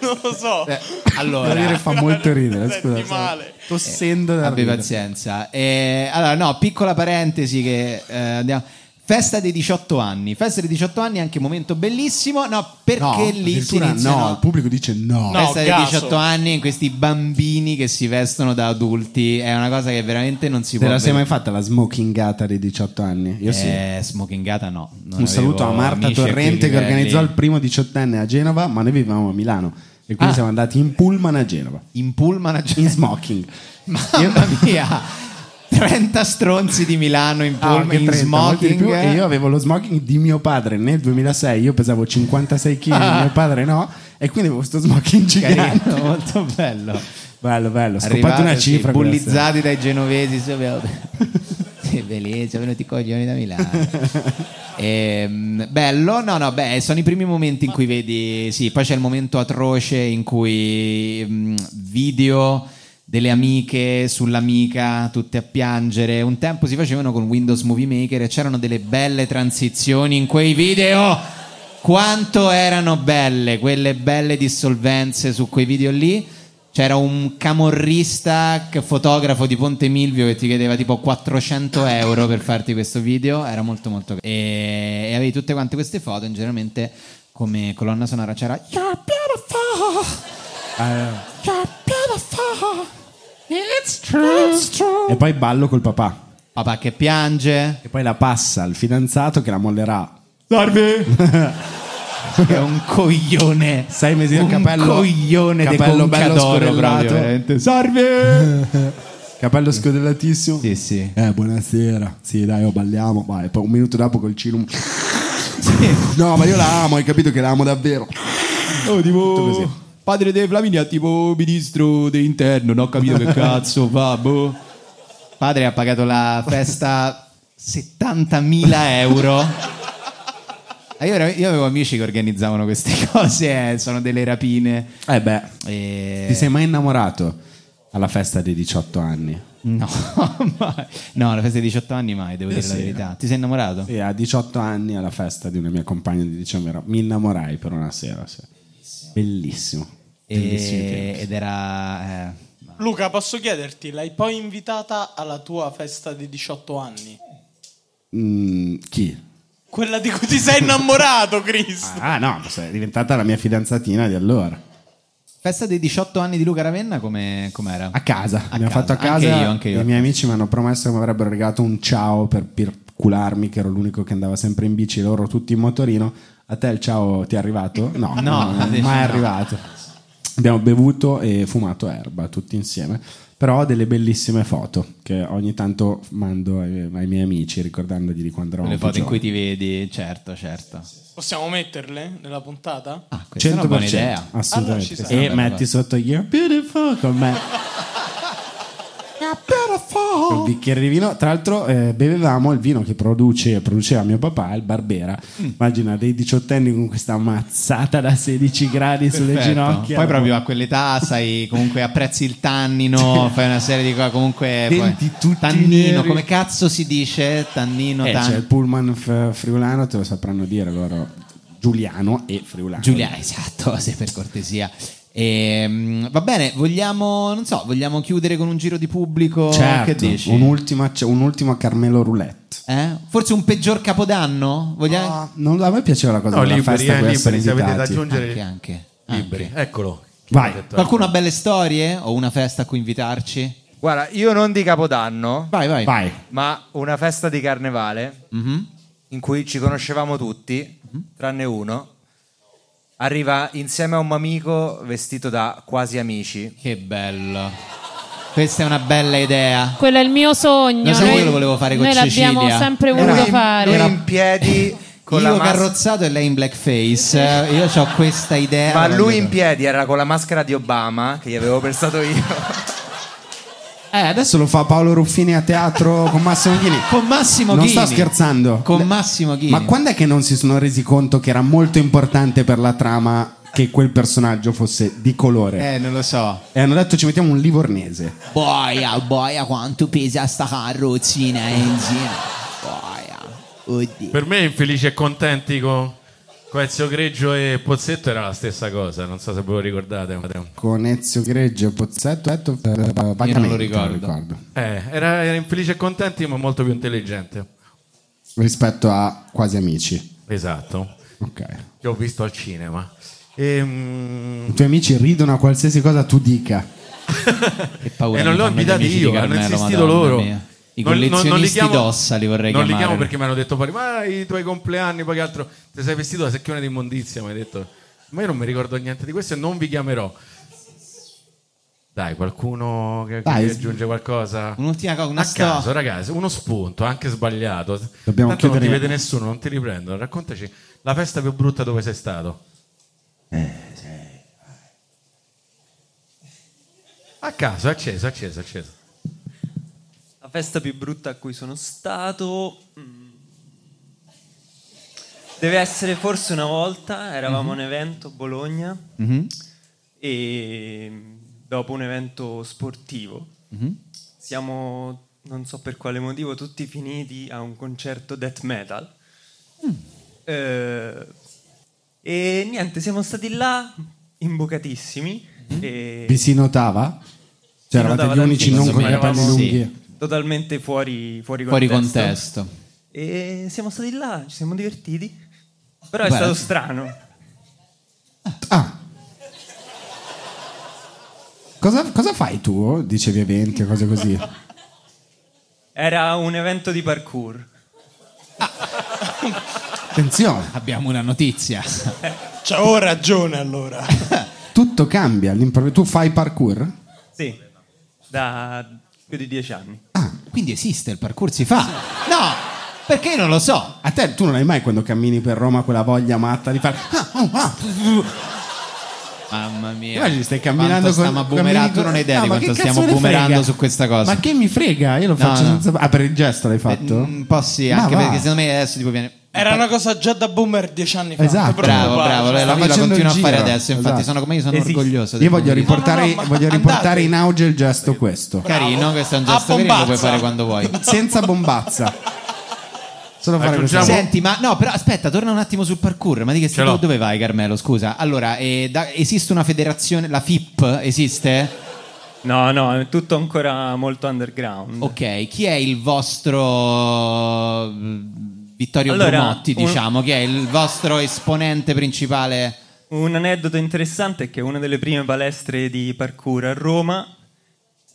S6: Non lo so.
S3: Eh, allora.
S1: Devo dire, fa molto ridere, scusa.
S6: male.
S1: Tossendo da
S3: Abbi
S1: ridere.
S3: pazienza. Eh, allora, no, piccola parentesi che eh, andiamo. Festa dei 18 anni. Festa dei 18 anni è anche un momento bellissimo. No, perché
S15: No,
S3: lì si
S15: addirittura
S3: iniziano...
S15: no, il pubblico dice no.
S3: festa dei
S15: caso.
S3: 18 anni in questi bambini che si vestono da adulti è una cosa che veramente non si
S1: Te
S3: può
S1: la sei
S3: vedere.
S1: mai fatta la smokingata dei 18 anni? Io sì.
S3: Eh, smokingata no. Non
S1: Un saluto a
S3: avevo
S1: Marta
S3: amici a quei
S1: Torrente che
S3: livelli.
S1: organizzò il primo diciottenne a Genova, ma noi vivevamo a Milano e quindi
S3: Ah.
S1: siamo andati in pullman a Genova.
S3: In pullman a Genova?
S1: In smoking.
S3: Mamma mia, 30 stronzi di Milano in
S1: Ah,
S3: pullman,
S1: anche
S3: in
S1: 30, molti di
S3: smoking. eh?
S1: più. E io avevo lo smoking di mio padre nel 2006, io pesavo 56 kg,
S3: Ah.
S1: mio padre no, e quindi avevo questo smoking gigante.
S3: Carino, molto bello.
S1: Bello, bello, ho scopato
S3: Arrivate,
S1: una
S3: sì,
S1: cifra. quella sera.
S3: Bullizzati dai genovesi. sì, abbiamo- Sì, bellissimo, sono venuti i coglioni da Milano. Ehm, bello, no, no, beh, sono i primi momenti in cui vedi, sì, poi c'è il momento atroce in cui mm, video delle amiche sull'amica, tutte a piangere. Un tempo si facevano con Windows Movie Maker e c'erano delle belle transizioni in quei video. Quanto erano belle quelle belle dissolvenze su quei video lì. C'era un camorrista, che- fotografo di Ponte Milvio che ti chiedeva tipo 400 euro per farti questo video, era molto molto caro. E, e avevi tutte quante queste foto, e generalmente come colonna sonora c'era
S4: You're beautiful. You're beautiful. It's true. It's true.
S1: E poi ballo col papà.
S3: Papà che piange.
S1: E poi la passa al fidanzato che la mollerà.
S3: Salve! È un coglione.
S1: Sei mesi
S3: Un
S1: di capello.
S3: coglione di
S1: capello bello
S3: Concadoro
S1: scodellato.
S3: proprio, eh. veramente.
S1: Salve! capello scodellatissimo.
S3: Sì, sì.
S1: Eh, buonasera. Sì, dai, oh, balliamo. Vai, poi un minuto dopo col cilum. No, ma io la amo, hai capito che la amo davvero.
S3: Oh,
S1: Tutto così.
S3: tipo, padre De Flaminia, tipo ministro dell'interno, non ho capito che cazzo fa, boh. Padre ha pagato la festa 70.000 euro. Ah, Io, ero- io avevo amici che organizzavano queste cose, eh, sono delle rapine.
S1: Eh beh, ti sei mai innamorato alla festa dei 18 anni?
S3: No, mai. no, alla festa dei 18 anni mai, devo
S1: Eh
S3: dire la
S1: sì,
S3: verità.
S1: no.
S3: Ti sei innamorato?
S1: Sì, a 18 anni alla festa di una mia compagna di 19 era- mi innamorai per una sera. sì. Bellissimo. Bellissimi
S3: E-
S1: tempi.
S3: ed era... eh,
S6: Luca, posso chiederti, l'hai poi invitata alla tua festa di 18 anni?
S1: Mm, chi?
S6: Quella di cui ti sei innamorato, Chris.
S1: Ah no, è diventata la mia fidanzatina di allora.
S3: Festa dei 18 anni di Luca Ravenna come, com'era?
S1: A casa, mi ha
S3: casa.
S1: fatto a
S3: Anche
S1: casa.
S3: io, anche io.
S1: I miei amici mi hanno promesso che mi avrebbero regalato un ciao per pircularmi, che ero l'unico che andava sempre in bici, loro tutti in motorino. A te il ciao ti è arrivato? No,
S3: No,
S1: non è
S3: invece
S1: mai
S3: no.
S1: arrivato. Abbiamo bevuto e fumato erba tutti insieme. Però ho delle bellissime foto che ogni tanto mando ai, ai miei amici ricordandogli di quando eravamo
S3: Le foto in
S1: più
S3: cui ti vedi, certo, certo.
S6: Possiamo metterle nella puntata?
S3: Ah,
S1: giovani. 100%
S3: buona idea.
S6: Allora
S1: assolutamente.
S6: ci sarà.
S1: e metti sotto You're Beautiful con me. un bicchiere di vino. Tra l'altro, eh, bevevamo il vino che produce, produceva mio papà, il Barbera.
S3: Mm.
S1: Immagina dei diciottenni con questa mazzata da 16 gradi sulle
S3: Perfetto.
S1: ginocchia.
S3: Poi proprio a quell'età, sai, comunque apprezzi il tannino, fai una serie di cose, comunque...
S1: Denti
S3: poi- tannino,
S1: neri.
S3: come cazzo si dice? Tannino,
S1: Eh,
S3: tan-
S1: c'è il pullman f- friulano, te lo sapranno dire loro. Giuliano e Friulano.
S3: Giulia, esatto, se per
S1: Eh,
S3: cortesia. Ehm, va bene, vogliamo, non so, vogliamo chiudere con un giro di pubblico?
S1: Certo,
S3: che dici?
S1: un'ultima, c'è un'ultima Carmelo Roulette.
S3: Eh? Forse un peggior capodanno? Vogliamo...
S1: Non, a me piaceva la cosa
S3: No,
S1: della
S3: liberi,
S1: festa
S3: eh,
S1: con
S3: liberi,
S1: essere
S3: se avete da
S1: invitati.
S3: aggiungere- Anche, anche.
S8: Liberi. Eccolo.
S1: Vai.
S3: Qualcuno ha belle storie o una festa a cui invitarci?
S7: Guarda, io non di Capodanno,
S3: vai, vai.
S1: Vai.
S7: ma una festa di carnevale
S3: Eh, mm-hmm,
S7: in cui ci conoscevamo tutti,
S3: Mhm.
S7: tranne uno. Arriva insieme a un amico vestito da quasi amici.
S3: Che bello. Questa è una bella idea.
S9: Quello è il mio sogno.
S3: Lo sai
S9: noi
S3: che lo volevo fare con
S9: noi l'abbiamo
S3: Cecilia?
S9: sempre
S3: Era-
S9: voluto
S3: era-
S9: fare.
S3: era-
S7: In piedi con
S3: Io
S7: la maschera.
S3: carrozzato e lei in blackface. Eh, Io ho questa idea.
S7: Ma lui in piedi era con la maschera di Obama che gli avevo pensato io.
S1: Eh, adesso lo fa Paolo Ruffini a teatro con Massimo Ghini.
S3: Con Massimo
S1: non
S3: Ghini.
S1: sto scherzando.
S3: Con Massimo Ghini.
S1: Ma quando è che non si sono resi conto che era molto importante per la trama che quel personaggio fosse di colore?
S3: Eh, non lo so.
S1: E hanno detto ci mettiamo un livornese.
S3: Boia, boia, quanto pesa sta carrozzina, eh, Enzi. Boia. Oddio.
S8: Per me infelici e contenti con, con Ezio Greggio e Pozzetto era la stessa cosa, non so se ve lo ricordate.
S1: Con Ezio Greggio, Pozzetto, Etto, eh, vagamente,
S8: ricordo. Eh, era, era infelice e contenti ma molto più intelligente.
S1: Rispetto a Quasi Amici.
S8: Esatto.
S1: Ok.
S8: Che ho visto al cinema. Ehm,
S1: I tuoi amici ridono a qualsiasi cosa tu dica.
S3: Che paura.
S8: E non
S3: mi
S8: l'ho
S3: fanno gli
S8: invitati
S3: amici di
S8: io, hanno
S3: Carmelo,
S8: insistito
S3: Madonna
S8: loro.
S3: mia. I
S8: Non- non- non li
S3: collezionisti
S8: chiamo-
S3: d'ossa li vorrei
S8: non li
S3: chiamare.
S8: chiamo perché mi hanno detto fuori, ma i tuoi compleanni, poi che altro, ti sei vestito da secchione di immondizia, mi hai detto, ma io non mi ricordo niente di questo e non vi chiamerò. Dai, qualcuno che, che
S1: Dai,
S8: aggiunge qualcosa?
S3: Un'ultima cosa, una
S8: A
S3: sto-
S8: caso, ragazzi, uno spunto, anche sbagliato.
S1: Dobbiamo
S8: Tanto non ti
S1: chiudere-
S8: vede nessuno, non ti riprendono. Raccontaci la festa più brutta dove sei stato. A caso, acceso, acceso, acceso.
S7: La festa più brutta a cui sono stato. mm, Deve essere forse una volta,
S1: Mhm.
S7: eravamo a un evento a Bologna
S3: Mhm.
S7: e mm, dopo un evento sportivo
S3: Mhm.
S7: siamo, non so per quale motivo, tutti finiti a un concerto death metal.
S1: Mm.
S7: Eh, e niente, siamo stati là imboccatissimi. e-
S1: Mhm. Vi si notava? Cioè, eravate
S7: Notava
S1: gli unici
S7: tantissimo,
S1: non con i capelli
S7: eravamo
S1: lunghi.
S7: Totalmente fuori, fuori,
S3: Fuori
S7: contesto.
S3: contesto.
S7: E siamo stati là, ci siamo divertiti. Però è
S3: Beh.
S7: stato strano.
S1: Cosa, cosa fai tu? oh, Dicevi eventi e cose così.
S7: Era un evento di parkour.
S1: Attenzione,
S3: Abbiamo una notizia.
S6: Cioè, ho ragione allora.
S1: tutto cambia. all'improvviso. Tu fai parkour?
S7: Sì, da più di dieci anni.
S1: Ah,
S3: Quindi esiste, il parkour si fa. No, perché non lo so.
S1: A te tu non hai mai quando cammini per Roma quella voglia matta di fare. "Ah, oh, ah".
S3: Mamma mia.
S1: Guardi, stai camminando
S3: quanto
S1: con camminando
S3: stiamo boomerando, tu
S1: con-
S3: non hai idea
S1: No,
S3: di
S1: ma che
S3: quanto
S1: cazzo
S3: stiamo
S1: me ne
S3: boomerando
S1: frega?
S3: su questa cosa.
S1: Ma che mi frega? Io lo
S3: No,
S1: faccio
S3: no. Eh, mm,
S1: senza. Ah, per il gesto l'hai fatto? Un
S3: po' Sì, anche perché secondo me adesso tipo viene
S6: Era una cosa già da boomer dieci anni fa.
S1: Esatto.
S6: Non
S3: Bravo,
S6: preoccuparci.
S3: bravo, lei la,
S1: Sta
S3: la
S1: facendo
S3: continua a
S1: il
S3: fare
S1: giro.
S3: adesso, infatti
S1: Esatto.
S3: sono come io sono
S1: Esiste.
S3: orgoglioso. del
S1: Io voglio
S3: pomeriggio.
S1: riportare, voglio riportare in auge il gesto questo.
S3: Carino, questo è un gesto carino, lo puoi fare quando vuoi.
S1: Senza bombazza. Solo fare questo.
S3: Senti, ma no, però aspetta, torna un attimo sul parkour. Ma di che stai- tu dove vai, Carmelo? Scusa. Allora, eh, da- esiste una federazione, la FIP esiste?
S21: No, no, è tutto ancora molto underground.
S3: Ok, chi è il vostro mm, Vittorio
S21: Allora,
S3: Brumotti,
S21: un-
S3: diciamo, che è il vostro esponente principale?
S21: Un aneddoto interessante è che una delle prime palestre di parkour a Roma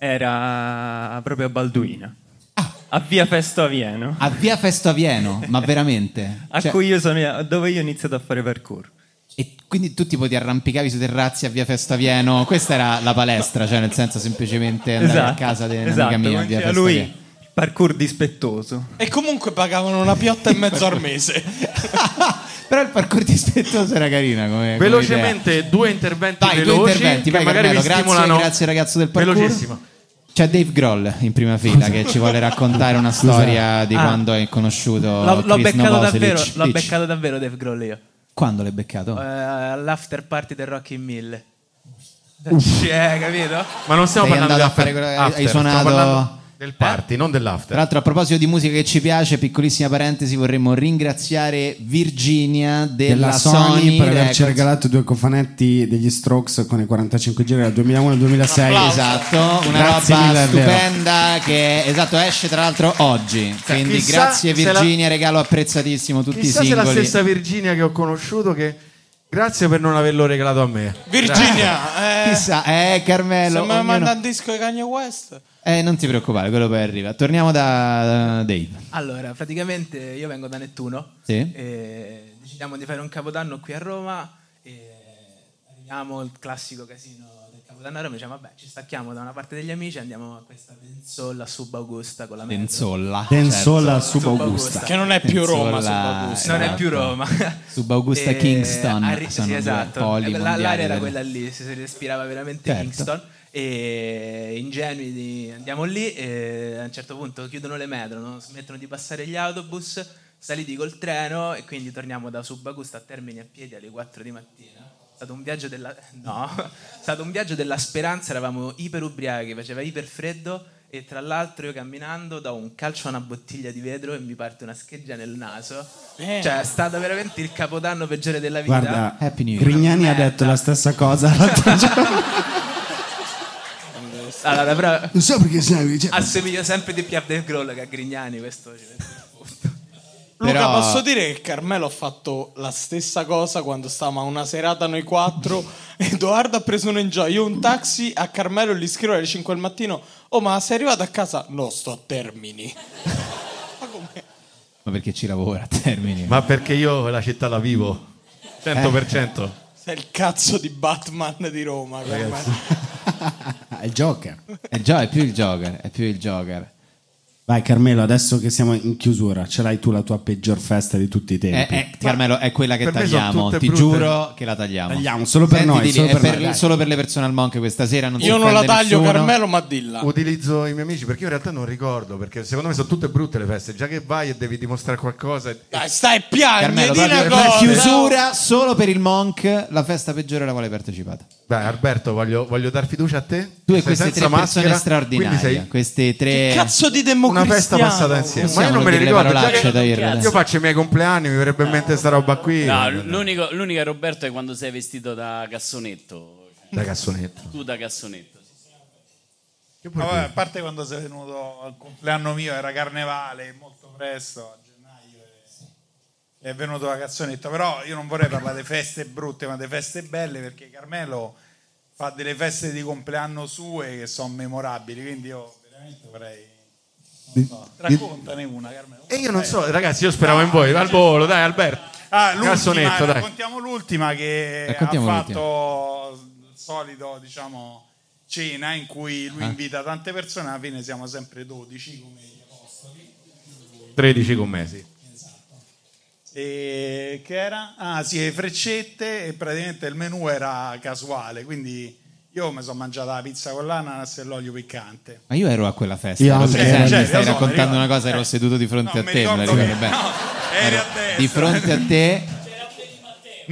S21: era proprio a Balduina,
S6: Ah.
S21: a Via Festo Avieno,
S3: A Via Festo Avieno, ma veramente?
S21: a
S3: Cioè,
S21: cui io sono, dove io ho iniziato a fare parkour.
S3: E quindi tu tipo ti arrampicavi su terrazzi a Via Festo Avieno? Questa era la palestra, cioè nel senso semplicemente andare a casa di un'amica
S21: esatto,
S3: mia a
S21: come
S3: Via
S21: diceva
S3: Festo Avieno.
S21: lui, parkour dispettoso.
S6: E comunque pagavano una piotta e mezzo al mese.
S3: Però il parkour dispettoso era carina come come idea.
S8: Velocemente, due interventi
S3: Vai, due
S8: veloci
S3: interventi,
S8: che
S3: vai
S8: magari
S3: Carmelo,
S8: vi
S3: grazie,
S8: stimolano.
S3: grazie ragazzo del parkour.
S8: Velocissimo.
S3: C'è Dave Grohl in prima fila che ci vuole raccontare una
S21: Scusa.
S3: storia di
S21: Ah.
S3: quando hai conosciuto
S21: L'ho, l'ho
S3: Oh, Chris
S21: beccato
S3: Novoselic.
S21: davvero, l'ho
S3: Dici.
S21: beccato davvero Dave Grohl io.
S3: Quando l'hai beccato?
S21: Eh, all'after party del Rocky in 1000.
S3: Uff.
S24: eh,
S21: Cioè, capito?
S8: Ma non stiamo
S3: Sei
S8: parlando
S3: andato a
S8: dell'after-
S3: fare quello- hai- hai
S8: after, stiamo
S3: suonato- Eh.
S8: parlando del party, non
S3: Tra
S8: dell'after.
S3: l'altro, a proposito di musica che ci piace, piccolissima parentesi, vorremmo ringraziare Virginia della,
S1: Della Sony, per averci
S3: Records.
S1: regalato due cofanetti degli Strokes con i 45 giri dal 2001-2006.
S3: Esatto, una
S1: Grazie
S3: roba
S1: mille, è vero.
S3: stupenda che esatto, esce tra l'altro oggi. Quindi
S8: chissà
S3: grazie
S8: se la-
S3: Virginia, regalo apprezzatissimo tutti i
S8: Chissà se è la
S3: singoli.
S8: stessa Virginia che ho conosciuto che grazie per non averlo regalato a me.
S6: Virginia, eh,
S3: Chissà, Ah, eh Carmelo,
S6: se mi
S3: ognuno-
S6: manda un disco di Kanye West.
S3: eh, non ti preoccupare, quello poi arriva. Torniamo da da Dave.
S24: Allora, praticamente io vengo da Nettuno.
S3: Sì.
S24: E decidiamo di fare un capodanno qui a Roma. E arriviamo al classico casino del capodanno a Roma. Diciamo, vabbè, ci stacchiamo da una parte degli amici e andiamo a questa pensolla subagusta con la metro.
S3: Densolla.
S1: Densolla
S24: Certo.
S1: subaugusta.
S24: Che non è più Roma, subaugusta. Non è più Roma.
S3: Subaugusta
S24: E
S3: Esatto. Kingston.
S24: arri-
S3: sono
S24: sì,
S3: due
S24: esatto.
S3: poli
S24: Eh, la-
S3: mondiali
S24: L'area era
S3: del-
S24: quella lì, si si respirava veramente
S3: Certo.
S24: Kingston. E eh, ingenui di- andiamo lì e a un certo punto chiudono le metro, non smettono di passare gli autobus, saliti col treno e quindi torniamo da Subagusta a Termini a piedi alle 4 di mattina. È stato un viaggio della... No, è stato un viaggio della speranza, eravamo iper ubriachi, faceva iper freddo e tra l'altro io camminando do un calcio a una bottiglia di vetro e mi parte una scheggia nel naso.
S6: Eh.
S24: Cioè è stato veramente il capodanno peggiore della vita.
S1: Guarda, Grignani ha detto la stessa cosa l'altro giorno.
S24: Allora, però
S22: Non so perché sai, cioè,
S24: assomiglia sempre di più a Dave Grohl che a Grignani questo.
S6: Luca,
S24: Però-
S6: posso dire che Carmelo ha fatto la stessa cosa quando stavamo a una serata noi quattro. Edoardo ha preso un enjoy. Io un taxi a Carmelo e gli scrivo alle 5 del mattino: Oh, ma sei arrivato a casa? No, sto a termini.
S3: Ma perché ci lavora a Termini?
S8: Ma perché io la città la vivo 100%.
S6: Sei il cazzo di Batman di Roma. Carmelo.
S1: È Ah, il Joker.
S3: È, già, è più il Joker, è più il Joker.
S1: Vai Carmelo, adesso che siamo in chiusura, ce l'hai tu la tua peggior festa di tutti i
S3: Eh,
S1: tempi.
S3: eh, Carmelo, è quella che
S1: per me sono
S3: tagliamo.
S1: tutte
S3: Ti
S1: brutte.
S3: giuro che la tagliamo.
S1: Tagliamo, solo per noi,
S3: Dili,
S1: solo
S3: è
S1: per
S3: per,
S1: noi, dai.
S3: solo per le personal monk questa sera. Non si
S8: Io non la
S3: offende
S8: taglio,
S3: nessuno.
S8: Carmelo,
S6: ma dilla.
S8: Utilizzo i miei amici perché io in realtà non ricordo, perché secondo me sono tutte brutte le feste, già che vai e devi dimostrare qualcosa. eh.
S6: Dai, stai piangendo.
S3: Carmelo,
S6: Di una
S3: proprio
S6: cosa.
S3: per chiusura solo per il monk, la festa peggiore alla quale hai partecipato.
S8: Dai, Alberto, voglio, voglio dar fiducia a te.
S3: Tu e
S8: Sei
S3: queste
S8: senza
S3: tre
S8: maschera,
S3: persone
S8: quindi
S3: straordinarie,
S8: sei-
S3: queste tre
S6: Cazzo di
S8: una
S6: democristiano.
S8: festa passata insieme. Ma io non me le
S3: delle
S8: ricordo. già
S3: parolacce
S8: che-
S3: da dire, adesso.
S8: io faccio i miei compleanni, mi verrebbe in mente sta roba qui.
S14: No, l'unico, l'unica Roberto è quando sei vestito da cassonetto.
S8: Da cassonetto.
S14: Tu da cassonetto.
S25: Ma vabbè, a parte quando sei venuto al compleanno mio, era carnevale, molto presto, a gennaio, e- è venuto la cazzonetta. Però io non vorrei parlare di feste brutte, ma di feste belle, perché Carmelo fa delle feste di compleanno sue che sono memorabili, quindi io veramente vorrei... Non so, raccontane una, Carmelo. Eh.
S8: E io non so, ragazzi, io speravo in voi. Al volo, dai, Alberto.
S25: Ah, l'ultima,
S8: Cassonetto, dai.
S25: raccontiamo l'ultima che
S8: Raccontiamo
S25: ha
S8: l'ultima.
S25: fatto il solito, diciamo, cena in cui lui
S8: Ah.
S25: invita tante persone, alla fine siamo sempre 12 come gli apostoli.
S8: 13 con me.
S25: E che era? Ah sì, le freccette e praticamente il menù era casuale, quindi io mi sono mangiata la pizza con l'ananas e l'olio piccante.
S3: Ma io ero a quella festa.
S25: Io
S3: lo
S25: anche.
S3: sai,
S25: Eh,
S3: mi
S25: cioè,
S3: stai
S25: lo so,
S3: raccontando
S25: mi ricordo-
S3: una cosa, ero seduto di fronte a te, me la ricordo bene.
S25: Eri a
S3: Ero Di fronte a te, Ecco,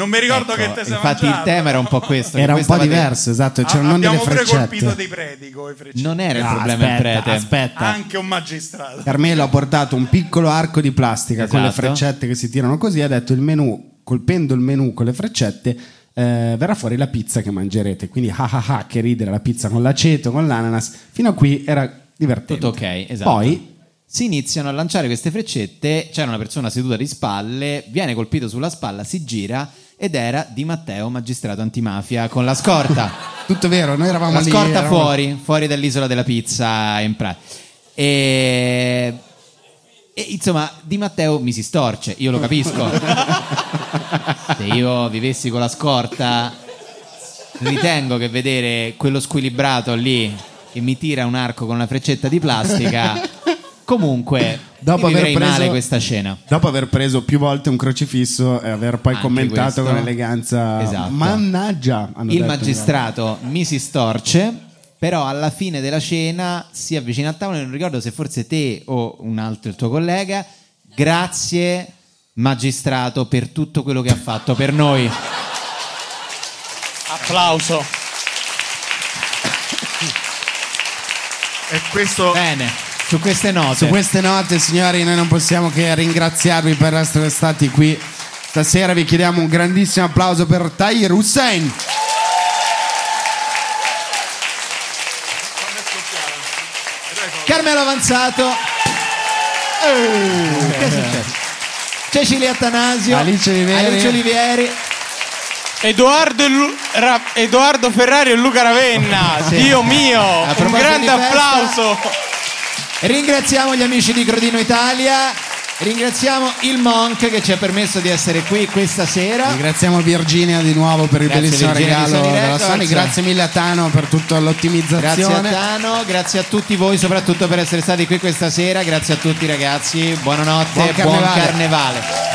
S25: Non mi ricordo che te sei
S3: infatti il
S25: mangiato.
S3: tema era un po' questo. che
S1: Era un
S3: questa
S1: po'
S3: materia-
S1: diverso, esatto.
S25: Ah,
S1: C'erano non delle
S25: abbiamo pure colpito
S1: freccette.
S25: dei preti con le freccette.
S3: Non era il
S1: No,
S3: problema il
S1: aspetta,
S3: prete.
S1: aspetta.
S25: Anche un magistrato.
S1: Carmelo ha portato un piccolo arco di plastica con le
S3: Esatto.
S1: freccette che si tirano così. Ha detto il menù, colpendo il menù con le freccette, eh, verrà fuori la pizza che mangerete. Quindi ah ah ah, che ridere la pizza con l'aceto, con l'ananas. Fino a qui era divertente.
S3: Tutto ok, esatto.
S1: Poi
S3: si iniziano a lanciare queste freccette, c'era una persona seduta di spalle, viene colpito sulla spalla, si gira ed era Di Matteo, magistrato antimafia, con la scorta.
S1: tutto vero, noi eravamo
S3: la
S1: lì,
S3: scorta
S1: eravamo-
S3: fuori, fuori dall'isola della pizza in pra- E... e, insomma, Di Matteo mi si storce, io lo capisco. Se io vivessi con la scorta, ritengo che vedere quello squilibrato lì che mi tira un arco con una freccetta di plastica, comunque,
S1: Dopo
S3: mi
S1: aver
S3: vivrei
S1: preso-
S3: male questa scena.
S1: Dopo aver preso più volte un crocifisso e aver poi
S3: Anche
S1: commentato
S3: questo.
S1: con eleganza,
S3: Esatto.
S1: mannaggia, hanno
S3: il
S1: detto.
S3: magistrato mi si storce, però alla fine della cena si avvicina a tavola, non ricordo se forse te o un altro il tuo collega, grazie magistrato per tutto quello che ha fatto per noi.
S6: Applauso.
S25: E questo...
S3: Bene, su queste note.
S1: Su queste note, signori, noi non possiamo che ringraziarvi per essere stati qui. Stasera vi chiediamo un grandissimo applauso per Tahir Hussein.
S3: Carmelo Avanzato. Eh, che è successo? Cecilia Attanasio.
S1: Alice Oliveri.
S3: Alice Olivieri.
S6: Edoardo, e Lu- Ra- Edoardo Ferrari e Luca Ravenna,
S3: Sì.
S6: Ah, Dio mio,
S3: A
S6: un
S3: proposito
S6: grande
S3: di festa-
S6: applauso.
S3: Ringraziamo gli amici di Crodino Italia. Ringraziamo il Monk che ci ha permesso di essere qui questa sera.
S1: Ringraziamo Virginia di nuovo per il
S3: Grazie,
S1: bellissimo
S3: Virginia, di
S1: regalo
S3: Sony
S1: della
S3: Records.
S1: Sony. Grazie mille a Tano per tutta
S3: Grazie a
S1: l'ottimizzazione.
S3: Tano, grazie a tutti voi soprattutto per essere stati qui questa sera, grazie a tutti ragazzi, buonanotte,
S1: Buon
S3: buon carnevale.
S1: carnevale.